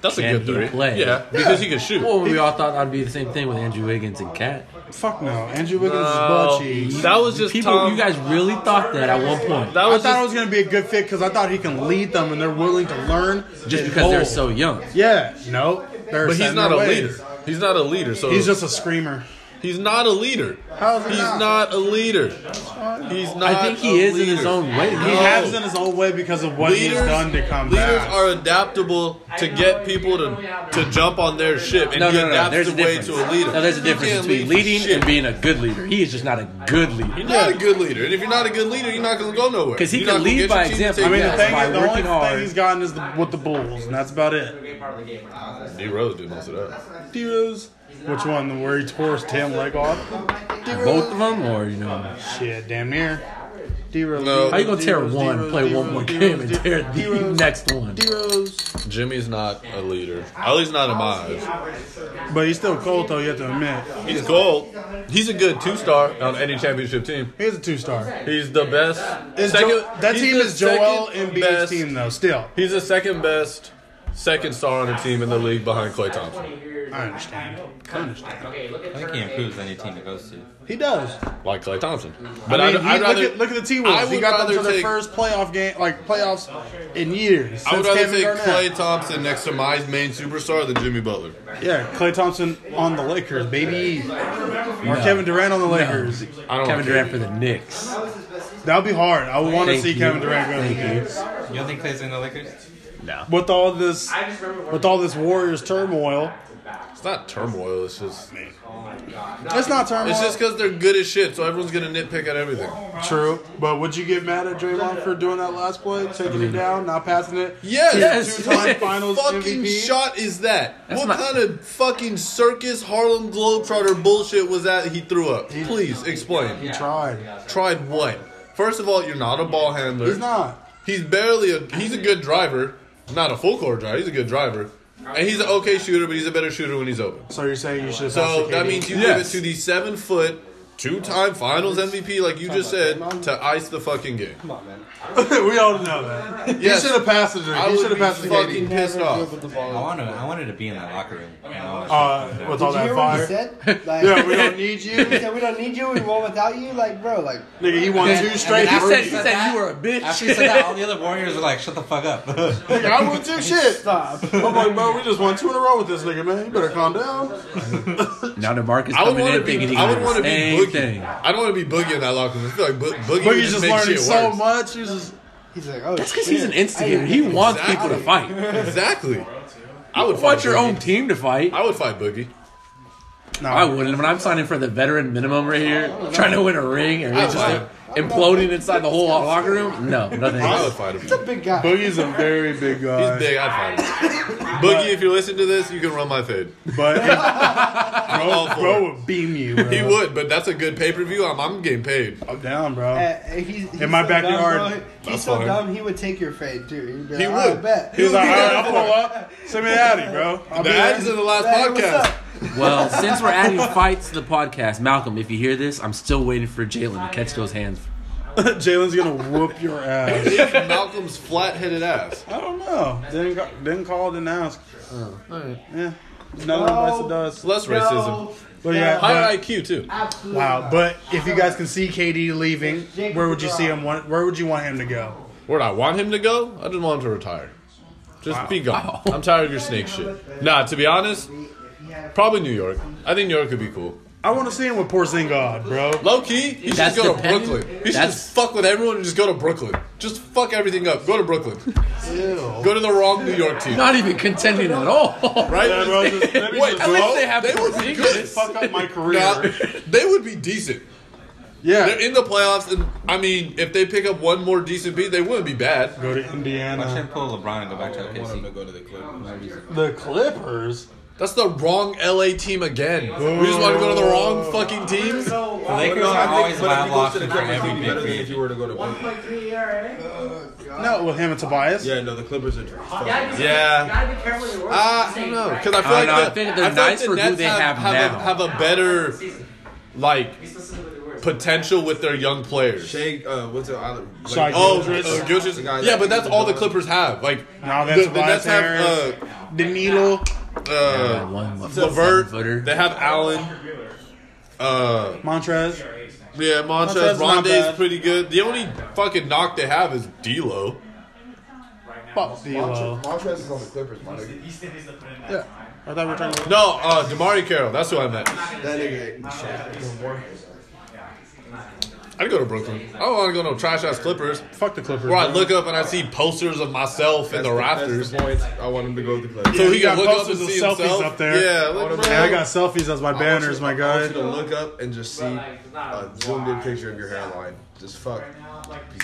S3: That's a
S12: Can
S3: good
S12: he
S3: three.
S12: play?
S3: Yeah, because he can shoot.
S12: well, we all thought that'd be the same thing with Andrew Wiggins and Kat.
S4: fuck no. Andrew Wiggins
S3: No,
S4: is butt cheese.
S3: Uh, that was just
S12: People,
S3: Tom.
S12: you guys really thought that at one point,
S3: that
S4: I
S3: was
S4: thought
S3: just,
S4: it was gonna be a good fit because I thought he can lead them and they're willing to learn.
S12: just
S4: and
S12: because they're
S4: mold.
S12: so young.
S4: yeah, no, they're
S3: but
S4: set
S3: he's
S4: in
S3: not a
S4: their ways.
S3: leader. He's not a leader. So
S4: He's just a screamer.
S3: he's not a leader.
S4: How is he
S3: he's
S4: not?
S3: not a leader. He's not.
S12: I think he
S3: a
S12: is in his
S3: leader.
S12: own way.
S4: He
S3: No.
S4: has in his own way because of what he's done to come
S3: Oh. leaders
S4: back.
S3: are adaptable to get people to, to jump on their ship and
S12: No,
S3: he
S12: no, no, no.
S3: adapts
S12: There's a
S3: the way
S12: difference.
S3: to a leader.
S12: No, there's a
S3: You
S12: difference
S3: can't
S12: between
S3: lead
S12: leading
S3: shit.
S12: and being a good leader. He is just not a good leader.
S3: You're not a good leader, and if you're not a good leader, you're not gonna go nowhere.
S12: 'Cause he
S3: You're
S12: can
S3: not gonna
S12: lead
S3: get
S12: by
S3: your team to
S12: example.
S3: take
S4: I mean,
S12: Yeah,
S4: the
S3: action.
S4: thing
S12: by
S4: is, the only
S12: working hard.
S4: thing he's gotten is the, with the Bulls, and that's about it.
S3: D Rose did most of that.
S4: D-Rose, which one? The where he tore his damn leg off?
S12: Both of them, or you know,
S4: Shit, damn near. D-Rose.
S3: No.
S12: how you gonna tear
S4: D-Rose,
S12: one,
S4: D-Rose,
S12: play
S4: D-Rose,
S12: one more
S4: D-Rose,
S12: game, and tear
S4: D-Rose,
S12: the
S4: D-Rose,
S12: next one?
S4: D-Rose.
S3: Jimmy's not a leader. At least not in my eyes.
S4: But he's still cold, though, you have to admit.
S3: He's gold. He's a good two star on any championship team.
S4: He's a two-star.
S3: He's the best.
S4: Is
S3: second-
S4: Jo- that
S3: he's
S4: team
S3: the
S4: is Joel
S3: second
S4: Embiid's
S3: best-
S4: team, though, still.
S3: He's the second best, second star on a team in the league behind Clay Thompson.
S4: I understand. I understand.
S6: I think he improves any team he goes to.
S4: He does.
S3: Like Clay Thompson.
S4: But
S3: But
S4: Mm-hmm. I
S3: I
S4: mean,
S3: would
S4: he,
S3: rather,
S4: look, at, look at the T
S3: I
S4: Wolves. He
S3: would
S4: got them to
S3: rather
S4: their
S3: take-
S4: first playoff game, like playoffs in years.
S3: I would
S4: since
S3: rather
S4: Kevin
S3: take
S4: Garnett.
S3: Clay Thompson next to my main superstar than Jimmy Butler.
S4: Yeah, Clay Thompson on the Lakers, baby. Or Kevin Durant on the Lakers.
S3: I don't
S12: Kevin
S3: care.
S12: Durant for the Knicks.
S4: That would be hard. I want to
S12: Thank
S4: see
S12: you.
S4: Kevin Durant go to the
S12: Thank
S4: Knicks.
S12: you.
S6: You don't think Clay's in the Lakers?
S4: With all this, with all this Warriors turmoil,
S3: It's not turmoil. It's just
S4: it's not turmoil.
S3: it's just because they're good as shit. So everyone's gonna nitpick at everything.
S4: true. But would you get mad at Draymond for doing that last play, taking it down, not passing it?
S3: Yes.
S12: Yes.
S4: Two-time Finals
S3: fucking
S4: MVP.
S3: shot is that?
S12: That's
S3: what
S12: not-
S3: kind of fucking circus Harlem Globetrotter bullshit was that he threw up? Please explain.
S4: He tried.
S3: Tried what? First of all, you're not a ball handler.
S4: He's not.
S3: He's barely a. He's a good driver, not a full court driver. He's a good driver, and he's an okay shooter, but he's a better shooter when he's open.
S4: So you're saying you should. have
S3: So
S4: passed to
S3: that
S4: KD?
S3: means you
S12: Yes.
S3: give it to the seven foot, two time Finals MVP, like you just said, to ice the fucking game.
S4: we all know that.
S3: Yes.
S4: He should have passed it. to-
S3: I
S4: He should
S3: would be
S4: have passed it. to KD.
S3: fucking pissed off.
S6: I wanted, I wanted to be in that locker room. You know?
S4: Uh, with all that
S5: Did you hear what
S4: fire.
S5: he said?
S4: Yeah, we don't need you.
S5: He said we don't need you. We won without you. Like, bro, like
S4: Nigga, he won two straight.
S12: He
S6: After
S12: said,
S6: he
S12: he
S6: said
S12: said
S6: that-
S12: you were a bitch.
S6: After he said that, all the other Warriors were like, "Shut the fuck up."
S4: Nigga, I won two shit.
S5: stop.
S4: I'm like, bro, we just won two in a row with this nigga, man. You better calm down.
S12: Now DeMarcus
S3: I would
S12: coming
S3: want to
S12: in
S3: be.
S12: thinking he
S3: I would
S12: can do
S3: want to
S12: the
S3: be
S12: same
S3: boogie.
S12: thing.
S3: I don't want to be boogie in that locker room. I feel like bo- boogie would
S4: Boogie's
S3: just
S4: just
S3: makes
S4: learning
S3: shit
S4: so
S3: worse.
S4: much. He's just
S5: He's like, oh,
S12: That's because he's an instigator. He wants people to fight.
S3: Exactly. I would
S12: Want
S3: fight
S12: your
S3: Boogie.
S12: own team to fight.
S3: I would fight Boogie.
S4: no.
S12: I wouldn't. When I'm signing for the veteran minimum right here, trying to win a ring and he's just
S3: would.
S12: imploding inside the whole locker room, no, nothing.
S3: I would fight him. He's
S5: big guy.
S4: Boogie's a very big guy,
S3: big. I'd fight him. Boogie, if you listen to this, you can run my fade.
S4: but
S3: all for
S4: Bro
S3: it.
S4: would beam you.
S3: He
S4: Bro.
S3: would, but that's a good pay per view. I'm, I'm getting paid.
S4: I'm down, bro.
S5: Uh, he's, he's
S4: In my
S5: so
S4: backyard.
S5: Dumb, bro. He's
S3: That's
S5: so
S3: fine.
S5: dumb, he would take your fade, too. He'd be
S3: He
S5: like, "Alright,
S3: would.
S5: bet.
S4: He was like, all right, I'll pull up. Send me the Addy, bro. I'll be
S3: The
S4: there.
S3: ads in the last
S5: Hey, what's
S3: podcast.
S5: up?
S12: Well, since we're adding fights to the podcast, Malcolm, if you hear this, I'm still waiting for Jalen to catch those hands.
S4: Jalen's gonna whoop your ass.
S3: Big Malcolm's flat headed ass.
S4: I don't know. Didn't ca- didn't call, didn't ask. Oh. Yeah, no one
S5: No.
S4: bites the dust.
S3: Less racism.
S4: But yeah,
S3: Higher IQ too.
S5: Absolutely.
S4: wow. But if you guys can see KD leaving,
S5: Jacob
S4: where would you see him? want- Where would you want him to go?
S3: Where'd I want him to go? I just want him to retire. Just be gone. I'm tired of your snake shit. Nah, to be honest, probably New York. I think New York would be cool.
S4: I want to see him with Porzingis, bro.
S3: Low key, he should just
S12: That's
S3: go to
S12: dependent-
S3: Brooklyn. He should
S12: that's-
S3: just fuck with everyone and just go to Brooklyn. Just fuck everything up. Go to Brooklyn. Go to the wrong New York team.
S12: Not even contending at all.
S3: Right?
S4: bro, just- let me
S3: Wait,
S4: just
S12: At least
S3: no,
S12: they have
S3: they would be good.
S12: Porzingis.
S4: fuck up my career.
S3: Nah, they would be decent. They're
S4: yeah,
S3: in the playoffs, and I mean, if they pick up one more decent beat, they wouldn't be bad.
S4: go to Indiana.
S6: Shouldn't pull LeBron and go back to OKC.
S4: The Clippers.
S3: That's the wrong LA team again. We just want to go to the wrong fucking teams.
S6: The Lakers are always my option for every big free agent.
S4: No, with him and Tobias. Yeah,
S3: Yeah. Uh, I don't know because I feel
S12: I
S3: like
S12: know,
S3: the,
S12: I think they're
S3: I feel like
S12: nice
S3: the
S12: for who
S3: Nets
S12: they
S3: have
S12: have
S3: have,
S12: now.
S3: A, have a better like potential with their young players. oh, uh, Gilchrist- yeah, but that's all the Clippers have. Like
S4: Now that's
S3: the, the Nets have uh,
S4: Danilo.
S3: uh,
S12: One footer.
S3: Levert. They have Allen. Uh,
S4: Montrez.
S3: Yeah, Montrez
S4: Montrez not
S3: Rondé's
S4: bad.
S3: pretty good. The only fucking knock they have is D'Lo.
S4: Fuck D'Lo.
S13: Montrez is on the Clippers, my nigga.
S4: I thought we were talking.
S3: No, uh, Damari Carroll. That's who I meant.
S13: That nigga.
S3: I'd go to Brooklyn. I don't want to go no trash ass Clippers.
S4: Fuck the Clippers.
S3: Where I
S4: bro.
S3: look up and I see posters of myself in the rafters,
S13: point. I want him to go to the Clippers.
S3: so
S4: Yeah,
S3: he
S4: you
S3: can
S4: got
S3: look up and
S4: posters of
S3: see
S4: selfies
S3: himself
S4: up there.
S3: Yeah, like, bro.
S4: Yeah, I got selfies as my banners, my
S13: I want you to
S4: guy.
S13: look up and just see a zoomed in picture of your hairline. Just fuck.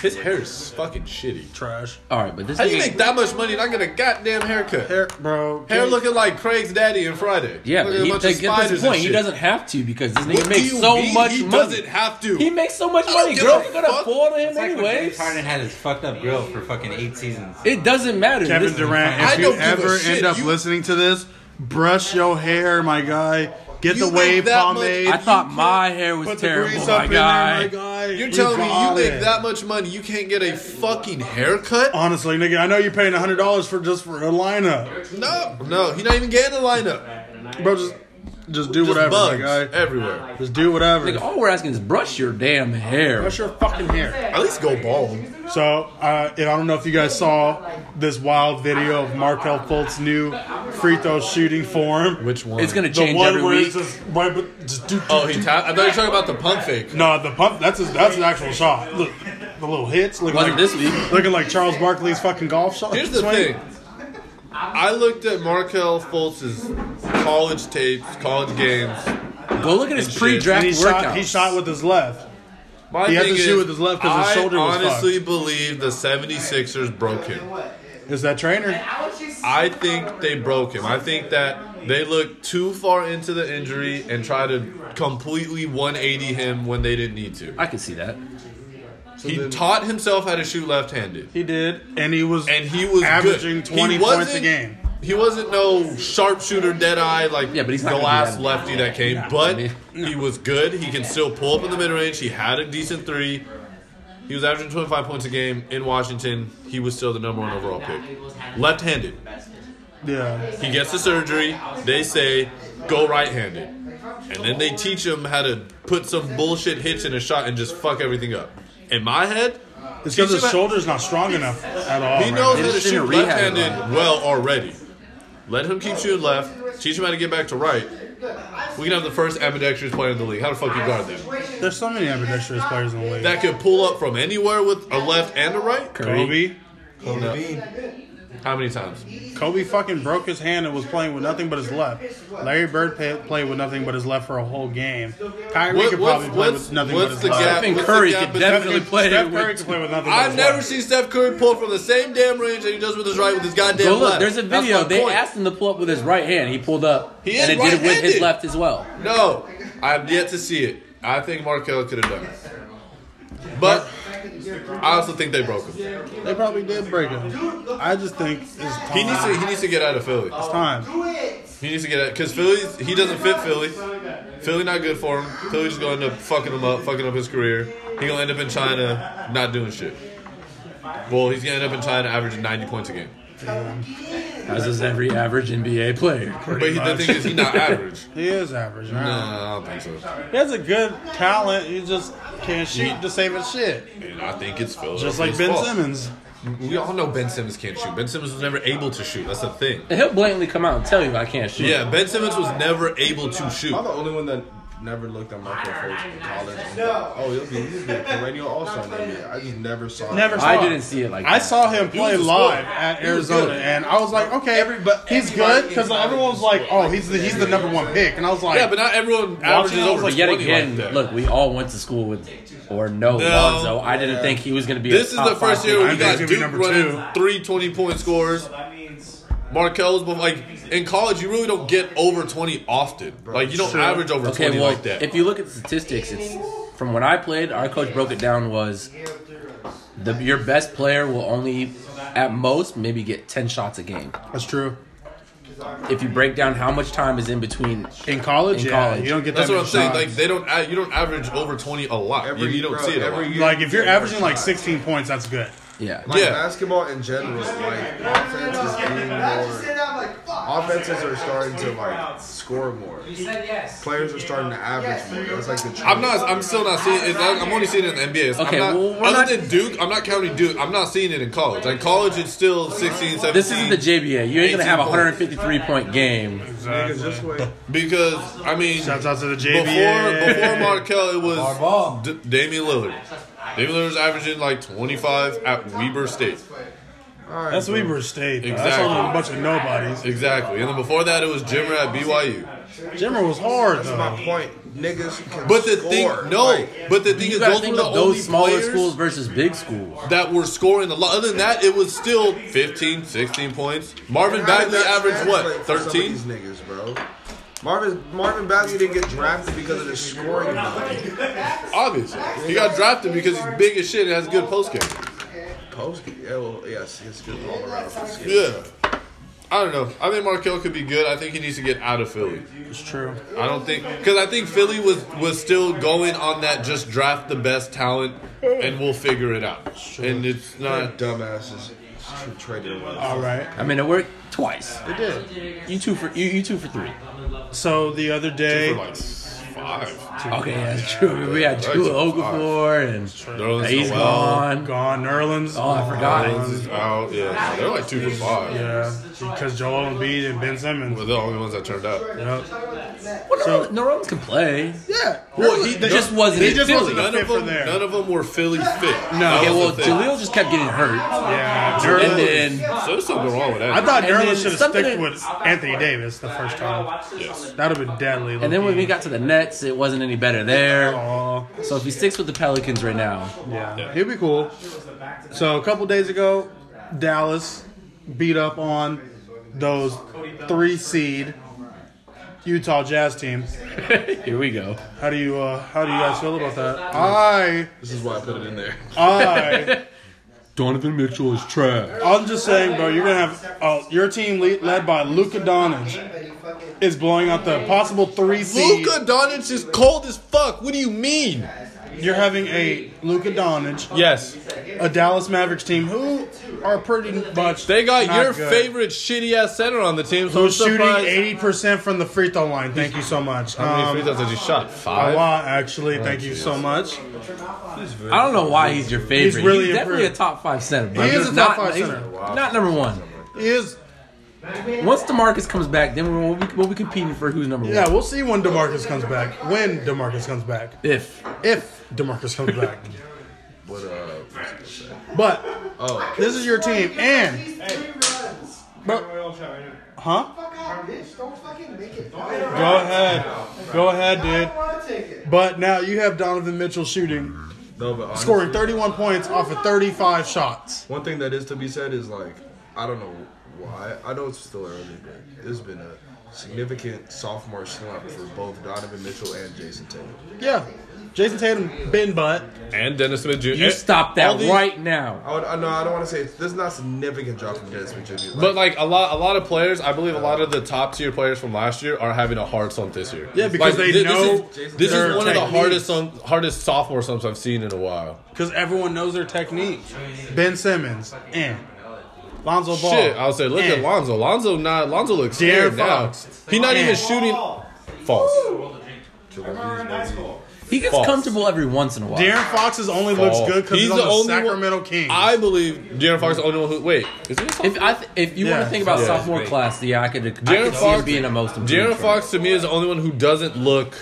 S3: his hair is fucking shitty.
S4: Trash.
S12: All right, but this
S3: How do you
S12: is
S3: make that much money and not get a goddamn haircut? Hair,
S4: Hair, bro.
S3: looking like Craig's daddy in Friday.
S12: yeah.
S3: Look
S12: But
S3: at a
S12: he,
S3: bunch
S12: to
S3: of
S12: get
S3: spiders
S12: this
S3: and
S12: point, he
S3: shit.
S12: doesn't have to because this nigga
S3: What do
S12: makes
S3: you
S12: so
S3: mean
S12: much
S3: he
S12: money.
S3: doesn't have to.
S12: He makes so much money.
S3: give
S12: Girls
S3: a
S12: are gonna
S3: fuck.
S12: fall to him
S6: It's like when James
S12: anyways.
S6: Harden had his fucked up grill for fucking eight seasons.
S12: It doesn't matter.
S4: Kevin
S12: This-
S4: Durant,
S3: I
S4: if you
S3: don't give a
S4: ever
S3: shit.
S4: end up
S3: You-
S4: listening to this, brush your hair, my guy. Get
S3: You
S4: the
S3: make
S4: wave
S3: that much-
S4: pomade.
S12: I thought my hair was
S4: Put the
S12: terrible,
S4: grease
S12: my
S4: up in there,
S12: guy.
S4: my guy.
S3: You're telling me you
S4: got
S3: make
S4: it.
S3: that much money, you can't get a fucking haircut?
S4: Honestly, nigga, I know you're paying hundred dollars for just for a lineup,
S3: No, no, he's not even getting the lineup.
S4: bro. Just, just do
S3: Just
S4: whatever,
S3: bugs
S4: my guy.
S3: everywhere.
S4: Just do whatever.
S12: Like, all we're asking is brush your damn hair.
S4: Brush your fucking hair.
S3: At least go bald.
S4: So, uh, and I don't know if you guys saw this wild video of Markel Fultz's new free throw shooting form.
S3: Which one?
S12: It's gonna
S4: The
S12: change
S4: one
S12: every
S4: where it's
S12: week.
S4: just, right, but just do,
S3: Oh, he tapped. I thought you were talking about the pump fake.
S4: no, the pump. That's his, that's an actual shot. Look, the little hits. Looking
S12: Wasn't
S4: like,
S12: this week?
S4: Looking like Charles Barkley's fucking golf shot.
S3: Here's the
S4: swing.
S3: thing. I looked at Markel Fultz's college tapes, college games.
S12: Go look at his
S3: And
S12: pre-draft
S4: And he shot.
S12: workout.
S4: He shot with his left.
S3: My
S4: He had
S3: thing
S4: to
S3: is,
S4: shoot with his left 'cause his shoulder
S3: I
S4: was
S3: honestly believe the 76ers broke him.
S4: Is that trainer?
S3: I think they broke him. I think that they looked too far into the injury and tried to completely 180 him when they didn't need to.
S12: I can see that.
S3: He taught himself how to shoot left-handed.
S4: He did, and he was
S3: and he was
S4: averaging
S3: good.
S4: twenty
S3: he
S4: points a
S3: wasn't-
S4: game.
S3: He wasn't no sharpshooter, dead eye like
S12: Yeah, but he's not
S3: the
S12: gonna be
S3: last
S12: that-
S3: lefty that came. but
S12: mean-
S3: he was good. He can still pull up in the mid range. He had a decent three. He was averaging 25 points a game in Washington. He was still the number one overall pick. Left handed.
S4: Yeah,
S3: He gets the surgery. They say go right handed. And then they teach him how to put some bullshit hitch in a shot and just fuck everything up. In my head,
S4: it's
S3: teach
S4: because his
S3: him how-
S4: shoulder's not strong enough at all.
S3: he
S4: right
S3: knows
S4: now.
S3: how to
S12: He's in a
S3: shoot
S12: rehab
S3: left-handed well already. Let him keep shooting left. Teach him how to get back to right. We can have the first ambidextrous player in the league. How the fuck you guard them?
S4: There's so many ambidextrous players in the league.
S3: That could pull up from anywhere with a left and a right.
S4: Kobe,
S3: How many times?
S4: Kobe fucking broke his hand and was playing with nothing but his left. Larry Bird pa played with nothing but his left for a whole game. Kyrie
S3: What-
S4: could
S3: what's-
S4: probably play
S3: what's-
S4: with nothing
S3: what's
S4: but his
S3: the
S4: left.
S3: gap?
S12: Stephen
S3: What's the
S12: Curry
S3: gap
S12: could
S3: between-
S12: definitely play
S4: Steph Curry
S12: with.
S4: could play with nothing but
S3: I've
S4: his
S3: never
S4: left.
S3: seen Steph Curry pull from the same damn range that he does with his right with his goddamn
S12: Go look.
S3: left.
S12: There's a
S3: That's
S12: video.
S3: my
S12: They
S3: point.
S12: asked him to pull up with his right hand. He pulled up,
S3: He is
S12: and it did it with his
S3: right-handed.
S12: left as well.
S3: No, I've yet to see it. I think Markel could have done it, but I also think they broke him.
S4: They probably did break him. I just think it's time.
S3: He needs to. He needs to get out of Philly.
S4: It's time.
S3: He needs to get out because Philly's. He doesn't fit Philly. Philly not good for him. Philly's gonna end up fucking him up, fucking up his career. He gonna end up in China not doing shit. Well, he's gonna end up in China averaging 90 points a game.
S12: As is every average NBA player.
S3: but he, the thing is, he's not average.
S4: He is average. right?
S3: Nah, I don't think so.
S4: He has a good talent. He just can't shoot to save his shit.
S3: And I think it's Philly.
S4: Just like Ben Simmons.
S3: We all know Ben Simmons can't shoot. Ben Simmons was never able to shoot. That's the thing.
S12: And he'll blatantly come out and tell you I can't shoot.
S3: Yeah, Ben Simmons was never able to shoot.
S13: I'm the only one that never looked at Michael Fultz in college. No. Oh, he'll be, he'll be a perennial all-star maybe. I just never saw
S4: Never
S13: him.
S4: saw
S12: I
S4: it.
S12: didn't see it like
S4: I
S12: that.
S4: saw him play
S3: was
S4: live
S3: good.
S4: at
S3: He was
S4: Arizona,
S3: good.
S4: and I was like, okay,
S13: Everybo-
S4: he's
S13: everybody
S4: good because
S13: inside
S4: everyone
S13: of
S4: was
S13: the
S4: like,
S13: school,
S4: oh,
S13: like,
S4: he's the he's the
S13: everybody
S4: number
S13: was
S4: one
S13: like-
S4: pick, and I was like,
S3: Yeah, but not everyone
S12: Watching
S3: averages
S12: it
S3: over
S12: was yet
S3: 20
S12: again,
S3: like that.
S12: look, we all went to school with or no, Lonzo. I didn't think he was going to be.
S3: This
S12: a
S3: is
S12: top
S3: the first
S12: five
S3: year
S12: pick.
S3: we
S4: think he's
S3: got
S4: gonna be
S3: Duke
S4: number
S3: running
S4: two.
S3: three 20 point scores.
S7: That means
S3: Markel's, but like in college, you really don't get over 20 often. Like, you don't average over 20
S12: Okay, well,
S3: like that.
S12: if you look at the statistics, it's from when I played, our coach broke it down was the your best player will only at most maybe get 10 shots a game.
S4: that's true.
S12: If you break down how much time is in between
S4: In college,
S12: In
S4: yeah,
S12: college.
S4: you don't get
S3: That's
S4: that
S3: what
S4: many
S3: I'm saying. Like,
S4: shots.
S3: they don't, a- you don't average over 20 a lot. You-
S13: Every-
S3: you, don't
S13: bro,
S3: see it a
S13: every
S3: lot.
S13: year.
S4: Like, if you're averaging like
S13: Shot.
S4: 16 points, that's good.
S12: yeah.
S13: Like
S3: Yeah.
S13: basketball in general, like offense is being more. Offenses are starting to like score more. Players are starting to average more. That's like the trend.
S3: I'm not. I'm still not seeing. It, I'm only seeing it in the NBA. It's- I'm
S12: Okay,
S3: not-
S12: well, we're
S3: other
S12: not-
S3: than Duke, I'm not counting Duke. I'm not seeing it in college. Like college, it's still 16, 17.
S12: This isn't the JBA. You ain't gonna have a
S3: 18 points.
S12: 153 point game.
S13: Niggas this way.
S3: because I mean,
S4: Shouts out to the
S3: before
S4: JBA.
S3: before Markel, it was D- Damian Lillard. Damian Lillard was averaging like 25 at Weber State.
S13: All right,
S4: That's
S13: bro.
S4: Weber State. though. That's
S3: Exactly.
S4: only a bunbunch of nobodies.
S3: Exactly, and then before that, it was Jimmer at BYU.
S4: Jimmer was hard
S13: That's my
S4: though.
S13: point. Niggas can
S3: But the
S13: score.
S3: thing, no.
S13: Like,
S3: but the thing
S12: You
S3: is,
S12: gotta
S3: those were
S12: think
S3: the
S12: of
S3: only
S12: those smaller
S3: players
S12: schools versus big schools.
S3: that were scoring a lot. Other than that, it was still 15, 16 points. Marvin
S13: how did
S3: Bagley
S13: that
S3: averaged what?
S13: translate for some of
S3: 13?
S13: These niggas, bro. Marvin Marvin Bagley didn't get drafted because of his scoring. ability.
S3: Obviously. He got drafted because he's big as shit and has a good post game.
S13: Post, yeah, well, yes, he's good all around.
S3: Yeah. I don't know. I think Markel could be good. I think he needs to get out of Philly.
S4: It's true.
S3: I don't think because I think Philly was was still going on that just draft the best talent and we'll figure it out. And it's
S13: They're
S3: not
S13: dumbasses. Should trade it away.
S4: All right.
S12: I mean, it worked twice.
S4: It did.
S12: You two for you, you two for three.
S4: So the other
S3: for
S4: day,
S3: like five.
S12: Okay, yeah, that's true. We had Drew
S3: All right.
S12: Okafor and
S3: Nerlens
S12: he's
S3: Noel
S12: gone.
S4: gone Nerlens.
S12: Oh, I forgot.
S3: is out. Yeah, they're like two for five.
S4: Yeah, because Joel Embiid and Ben
S3: We're
S4: Simmons.
S3: the only ones that turned out.
S4: Yep.
S12: What
S4: So-
S12: New Orleans can play.
S4: Yeah.
S3: Well, he-
S12: It just wasn't.
S4: They
S12: in
S4: just
S12: Philly.
S4: wasn't
S3: None
S4: fit
S3: of
S4: for
S3: them.
S4: there.
S3: None of them were Philly fit.
S12: Okay,
S3: That
S12: well,
S3: was the thing.
S12: Jaleel just kept getting hurt,
S4: Yeah. Nerlens.
S12: and then
S3: So there's something wrong with that.
S4: I thought
S12: And then
S4: Nerlens should have
S12: something
S4: sticked
S12: in-
S4: with Anthony Davis the first time. That would have been deadly.
S12: and then when we
S4: looking.
S12: got to the Nets, it wasn't any better there.
S4: Aw.
S12: So if he sticks with the Pelicans right now,
S4: Yeah, he'd be cool. So a couple days ago, Dallas beat up on those three seed Utah Jazz team.
S12: here we go.
S4: How do you uh, how do you guys feel about that? I
S13: This is why I put it in there.
S4: I
S3: Donovan Mitchell is trash.
S4: I'm just saying, bro. You're gonna have uh, your team lead, led by Luka Doncic is blowing out the possible three seed.
S3: Luka Doncic is cold as fuck. What do you mean?
S4: You're having a Luka Doncic,
S3: Yes,
S4: a Dallas Mavericks team who are pretty much
S3: they got
S4: not
S3: your
S4: good.
S3: favorite shitty ass center on the team. So I'm
S4: Who's shooting
S3: surprised.
S4: eighty percent from the free throw line? Thank you so much.
S3: How many
S4: Um,
S3: free throws did you shot?
S4: a
S3: Five.
S4: lot, actually. Thank you so much.
S12: I don't know why he's your favorite. He's,
S4: really
S12: definitely
S4: improved.
S12: a top five center. Bro.
S4: He is
S12: Just
S4: a top
S12: not-
S4: five
S12: he's
S4: center.
S12: Not number one.
S4: Is
S12: Once DeMarcus comes back, then we'll be, we'll be competing for who's number
S4: yeah,
S12: one.
S4: we'll see when Demarcus comes back. When Demarcus comes back,
S12: If
S4: if Demarcus comes back. But this is your team, and Huh?
S14: Fuck off, bitch. Don't fucking make it. Go
S4: Go ahead. Go ahead, dude.
S14: want to take it.
S4: But now you have Donovan Mitchell shooting,
S13: No, but honestly,
S4: scoring 31 points off of 35 shots.
S13: One thing that is to be said is like, I don't know why. I know it's still early, but there's been a significant sophomore slump for both Donovan Mitchell and Jason Tatum.
S4: Yeah. Jason Tatum, bin butt.
S3: And Dennis Smith Jr. Eh,
S12: You
S3: And-
S12: stop that
S3: all these-
S12: right now.
S13: I would, I know Oh, I don't want to say it's, this is not significant drop from Dennis Smith Jr.
S3: But like a lot, a lot of players, I believe a lot of the top tier players from last year are having a hard slump this year.
S4: Yeah, because they
S3: thi-
S4: know
S3: This is, this is
S4: their
S3: one of the
S4: technique.
S3: hardest, slump, hardest sophomore slumps I've seen in a while.
S4: Because everyone knows their technique. Ben Simmons, and Lonzo Ball.
S3: Shit, I would say look at
S4: Eh.
S3: Lonzo. Lonzo not Lonzo looks scared
S4: De'Aaron
S3: now.
S4: Fox.
S3: He not
S4: Eh.
S3: even shooting. False.
S12: He gets
S3: False.
S12: comfortable every once in a while.
S4: Darren Fox's only looks
S3: False.
S4: good because he's, on the, Sacramento
S3: one,
S4: Kings.
S3: I believe De'Aaron Fox is the only one who. Wait, is he? a sophomore?
S12: If I th- if you want
S4: Yeah.
S12: to think about
S3: Yeah.
S12: sophomore class, yeah, I could, I
S3: De'Aaron
S12: could see
S3: Fox
S12: him being a most improved.
S3: De'Aaron
S12: player.
S3: Fox to me is the only one who doesn't look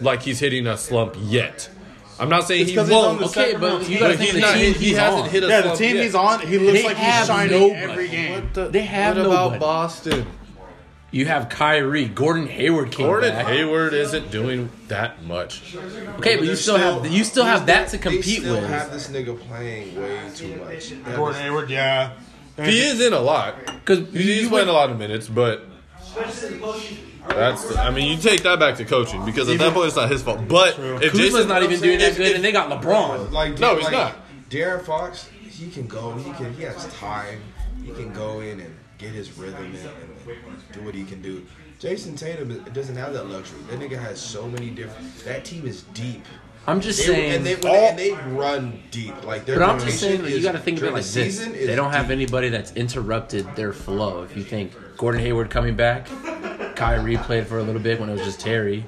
S3: like he's hitting a slump yet. I'm not saying he
S4: 'cause he's on
S3: won't.
S4: the
S12: Okay, but you got to
S3: But
S12: think
S3: he's
S12: the
S3: not. He,
S12: team
S3: he
S12: he's
S3: hasn't
S12: on.
S3: hit a
S4: yeah, the
S3: slump
S4: team
S3: yet.
S4: he's on, he looks
S12: They
S4: like he's
S12: have
S4: shining
S12: nobody.
S4: every game.
S12: They have
S3: what about
S12: nobody.
S3: Boston?
S12: You have Kyrie, Gordon Hayward came
S3: Gordon
S12: back.
S3: Hayward isn't doing that much.
S12: Okay, but you still have you still have that to
S13: they
S12: compete
S13: still
S12: with
S13: have this nigga playing way too much. They have
S4: Gordon
S13: this-
S4: Hayward, yeah.
S3: He is in a lot.
S12: because
S3: He's playing a lot of minutes, but that's. I mean, you take that back to coaching because at that point it's not his fault. But if
S12: Kuzma's
S3: Jason,
S12: not even doing that
S3: if-
S12: good, and they got LeBron.
S13: Like
S3: No,
S13: Dar-
S3: he's
S13: like,
S3: not.
S13: Darren Fox, he can go. He can. He has time. He can go in and get his rhythm in and do what he can do. Jason Tatum is- doesn't have that luxury. That nigga has so many different. That team is deep.
S12: I'm just
S13: They,
S12: saying.
S13: and they, when they and they run deep. Like their
S12: But I'm just
S13: rotation
S12: saying that you
S13: is-
S12: got to think of it
S13: during
S12: like
S13: the
S12: this.
S13: season
S12: They
S13: is
S12: don't have
S13: deep.
S12: anybody that's interrupted their flow. If you think Gordon Hayward coming back, Kyrie played for a little bit when it was just Terry.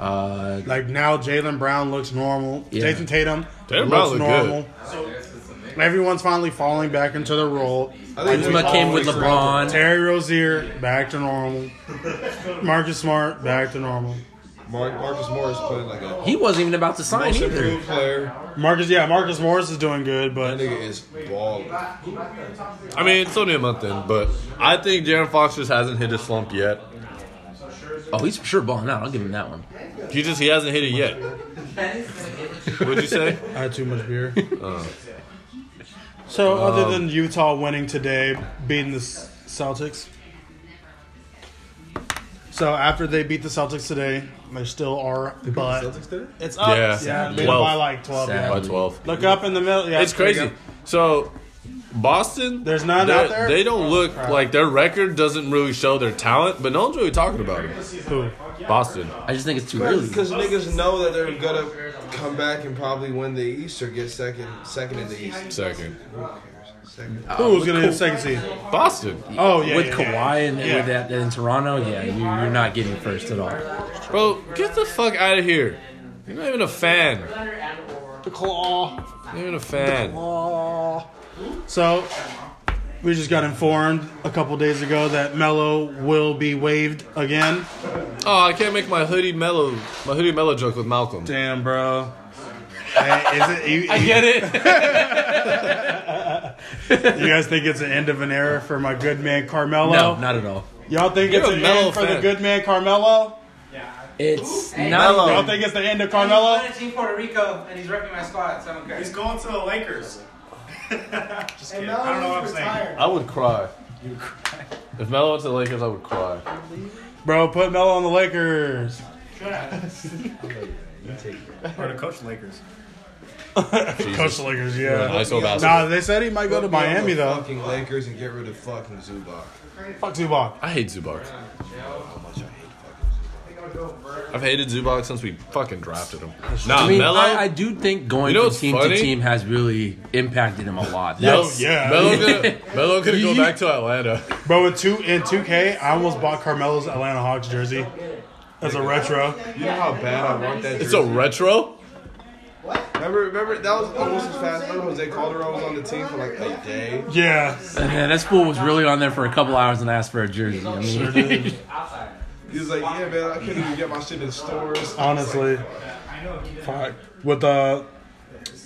S12: Uh,
S4: Like now, Jalen Brown looks normal.
S12: Yeah.
S4: Jason Tatum
S3: Tatum
S4: looks
S3: Brown look
S4: normal. Everyone's finally falling back into their role.
S13: I think
S12: Kuzma
S13: they
S12: came with
S13: always
S12: LeBron.
S4: Terry Rozier back to normal. Marcus Smart back to normal.
S13: Mar- Marcus Morris playing like a
S12: He wasn't even about to sign
S13: most
S12: either.
S13: improved player.
S4: Marcus, yeah, Marcus Morris is doing
S13: That
S4: good, but
S13: nigga is balling.
S3: I mean, it's only a month in, but I think De'Aaron Fox just hasn't hit a slump yet.
S12: Oh, he's for sure balling out. I'll give him that one.
S3: He just he hasn't hit it yet. What'd you say?
S4: I had too much beer. So,
S3: Um,
S4: other than Utah winning today, beating the S- Celtics. So after they beat the Celtics today, they still are, but
S13: Celtics did it?
S4: it's up.
S13: Uh,
S3: Yeah.
S4: yeah, they
S3: Twelve.
S4: by like twelve. Yeah.
S3: By twelve.
S4: Look up in the middle. Yeah,
S3: It's
S4: there you
S3: crazy.
S4: go.
S3: So Boston,
S4: There's none
S3: they're-
S4: out there?
S3: They don't look like their record doesn't really show their talent, but no one's really talking about it.
S4: Who?
S3: Boston.
S12: I just think it's too early.
S13: Because niggas know that they're gonna come back and probably win the East or get second, second in the East.
S3: Second.
S13: Second.
S4: Who's gonna hit second seed?
S3: Boston.
S4: Oh yeah,
S12: with
S4: yeah,
S12: Kawhi
S4: yeah.
S12: and with that in Toronto, yeah, you, you're not getting first at all.
S3: Bro, get the fuck out of here. You're not even a fan. The claw. You're not even a fan. Oh,
S4: So we just got informed a couple days ago that Melo will be waived again.
S3: Oh, I can't make my hoodie mellow my hoodie mellow joke with Malcolm.
S4: Damn, bro. Hey, is it, you, you,
S12: it?
S4: you guys think it's the end of an era for my good man Carmelo?
S12: No, not at all.
S4: Y'all think
S3: You're
S4: it's
S3: a
S4: the
S3: Melo
S4: end for
S3: fan.
S4: the good man Carmelo?
S12: It's not.
S4: Y'all think it's the end of Carmelo?
S15: I'm on a team Puerto Rico, and he's repping my spot, so I don't care.
S7: He's going to the Lakers. Just kidding. I don't know what I'm saying.
S3: I would cry. If Melo went to the Lakers, I would cry.
S4: Bro, put Melo on the Lakers.
S7: Or to coach Lakers.
S4: Coach the Lakers, yeah.
S3: Nice old
S4: Nah,
S3: basketball.
S4: they said he might go to
S13: Put me on
S4: Miami
S13: the
S4: though.
S13: Fucking Lakers and get rid of fucking Zubac.
S4: Fuck Zubac.
S3: I hate Zubac. I've hated Zubac since we fucking drafted him. Nah,
S12: I mean,
S3: Melo.
S12: I, I do think going
S3: You know
S12: from
S3: what's
S12: team
S3: funny?
S12: to team has really impacted him a lot.
S3: Yo,
S4: yeah.
S3: Melo gonna, Melo gonna go
S12: You-
S3: back to Atlanta.
S4: Bro, in two in two K, I almost bought Carmelo's Atlanta Hawks jersey as a retro.
S13: You know how bad I want that.
S3: It's a
S13: jersey?
S3: retro.
S13: Remember, remember that was almost as fast. Remember Jose Calderon was on the team for like a day.
S4: Yeah.
S12: And then that fool was really on there for a couple hours and asked for a jersey. I mean,
S13: He was like, "Yeah, man, I couldn't even get my shit in stores."
S4: Honestly. Fuck. With uh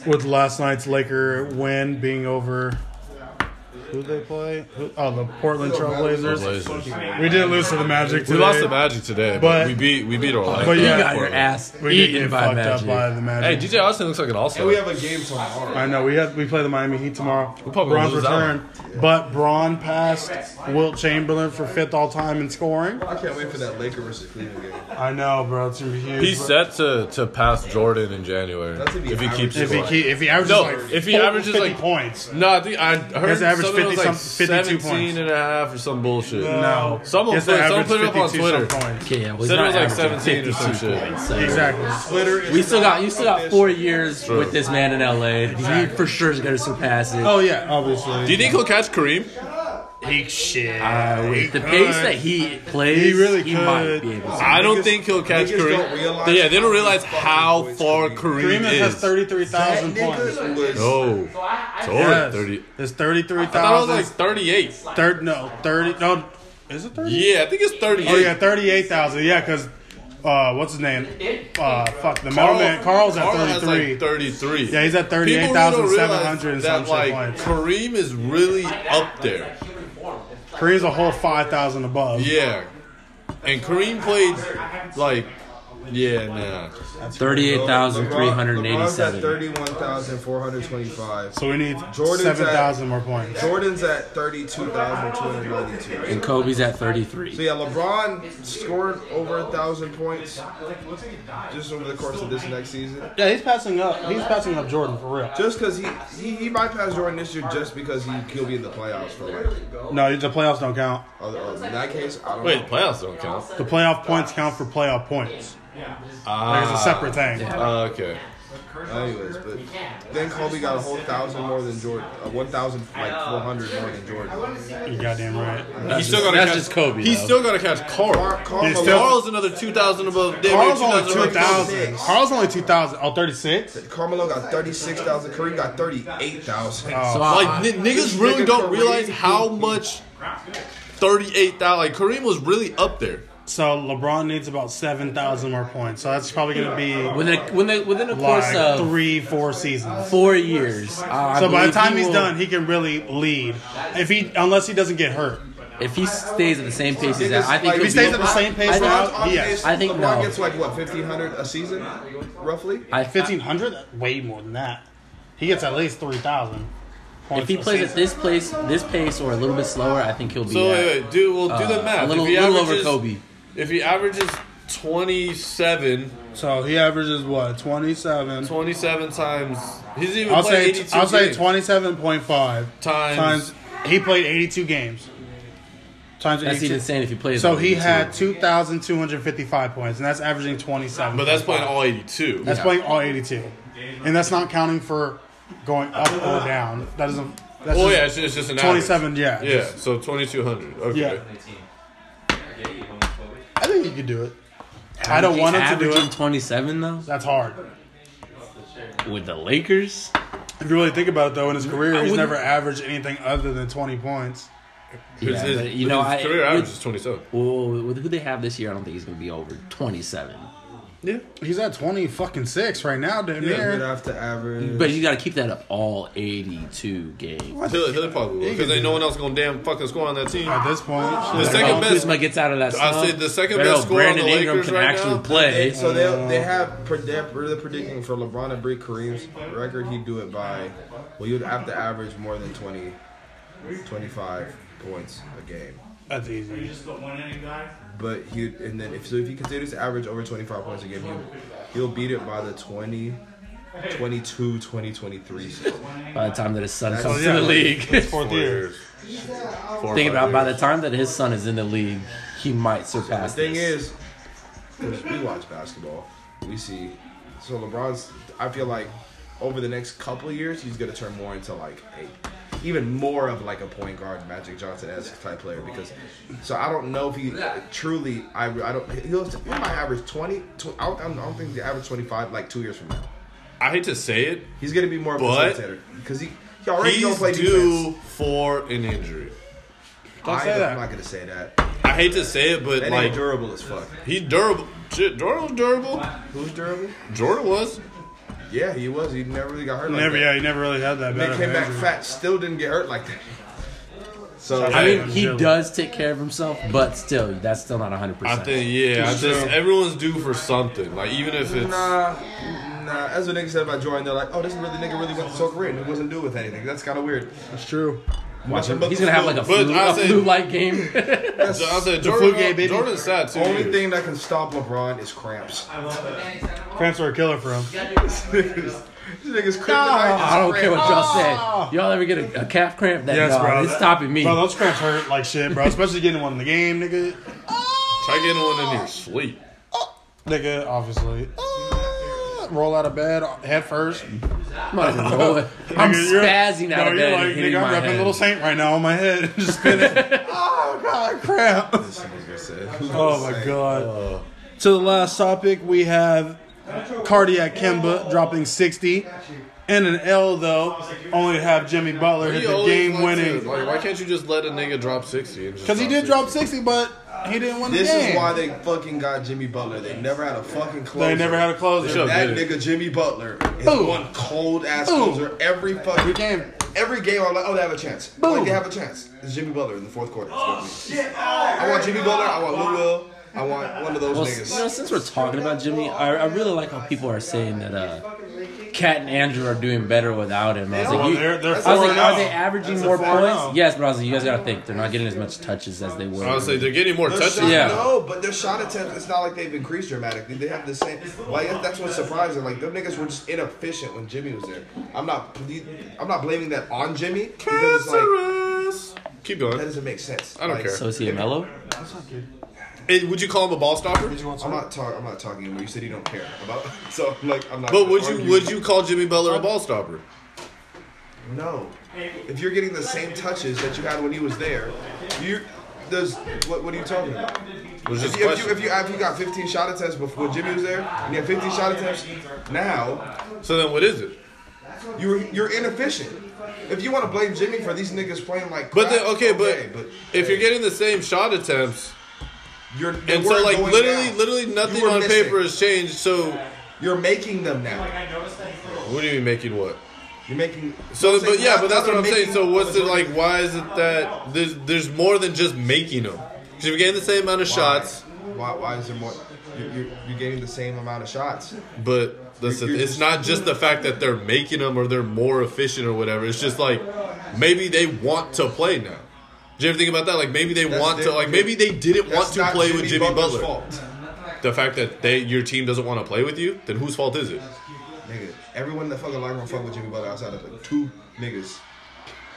S4: with last night's Laker win being over Who they play? Who, oh, the Portland
S8: Little
S4: Trailblazers.
S8: Blazers.
S4: We did lose to the Magic.
S3: We
S4: Today.
S3: lost the Magic today, but,
S4: But-
S3: we beat we beat Orlando.
S4: But yeah,
S12: got your ass
S4: We did
S12: eaten
S4: get
S12: by
S4: fucked up
S12: Magic.
S4: by the
S3: Hey,
S4: Magic.
S3: DJ Austin looks like an all-star.
S13: And we have a game tomorrow.
S4: I know we have we play the Miami Heat tomorrow.
S3: probably
S4: Braun's
S3: lose that
S4: return, but Braun passed Wilt Chamberlain for fifth all time in scoring.
S13: I can't wait for that Lakers versus Cleveland game.
S4: I know, bro. It's gonna be huge.
S3: He's set to, to pass Jordan in January
S13: That's if he
S3: if he keeps
S4: if he
S3: scoring.
S4: keep, if he averages
S3: No,
S4: like
S3: if he
S4: 40,
S3: averages
S4: 50
S3: like-
S4: points,
S3: no, I think I heard
S4: has averaged
S3: something was
S4: 50
S3: like
S4: some- 52
S3: 17
S4: points.
S3: and a half or some bullshit.
S4: no.
S3: Someone
S4: Yes,
S3: put-
S4: they
S3: someone put it up
S4: average
S3: on
S4: 52 some
S3: Twitter.
S4: points.
S12: Okay, yeah, well, he's
S3: Said it
S12: not
S3: was like
S12: averaging
S3: 17 or some
S12: 52
S3: shit.
S12: points, so-
S4: Exactly.
S12: We still got you still got four years with this man in LA. He for sure is gonna surpass it.
S4: Oh yeah, obviously.
S3: Do you think he'll catch Kareem?
S4: He shit.
S3: Ah,
S12: Uh, with the pace that he plays,
S4: He
S12: he
S4: really
S12: might
S4: could.
S12: be able to.
S3: I don't think he'll catch
S13: niggas
S3: Kareem.
S13: don't realize
S3: yeah, they don't
S13: how
S3: realize
S13: fucking
S3: how
S13: points
S3: far
S4: Kareem
S3: Kareem
S4: has
S3: is.
S4: thirty-three thousand points.
S13: Was,
S3: No, it's over
S4: Yes.
S3: 30.
S4: It's thirty-three
S3: I thought it was
S4: thousand.
S3: like 38.
S4: Third, no, thirty. No, is it thirty?
S3: Yeah, I think it's 38.
S4: Oh yeah, thirty-eight thousand. Yeah, because uh, what's his name? Uh, fuck the middleman. Carl's at
S3: Carl has,
S4: thirty-three.
S3: Like 33.
S4: Yeah, he's at
S3: People really don't
S4: 38,700 and
S3: realize
S4: some
S3: that
S4: shit
S3: like
S4: points.
S3: Kareem is really up there.
S4: Kareem's a whole five thousand above.
S3: Yeah, and Kareem played like yeah, nah.
S12: Thirty-eight thousand three hundred
S13: LeBron's at
S12: eighty-seven.
S13: 31,425.
S4: So we need
S13: Jordan's
S4: seven
S13: at-
S4: thousand more points.
S13: Jordan's at 32,292.
S12: And Kobe's at
S13: So
S12: thirty-three.
S13: yeah, LeBron scored over a thousand points just over the course of this next season.
S4: Yeah, he's passing up. Uh, He's passing up Jordan for real.
S13: Just because he, he he bypassed Jordan this year just because he he'll be in the playoffs for like.
S4: No, the playoffs don't count.
S13: Other, uh, in that case, I don't
S3: Wait,
S13: know.
S3: playoffs don't count.
S4: The playoff points count for playoff points. Like
S3: Ah.
S4: it's a separate thing.
S3: Uh, okay.
S13: Anyways, but then Kobe got a whole thousand more than Jordan, uh, one thousand like four hundred more than Jordan.
S4: You're goddamn right.
S3: He's still gotta
S12: that's
S3: catch
S12: just Kobe,
S3: He's
S12: though.
S3: still gotta catch Carl.
S13: Car- Carl
S4: He's
S13: Malone-
S4: still-
S3: Carl's another two thousand above. damn near
S4: Carl's only
S3: 2,000
S4: two
S3: above
S4: thousand. Carl's only two thousand. Oh, 36?
S13: Carmelo got 36,000. Kareem got 38,000.
S12: So uh,
S3: Like
S12: I,
S3: n- niggas really
S13: nigga
S3: don't
S13: Kareem
S3: realize
S13: can-
S3: how much thirty-eight thousand. Like Kareem was really up there.
S4: So LeBron needs about seven thousand more points. So that's probably gonna be
S12: within a, within a, within a course
S4: like
S12: of
S4: three, four seasons.
S12: four years. uh, I
S4: So by the
S12: believe
S4: time
S12: he
S4: he's
S12: will-
S4: done, he can really lead. If he unless he doesn't get hurt.
S12: if he stays at the same pace he's at, I think
S13: Like, if
S12: he'll
S4: If
S12: be
S4: he stays at the
S12: over-
S4: same pace
S12: I think-
S4: now, yes.
S13: Obviously,
S12: I think
S13: LeBron
S12: no.
S13: gets like what 1,500 a season, roughly.
S12: I,
S4: Fifteen hundred? Way more than that. He gets at least three thousand.
S12: if he plays at this place, this pace, or a little bit slower, I think he'll be.
S3: So
S12: at,
S3: wait, wait, do well, do
S12: uh,
S3: the math.
S12: A little,
S3: if he
S12: little
S3: averages,
S12: over Kobe.
S3: If he averages 27,
S4: So he averages what, twenty seven?
S3: 27 times, he's even
S4: I'll
S3: played
S4: say
S3: 82
S4: I'll say
S3: games.
S4: twenty seven point five
S3: Times-
S4: times he played eighty two games. Times
S12: That's
S4: 82.
S12: even saying if he plays.
S4: So
S12: over
S4: he
S12: 82.
S4: had 2,255 points, and that's averaging 27.
S3: But that's playing all 82.
S4: That's playing all 82, and that's not counting for going up or down. That doesn't. That's
S3: oh
S4: just
S3: yeah, it's just, it's just an
S4: 27. Yeah.
S3: Average. Yeah, so 2200. Okay.
S4: Yeah. I think he could do it. I don't want him to do
S12: Averaging
S4: it.
S12: twenty-seven though
S4: That's hard.
S12: with the Lakers.
S4: If you really think about it, though, in his career, he's
S12: wouldn't-
S4: never averaged anything other than 20 points.
S3: His,
S12: Yeah,
S3: his-
S12: but, you know,
S3: his
S12: I-
S3: career
S12: it-
S3: average is 27.
S12: Well, with who they have this year, I don't think he's going to be over twenty-seven.
S4: He's at 20 fucking six right now, damn
S13: Yeah,
S4: near.
S13: good after average.
S12: But you got to keep that up all eighty-two games.
S3: He'll, he'll probably will because ain't no one else gonna damn fucking score on that team.
S4: At this point,
S3: The
S4: shit.
S3: second
S12: Kyle
S3: best-
S12: Oh, Kuzma gets out of that.
S3: I'll
S12: slump.
S3: say the second
S12: Better
S3: best
S12: hope
S3: scorer on
S12: Brandon
S3: the
S12: Ingram
S3: Lakers
S12: can
S3: right
S12: actually
S3: now.
S12: play.
S13: so they they have predict, really predicting for LeBron to break Kareem's record, he'd do it by well, you'd have to average more than 20, 25 points a game.
S4: that's easy.
S13: But he and then if so if he continues to average over 25 points a game, he'll, he'll beat it by the 20 22 2023 season.
S12: By the time that his son comes
S4: yeah,
S12: to the
S4: like,
S12: league,
S4: Fourth year.
S12: think about by the time that his son is in the league, he might surpass.
S13: Thing
S12: this.
S13: is, 'cause we watch basketball, we see. So LeBron's, I feel like, over the next couple of years, he's gonna turn more into like a, even more of like a point guard, Magic Johnson esque type player. Because, so I don't know if he truly, I, I don't, he'll, he might average twenty. Tw- I, don't, I don't think he average twenty five like two years from now.
S3: I hate to say it,
S13: He's gonna be more of a
S3: But-
S13: facilitator because he, he already don't
S3: he's
S13: play
S3: due
S13: defense.
S3: for an injury.
S13: I,
S4: say that.
S13: am not gonna say that. That
S3: I hate to say it, but
S13: ain't
S3: like
S13: durable as fuck.
S3: he's durable. Shit, Jordan was durable.
S13: Who's durable?
S3: Jordan was.
S13: Yeah, he was. He never really got hurt. like
S4: Never,
S13: that.
S4: yeah, he never really had that
S13: They
S4: bad. of
S13: came
S4: an
S13: back
S4: injury.
S13: fat, still didn't get hurt like that.
S3: So
S12: I mean, he does take care of himself, but still, that's still not 100%.
S3: I think yeah, I just everyone's due for something. Like even if it's
S13: Nah, nah. That's what Uh, niggas said about Jordan. They're like, oh, this really nigga really went to South Korea and it wasn't do with anything. That's kind of weird.
S4: That's true.
S13: Watch him.
S12: He's gonna have like a
S3: But
S12: flu,
S3: I
S12: a
S3: said-
S12: flu-like game.
S3: I said Jordan, Jordan's sad too.
S13: Only thing that can stop LeBron is cramps.
S4: Cramps are a killer for him.
S13: this nigga's kryptonite.
S12: I don't care what y'all said. Y'all ever get a, a calf cramp? That,
S4: Yes,
S12: no,
S4: bro.
S12: It's stopping me.
S4: Bro, those cramps hurt like shit, bro. Especially getting one in the game, nigga.
S3: Try getting one in your sleep.
S4: Nigga, obviously. Ah, roll out of bed head first.
S12: I'm, not even rolling. I'm
S4: Nigga, you're-
S12: spazzing out
S4: No,
S12: of
S4: you're
S12: bed.
S4: like,
S12: and hitting
S4: nigga, I'm
S12: my
S4: repping
S12: head.
S4: Little Saint right now on my head. Just spinning. oh, God, crap. Oh, my God.
S13: uh,
S4: to the last topic, we have Cardiac Kemba dropping 60. And an L, though, only to have Jimmy Butler hit
S3: You
S4: the
S3: always
S4: game
S3: want to.
S4: winning.
S3: Like, why can't you just let a nigga drop sixty? and just
S4: Because he did drop 60, but he didn't win
S13: This
S4: the game.
S13: is why they fucking got Jimmy Butler. They never had a fucking closer.
S4: they never had a closer.
S3: should've
S13: That
S3: did it.
S13: nigga Jimmy Butler is
S4: Boom.
S13: one cold ass
S4: Boom.
S13: closer every fucking
S4: game.
S13: Every game I'm like, oh, they have a chance.
S4: Boom.
S13: Like they have a chance. It's Jimmy Butler in the fourth quarter. Oh, shit. I want Jimmy Butler. I want Lou Will. I want one of those
S12: Well, s- you know,
S13: niggas.
S12: since we're talking about Jimmy, I, I really like how people are saying that uh, Cat and Andrew are doing better without him. I was
S4: Well,
S12: like, you,
S4: they're- they're
S12: I was
S4: four
S12: like
S4: and
S12: are
S4: oh.
S12: they averaging
S4: That's a
S12: more
S4: four and
S12: points?
S4: oh.
S12: Yes, but I was like, you guys gotta think they're not getting as much touches as they were.
S3: I would say they're getting more
S13: Their
S3: touches.
S13: shot,
S12: Yeah.
S13: No, but their shot attempt, it's not like they've increased dramatically. They have the same. Like, that- that's what's surprising. Like, them niggas were just inefficient when Jimmy was there. I'm not ple- I'm not blaming that on Jimmy. Because it's like,
S3: Keep
S13: that
S3: going.
S13: doesn't make sense.
S3: I don't
S13: Like,
S3: care.
S12: So is he a mellow?
S3: Hey, would you call him a ball stopper?
S13: I'm not talking. I'm not talking anymore. You said you don't care about. So like, I'm not.
S3: But
S13: gonna
S3: would you
S13: argue.
S3: would you call Jimmy Butler a ball stopper?
S13: No. If you're getting the same touches that you had when he was there, you there's what, what are you talking about?
S3: Was just
S13: If you, if,
S3: a
S13: you,
S3: question.
S13: if, you, if you got 15 shot attempts before Jimmy was there, and you have 15 shot attempts now,
S3: So then, what is it?
S13: you're you're inefficient. If you want to blame Jimmy for these niggas playing like,
S3: But then,
S13: crap,
S3: okay, but if
S13: hey,
S3: you're getting the same shot attempts,
S13: you're they
S3: and so
S13: weren't
S3: like
S13: going
S3: literally,
S13: down.
S3: literally nothing
S13: were
S3: on
S13: missing.
S3: paper has changed. So
S13: you're making them now.
S3: what do you mean making what?
S13: You're making
S3: So,
S13: I'm
S3: but
S13: saying,
S3: yeah,
S13: not-
S3: but that's
S13: not
S3: what I'm saying.
S13: making-
S3: So what's it
S13: but
S3: like? Why is it that there's there's more than just making them? Because you're getting the same amount of shots,
S13: Why, why is there more? You're, you're, you're getting the same amount of shots.
S3: but listen,
S13: You're- you're
S3: it's not just the fact that they're making them or they're more efficient or whatever. It's just like maybe they want to play now. Did you ever think about that? Like maybe they
S13: That's
S3: want to.
S13: their-
S3: Like maybe they didn't
S13: That's
S3: want to
S13: not
S3: play with Jimmy
S13: Butler's
S3: Butler.
S13: Fault.
S3: The fact that they your team doesn't want to play with you, then whose fault is it?
S13: Nigga, everyone in the fucking locker room fuck with Jimmy Butler outside of the two niggas.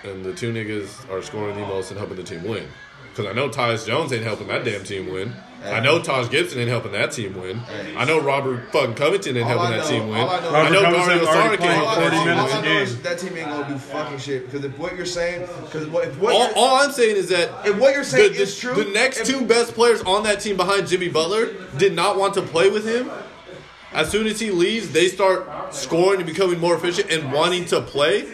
S3: And the two niggas are scoring the most and helping the team win. Because I know Taj Jones ain't helping that damn team win. I know Taj Gibson ain't helping that team win. I know Robert fucking Covington ain't
S13: All
S3: helping
S13: I
S3: that
S13: know-
S3: team win.
S13: all I know-
S3: I know
S4: Robert Covington
S3: Dario
S4: already
S3: Saric ain't
S13: All I,
S4: playing
S3: helping
S4: 40
S13: all,
S3: that
S4: minutes
S13: all I
S3: team
S4: a
S3: win.
S13: know
S4: game.
S13: is that team ain't gonna do fucking shit. Because if what you're saying, because what if what
S3: All,
S13: you're,
S3: all I'm saying is that
S13: if what you're
S3: the,
S13: saying
S3: the,
S13: is true,
S3: the next
S13: if-
S3: two best players on that team behind Jimmy Butler did not want to play with him. As soon as he leaves, they start scoring and becoming more efficient and wanting to play.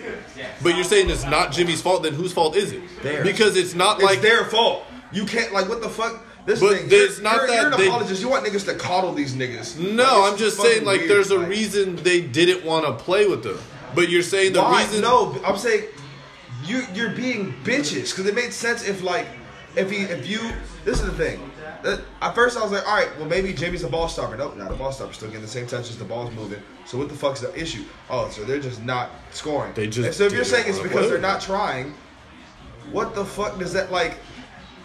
S3: But you're saying it's not Jimmy's fault, then whose fault is it?
S13: Theirs.
S3: Because it's not
S13: it's
S3: like
S13: their fault. You can't like what the fuck. This
S3: But
S13: thing,
S3: there's
S13: you're,
S3: not
S13: you're,
S3: that
S13: you're an
S3: they-
S13: apologist. You want niggas to coddle these niggas.
S3: No,
S13: Like, it's
S3: I'm just saying
S13: fucking
S3: like
S13: weird,
S3: there's a
S13: like,
S3: reason they didn't want to play with them. But you're saying the
S13: Why?
S3: reason
S13: No, I'm saying you you're being bitches because it made sense if like if he if you this is the thing. Uh, At first, I was like, all right, well maybe Jimmy's a ball stopper. Nope, not a ball stopper. Still getting the same touches. The ball's moving. So what the fuck's the issue? Oh, so they're just not scoring.
S3: They just
S13: And so if you're
S3: didn't
S13: saying it's
S3: wanna
S13: because
S3: play.
S13: they're not trying, what the fuck does that like?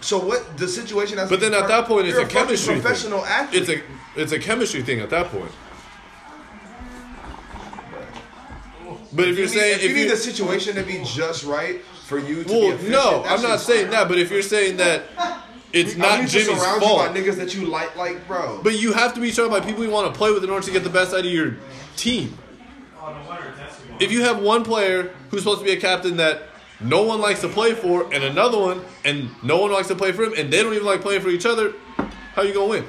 S13: So what the situation? Has
S3: But then at that point it's
S13: you're
S3: a
S13: fucking
S3: chemistry thing.
S13: professional athlete.
S3: It's a it's a chemistry thing at that point. But if
S13: you
S3: you're
S13: need,
S3: saying
S13: if you
S3: if
S13: need
S3: you
S13: the situation to be just right for you to be
S3: well
S13: efficient,
S3: no,
S13: that's
S3: I'm not
S13: just-
S3: saying that. But if you're saying that it's
S13: I
S3: not
S13: need to
S3: Jimmy's
S13: surround
S3: fault,
S13: You by niggas that you like, like, bro.
S3: but you have to be surrounded by people you want to play with in order to get the best out of your team. If you have one player who's supposed to be a captain that no one likes to play for, and another one, and no one likes to play for him, and they don't even like playing for each other, how you gonna win?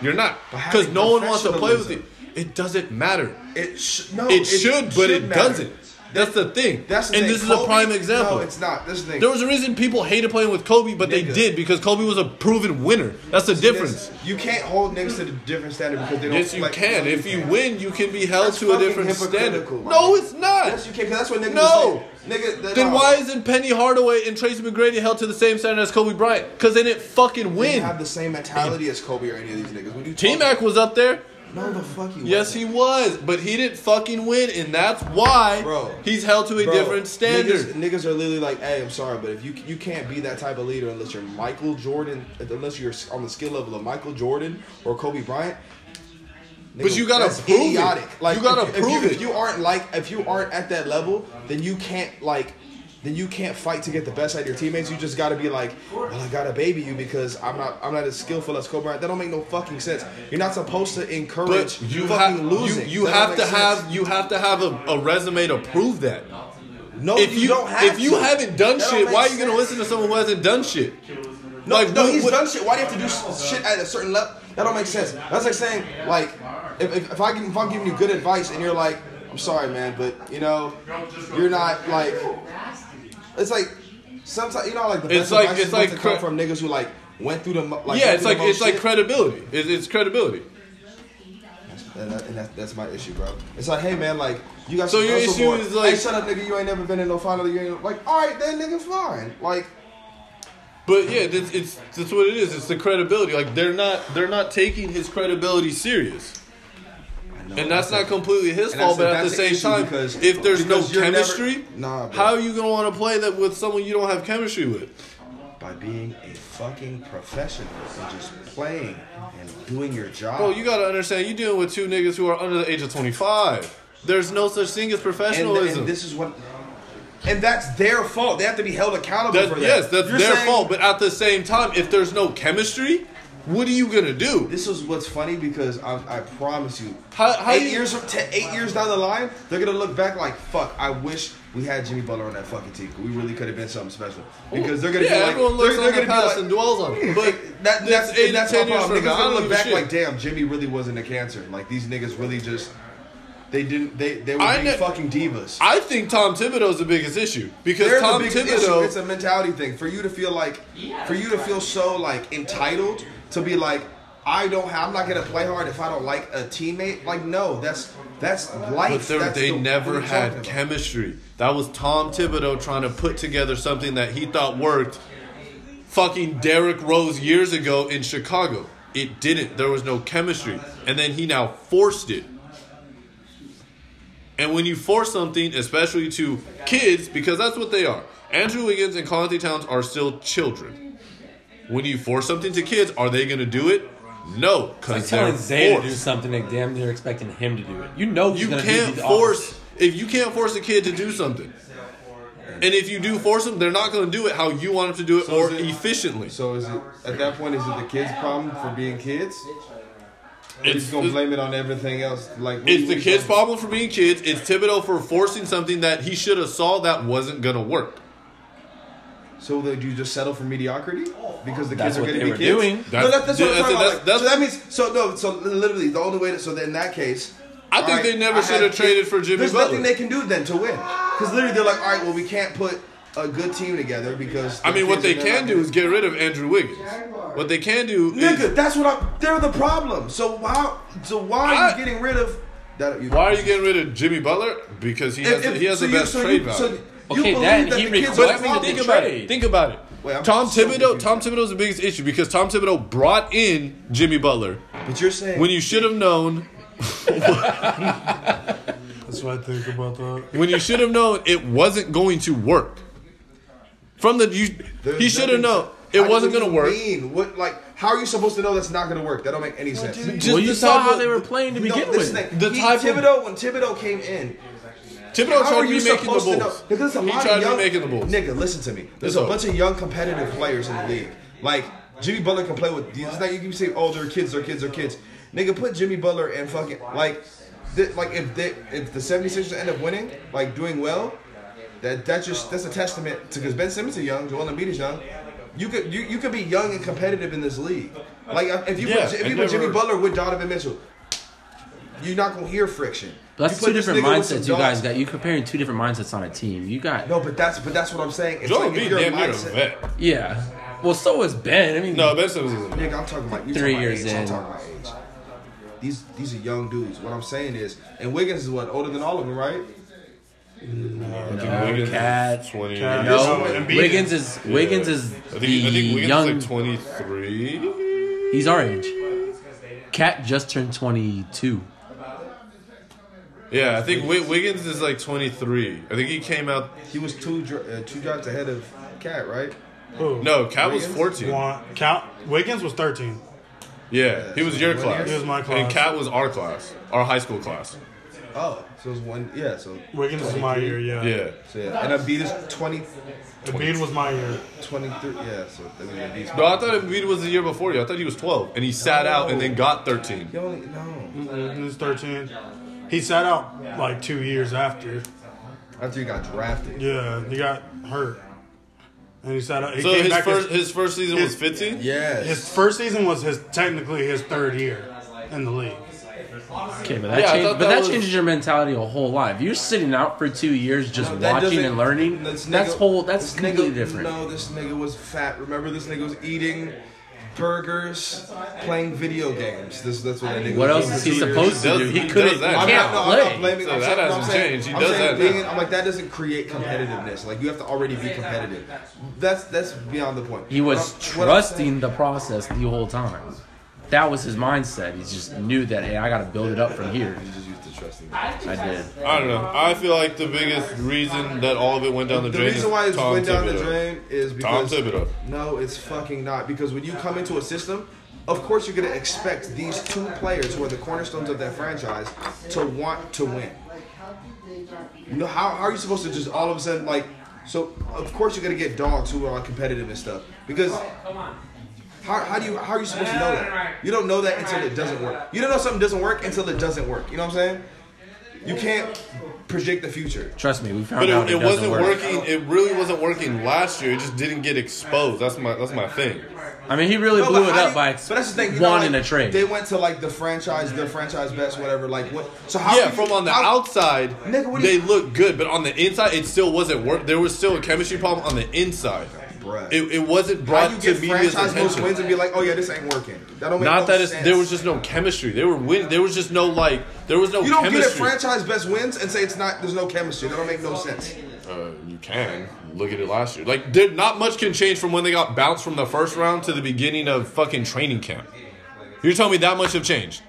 S3: You're not, because
S13: having
S3: no one wants to play with you.
S13: professionalism-
S3: It doesn't matter.
S13: it sh- no,
S3: It should, but it
S13: matter.
S3: doesn't. That's the thing.
S13: That's the
S3: and
S13: thing.
S3: this is
S13: Kobe-
S3: a prime example.
S13: No, it's not. This is the thing.
S3: There was a reason people hated playing with Kobe, but they
S13: Nigga.
S3: did because Kobe was a proven winner. That's the difference.
S13: This- You can't hold niggas to the different standard because they don't.
S3: Yes, you
S13: like-
S3: can.
S13: no,
S3: If you win, you can be held
S13: That's
S3: to a
S13: fucking
S3: different standard.
S13: hypocritical.
S3: No, it's not.
S13: Yes, you can. Cause that's what niggas.
S3: No.
S13: was saying. nigga. that-
S3: then
S13: no.
S3: why isn't Penny Hardaway and Tracy McGrady held to the same standard as Kobe Bryant? Because they didn't fucking
S13: They
S3: win.
S13: have the same mentality as Kobe or any of these niggas? When you
S3: T
S13: talk-
S3: Mac was up there.
S13: No, the fuck you.
S3: Yes, he was, but he didn't fucking win, and that's why
S13: Bro.
S3: he's held to a
S13: Bro,
S3: different standard.
S13: Niggas, niggas are literally like, "Hey, I'm sorry, but if you you can't be that type of leader unless you're Michael Jordan, unless you're on the skill level of Michael Jordan or Kobe Bryant."
S3: But you gotta
S13: that's
S3: prove it.
S13: idiotic. Like
S3: You gotta
S13: if, if
S3: prove
S13: you,
S3: it.
S13: If you aren't like, if you aren't at that level, then you can't like. Then you can't fight to get the best out of your teammates. You just gotta be like, well, I gotta baby you because I'm not, I'm not as skillful as Kobe Bryant. That don't make no fucking sense. You're not supposed to encourage
S3: But you
S13: fucking
S3: have
S13: losing.
S3: you, you
S13: That don't make
S3: have to
S13: sense.
S3: have you have to have a, a resume to prove that.
S13: No,
S3: if you,
S13: don't have
S3: if you
S13: to.
S3: haven't done
S13: That don't
S3: shit,
S13: make
S3: why are you gonna
S13: sense.
S3: listen to someone who hasn't done shit?
S13: No,
S3: Like,
S13: no,
S3: what-
S13: he's
S3: what-
S13: done shit. Why do you have to do s- shit at a certain level? That don't make sense. That's like saying, like, if, if, if I can, if I'm giving you good advice and you're like, I'm sorry, man, but you know, you're not like, it's like sometimes you know, like the best
S3: It's like-
S13: advice is
S3: it's
S13: supposed
S3: like
S13: to come
S3: cra-
S13: from niggas who like went through the mo- like
S3: yeah,
S13: went
S3: it's
S13: through
S3: like
S13: the most
S3: it's like
S13: shit.
S3: credibility. It's, it's credibility.
S13: And, that, and that's, that's my issue, bro. It's like, hey, man, like you got
S3: So
S13: some
S3: your
S13: hustle
S3: issue
S13: more.
S3: is, like-
S13: hey, shut up, nigga, you ain't never been in no final. You ain't like, all right, then, nigga, fine, like.
S3: But yeah, it's, it's that's what it is. It's the credibility. Like they're not they're not taking his credibility serious. and that's not completely his
S13: And
S3: fault, but
S13: that's-
S3: at the
S13: that's the
S3: same
S13: issue
S3: time,
S13: because-
S3: if there's no
S13: because you're never-
S3: chemistry,
S13: Nah, bro.
S3: how are you gonna want to play that with someone you don't have chemistry with?
S13: by being a fucking professional and just playing and doing your job.
S3: Bro, you gotta understand, you dealing with two niggas who are under the age of 25. There's no such thing as
S13: and,
S3: professionalism.
S13: and this is what, and that's their fault. They have to be held accountable
S3: That-
S13: for that.
S3: yes, that's
S13: You're
S3: their
S13: saying-
S3: fault, but at the same time, if there's no chemistry, what are you gonna do?
S13: This is what's funny because I, I promise you,
S3: How- how
S13: eight
S3: you-
S13: years from te- eight years down the line, they're gonna look back like, "Fuck, I wish we had Jimmy Butler on that fucking team. We really could have been something special." Because they're gonna
S3: yeah,
S13: be like,
S3: everyone looks
S13: they're,
S3: on
S13: they're
S3: the
S13: gonna
S3: past
S13: be
S3: and
S13: like,
S3: dwells on it.
S13: But
S3: But
S13: that, that's
S3: eight
S13: and that's
S3: to
S13: my
S3: ten years
S13: problem. Niggas
S3: from now, I
S13: gonna
S3: don't
S13: look
S3: give a
S13: back
S3: shit.
S13: like, damn, Jimmy really wasn't a cancer. Like these niggas really just they didn't they they were
S3: I
S13: being
S3: ne-
S13: fucking divas.
S3: I think Tom Thibodeau's the biggest issue because
S13: They're
S3: Tom
S13: biggest
S3: Thibodeau.
S13: It's a mentality thing for you to feel like for you to feel so like entitled to be like. I don't have. I'm not gonna play hard if I don't like a teammate. Like no, that's that's
S3: but
S13: life.
S3: they're-
S13: That's
S3: they
S13: the- what
S3: never
S13: are you talking
S3: had
S13: about?
S3: chemistry. That was Tom Thibodeau trying to put together something that he thought worked. Fucking Derrick Rose years ago in Chicago, it didn't. There was no chemistry, and then he now forced it. And when you force something, especially to kids, because that's what they are. Andrew Wiggins and Conte Towns are still children. When you force something to kids, are they going to do it? No,
S12: Like
S3: because they're
S12: telling Zay to
S3: forced.
S12: do something that damn near expecting him to do it. You know he's
S3: You
S12: gonna
S3: can't
S12: do the
S3: force if you can't force a kid to do something. And if you do force them, they're not going to do it how you want them to do it
S13: So
S3: or
S13: is it-
S3: efficiently.
S13: So is it at that point? Is it the kids' problem for being kids? Or
S3: It's-
S13: he's gonna blame it on everything else. Like what
S3: It's
S13: you-
S3: the
S13: what you
S3: kid's
S13: talking
S3: problem for being kids. It's Thibodeau for forcing something that he should have saw that wasn't going to work.
S13: about? So that you just settle for mediocrity because the kids
S12: That's
S13: are
S12: what
S13: gonna
S12: they
S13: be
S12: were
S13: kids.
S12: doing.
S13: No, that, that's what I'm
S3: That's-
S13: talking about. Like,
S3: that's-
S13: so that means so no. So literally the only way. To, so that in that case.
S3: I
S13: all
S3: think they never
S13: I
S3: should
S13: had
S3: have
S13: kids.
S3: traded for Jimmy
S13: There's
S3: Butler.
S13: nothing they can do then to win because literally they're like, all right, well we can't put a good team together because
S3: I
S13: the
S3: mean, what
S13: kids are
S3: they
S13: not
S3: can
S13: gonna-
S3: do is get rid of Andrew Wiggins. What they can do
S13: Nigga,
S3: is
S13: that's what I'm. They're the problem. So why? So why are
S3: I-
S13: you getting rid of that?
S3: why are you getting rid of Jimmy Butler? Because he has,
S13: If- if-
S3: he has
S13: so
S3: the
S13: you-
S3: best
S13: so
S3: trade
S13: you-
S3: value.
S13: so you
S12: Okay,
S13: believe
S12: then
S13: that
S12: he
S13: the kids
S12: requested
S13: are the problem?
S12: the
S3: think about
S12: trade.
S3: it. Think about it.
S13: Wait, I'm
S3: Tom
S13: so
S3: Thibodeau.
S13: confused.
S3: Tom Thibodeau's the biggest issue because Tom Thibodeau brought in Jimmy Butler
S13: But you're saying
S3: when you should have known.
S8: That's what I think about that.
S3: When you should have known it wasn't going to work. From the you,
S13: There's
S3: he should have
S13: nothing-
S3: known
S13: How
S3: it
S13: do-
S3: wasn't
S13: what
S3: going to
S13: do
S3: work.
S13: you Mean what? Like, how are you supposed to know that's not going to work? That don't make any sense.
S3: Just
S12: Well, you
S3: the
S12: saw
S3: type
S12: how
S3: of-
S12: they were playing to
S13: No,
S12: begin
S13: this
S12: with.
S13: thing-
S3: The
S13: he,
S3: type of-
S13: Thibodeau when Thibodeau came in,
S3: Thibodeau
S13: how
S3: tried
S13: are
S3: to
S13: you
S3: be making the
S13: supposed to know?
S3: Bulls.
S13: Because there's a
S3: He
S13: lot
S3: tried
S13: of
S3: to be
S13: young
S3: making the Bulls.
S13: nigga. Listen to me. There's
S3: It's
S13: a
S3: all.
S13: bunch of young competitive players in the league. Like Jimmy Butler can play with. It's not you can say, "Oh, they're kids, they're kids, they're kids." Nigga, put Jimmy Butler and fucking like, th- like if they, if the 76ers end up winning, like doing well, that that just that's a testament to because Ben Simmons is young, Joel Embiid is young. You could you, you could be young and competitive in this league. Like if you
S3: Yeah,
S13: put, if
S3: I
S13: you put Jimmy
S3: never-
S13: Butler with Donovan Mitchell, You're not gonna hear friction.
S12: That's
S13: You put
S12: two
S13: this
S12: different
S13: nigga with some
S12: mindsets you
S13: dogs-
S12: guys got. You're comparing two different mindsets on a team. You got
S13: No, but that's but that's what I'm saying. It's
S3: Joel
S13: like
S3: Embiid
S13: if you're
S3: damn near a
S13: mindset-
S3: vet.
S12: yeah. Well, so is Ben. I mean,
S3: No, Ben Simmons is a vet.
S13: Nigga, I'm talking about you talking
S12: Three
S13: about
S12: years
S13: age. I'm
S12: in.
S13: talking about age. These these are young dudes. What I'm saying is, and Wiggins is what older than all of them, right?
S12: no,
S3: Wiggins
S12: Cat,
S3: is 20.
S4: Cat.
S3: Yeah.
S4: No,
S12: no.
S4: Embiid.
S12: Wiggins is Wiggins is
S3: I think,
S12: the
S3: I think Wiggins
S12: young.
S3: is like 23.
S12: he's our age. Cat just turned 22.
S3: Yeah, I think Wi- Wiggins is like 23. I think he came out.
S13: He was two dr- uh, two drops ahead of Cat, right?
S3: No, Cat was 14.
S4: One, count. Wiggins was 13.
S3: Yeah, he was your class.
S4: He was my class.
S3: And Cat was our class, our high school class.
S13: Oh, so it was one. Yeah, so
S4: Wiggins was my year, yeah.
S3: Yeah.
S13: so yeah, and Embiid is 20,
S4: Embiid was my year.
S13: 23. Yeah, so I mean, Embiid's
S3: No, I thought Embiid was the year before you. I thought he was 12, and he sat out
S13: Oh.
S3: and then got 13.
S13: He only no
S4: He was 13. He sat out like two years after.
S13: after he got drafted.
S4: Yeah, he got hurt. And he sat out. He
S3: So
S4: came
S3: his
S4: back
S3: first
S4: his,
S3: his first season was
S4: his-
S3: 15.
S13: Yes.
S4: his first season was his technically his third year in the league.
S12: Okay, but that,
S3: Yeah, I
S12: change-
S3: thought that
S12: but that
S3: was-
S12: changes your mentality a whole lot. If you're sitting out for two years just
S13: No, that
S12: watching
S13: doesn't-
S12: and learning,
S13: this nigga-
S12: that's whole. That's
S13: this
S12: completely
S13: nigga,
S12: different.
S13: No, Oh, this nigga was fat. Remember, this nigga was eating burgers, playing video games. This that's what that nigga.
S12: What
S13: was
S12: else
S13: doing
S12: is
S13: for
S12: he
S13: two years.
S12: supposed to
S3: does-
S12: do?
S3: he
S12: He
S3: does
S12: couldn't. He
S3: that. I'm
S12: can't
S13: not-
S12: play.
S13: blaming.
S3: So
S13: I'm
S3: that
S13: saying- no, I'm
S3: hasn't
S13: saying-
S3: changed. He
S13: I'm
S3: does
S13: saying
S3: that now.
S13: being- I'm like that doesn't create competitiveness. Like you have to already be competitive. That's that's beyond the point.
S12: He was
S13: What I'm- what I'm saying-
S12: trusting the process the whole time. That was his mindset. He just knew that hey, I got to build it up from here.
S13: He just used to trusting.
S12: I did.
S3: I don't know. I feel like the biggest reason that all of it went down the,
S13: The
S3: drain
S13: reason why
S3: is
S13: it
S3: Tom
S13: went down the
S3: Thibodeau.
S13: drain is
S3: Tom
S13: because
S3: Thibodeau.
S13: No, it's fucking not. Because when you come into a system, of course you're gonna expect these two players who are the cornerstones of that franchise to want to win. No, how, how are you supposed to just all of a sudden like? So of course you're gonna get dogs who are competitive and stuff because. How, how do you how are you supposed to know that? You don't know that until it doesn't work. You don't know something doesn't work until it doesn't work. You know what I'm saying? You can't predict the future.
S12: Trust me, we found
S3: But
S12: out
S3: it,
S12: it,
S3: it wasn't
S12: doesn't work.
S3: working. It really wasn't working last year. It just didn't get exposed. That's my that's my thing.
S12: I mean, he really
S13: No,
S12: blew
S13: but
S12: it
S13: how
S12: up
S13: do-
S12: by
S13: but that's the thing, you know,
S12: wanting
S13: like,
S12: a trade.
S13: They went to like the franchise, their franchise best, whatever. Like what? So how?
S3: Yeah,
S13: can
S3: from
S13: you-
S3: on the
S13: how-
S3: outside,
S13: Nigga, what do
S3: they
S13: you-
S3: looked good, but on the inside, it still wasn't work. There was still a chemistry problem on the inside.
S13: Bruh.
S3: It, it wasn't
S13: How
S3: brought
S13: you get
S3: to media's
S13: franchise most wins
S3: attention.
S13: and be like, oh yeah, this ain't working. That don't make
S3: Not
S13: no
S3: that it's
S13: sense.
S3: there was just no chemistry. They were win. There was just no like. There was no
S13: You don't get a
S3: chemistry.
S13: franchise best wins and say it's not. There's no chemistry. That don't make no sense.
S3: Uh, you can look at it last year. Like, there, not much can change from when they got bounced from the first round to the beginning of fucking training camp. You're telling me that much have changed?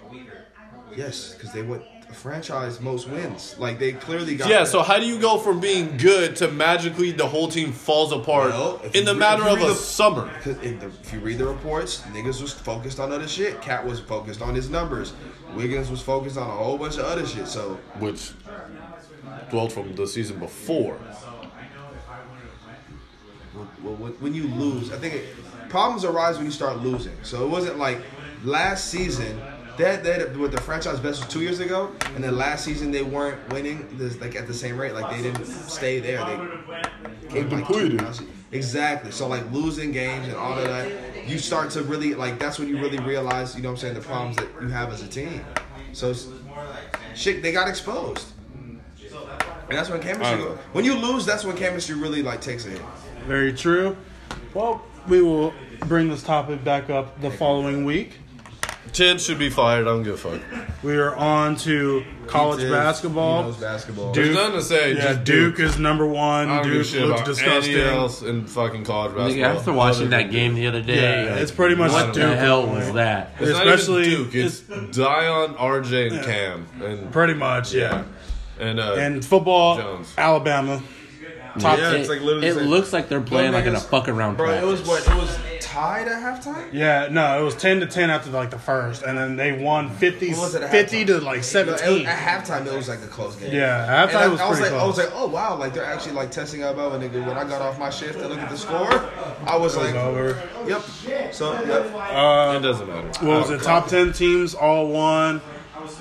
S13: Yes, because they went franchise most wins. Like they clearly got.
S3: Yeah. So how do you go from being good to magically the whole team falls apart
S13: Well, if
S3: in the
S13: you-
S3: matter
S13: if you
S3: of
S13: read
S3: a
S13: the-
S3: summer?
S13: Because if you read the reports, niggas was focused on other shit. Cat was focused on his numbers. Wiggins was focused on a whole bunch of other shit. So
S3: which dwelt from the season before.
S13: Well, when, when you lose, I think it, problems arise when you start losing. So it wasn't like last season. That that with the franchise best was two years ago, and then last season they weren't winning this, like at the same rate. Like they didn't stay there. They came like two
S3: depleted.
S13: rounds. exactly. So like losing games and all of that, you start to really like that's when you really realize you know what I'm saying the problems that you have as a team. So it's- shit, they got exposed. And that's when chemistry.
S3: I-
S13: go- When you lose, that's when chemistry really like takes a hit.
S4: Very true. Well, we will bring this topic back up the following week.
S3: Ted should be fired. I don't give a fuck.
S4: We are on to college
S13: He did. He
S4: basketball.
S13: knows basketball.
S3: There's
S4: Duke-
S3: nothing to say.
S4: Yeah,
S3: just
S4: Duke is number
S3: I
S4: one.
S3: don't give a
S4: Duke
S3: shit
S4: looks
S3: about
S4: disgusting.
S3: anything else in fucking college
S12: Nigga,
S3: basketball.
S12: after watching
S3: Other
S12: that
S3: than
S12: game
S3: Duke.
S12: the other day,
S4: Yeah,
S12: like,
S4: it's pretty much
S12: what the
S4: Duke.
S12: hell was that?
S3: it's especially
S4: especially-
S3: Duke. It's, Dion, RJ, and Cam, and
S4: Pretty much, yeah.
S3: and uh,
S4: And football,
S3: Jones.
S4: Alabama. Top
S13: Yeah,
S4: ten.
S13: it's like literally
S12: it
S13: the same.
S12: looks like they're playing like in a fuck around.
S13: Bro, it was
S12: practice.
S13: what? It was tied at halftime?
S4: Yeah, no, it was ten to ten after like the first, and then they won 50,
S13: What was it at
S4: 50
S13: halftime?
S4: to like
S13: No, it
S4: seventeen.
S13: was- at halftime, it was like a close game.
S4: Yeah,
S13: And
S4: halftime
S13: I,
S4: was
S13: I was like,
S4: pretty
S13: I was
S4: close.
S13: like, oh wow, like they're actually like testing out about a nigga. When I got off my shift and look at the score, I was like,
S4: over.
S13: yep. So yep.
S3: it doesn't matter. Uh,
S4: What was
S13: oh,
S4: it? Top ten teams all won.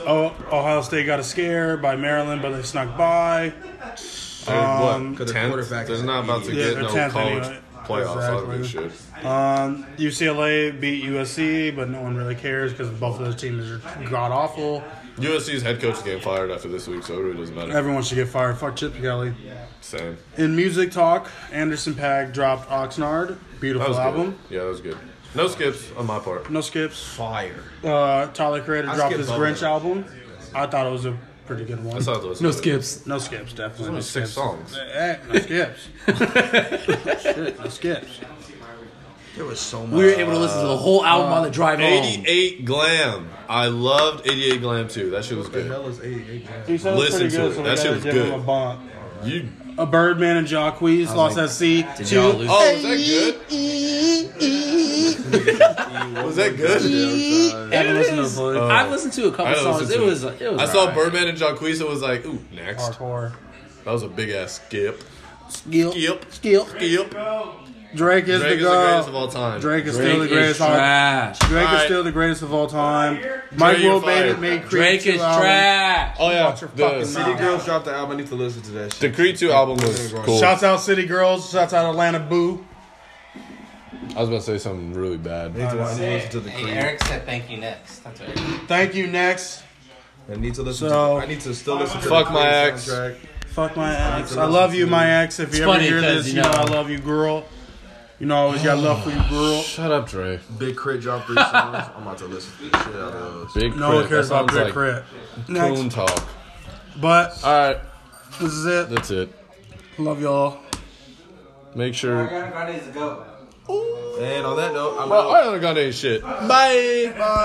S4: Oh, Ohio State got a scare by Maryland, but they snuck by.
S3: There's what,
S4: Um,
S13: Could the
S3: uh, tenth?
S13: quarterback
S3: There's
S13: is
S3: not about to
S13: an
S4: Yeah,
S3: get
S4: they're
S3: no
S4: tenth
S3: college
S4: anyway.
S3: playoffs. I don't give a shit.
S4: Um, UCLA beat USC, but no one really cares because both of those teams are god awful.
S3: USC's head coach getting fired after this week, so it really doesn't matter.
S4: Everyone should get fired. Fuck Chip Kelly.
S3: Same.
S4: In music talk, Anderson Pack dropped Oxnard.
S3: That
S4: Beautiful
S3: was
S4: album.
S3: Good. Yeah, that was good. No skips on my part.
S4: No skips.
S13: Fire.
S4: Uh, Tyler Creator
S13: I
S4: dropped
S13: skipped
S4: his
S13: both
S4: Grinch
S13: of them.
S4: album. I thought it was a pretty good one.
S3: That sounds awesome.
S12: No skips.
S4: No skips, definitely.
S3: There's only
S4: no
S3: six
S4: skips.
S3: songs.
S4: Eh, eh, no skips. Shit, no skips.
S13: There was so much.
S12: We were able to listen to the whole album on the drive home.
S3: 88 Glam. I loved 88 Glam too. That shit was
S13: the
S3: good.
S13: hell is 88 Jazz?
S4: He said it was
S3: Listen to
S4: pretty good,
S3: it.
S4: so we
S3: That shit
S4: gotta
S3: was
S4: give
S3: good.
S4: him a bump.
S3: You.
S4: A Birdman and Jacquees lost
S12: like,
S4: at sea.
S12: Did y'all lose?
S3: Oh, was that good? was that good?
S12: I haven't listened to the full-
S3: Oh.
S12: I've listened to a
S3: I
S12: couple
S3: didn't
S12: songs.
S3: listen
S12: It
S3: to
S12: was. It was.
S3: I saw
S12: alright.
S3: Birdman and Jacquees. It was like, ooh, next.
S4: Hardcore.
S3: That was a big ass skip.
S12: Skill.
S3: Skip.
S12: Skill.
S3: Skip.
S4: Drake is
S3: Drake
S4: the
S3: is the greatest of
S4: god.
S3: all time.
S4: Drake is still the
S12: Drake is
S4: greatest. All-
S12: trash.
S4: Drake
S3: All
S4: is
S3: right.
S4: still the greatest of all time. Mike
S3: you're
S4: Will Bennett
S3: fired.
S4: made Creed
S12: Drake
S4: two
S12: is
S4: albums.
S12: trash.
S3: Oh yeah,
S4: Watch your
S3: the
S4: fucking
S13: City Girls dropped the album. I need to listen to that shit.
S3: the Creed Two album was cool.
S4: Shouts out City Girls. Shouts out Atlanta Boo.
S3: I was about to say something really bad.
S13: I need to, I need to listen to the
S6: Hey,
S13: Creed.
S6: Eric said thank you next. That's what Eric said.
S4: Thank you. Next.
S13: I need to listen.
S4: So-
S13: to, I need to still listen to
S3: Fuck
S13: the
S3: my
S13: Creed
S3: ex.
S13: soundtrack.
S4: Fuck my ex. I love you, my ex. If you ever
S12: funny
S4: hear
S12: 'cause,
S4: this,
S12: you
S4: you know I
S12: know-
S4: love you, girl. You know I always got love for you, girl.
S3: Shut up, Dre.
S13: Big Crit dropped three songs. I'm about to listen to the shit out of those.
S3: Big
S4: No one
S3: Crit.
S4: cares
S3: that
S4: about Big
S3: sounds like
S4: Crit.
S3: coon
S4: Next,
S3: talk.
S4: but
S3: All right,
S4: this is it.
S3: that's it.
S4: Love y'all.
S3: Make sure.
S15: Ariana Grande's a goat.
S13: And on that note, I'm
S3: Well,
S13: out.
S3: I don't got any shit. Bye.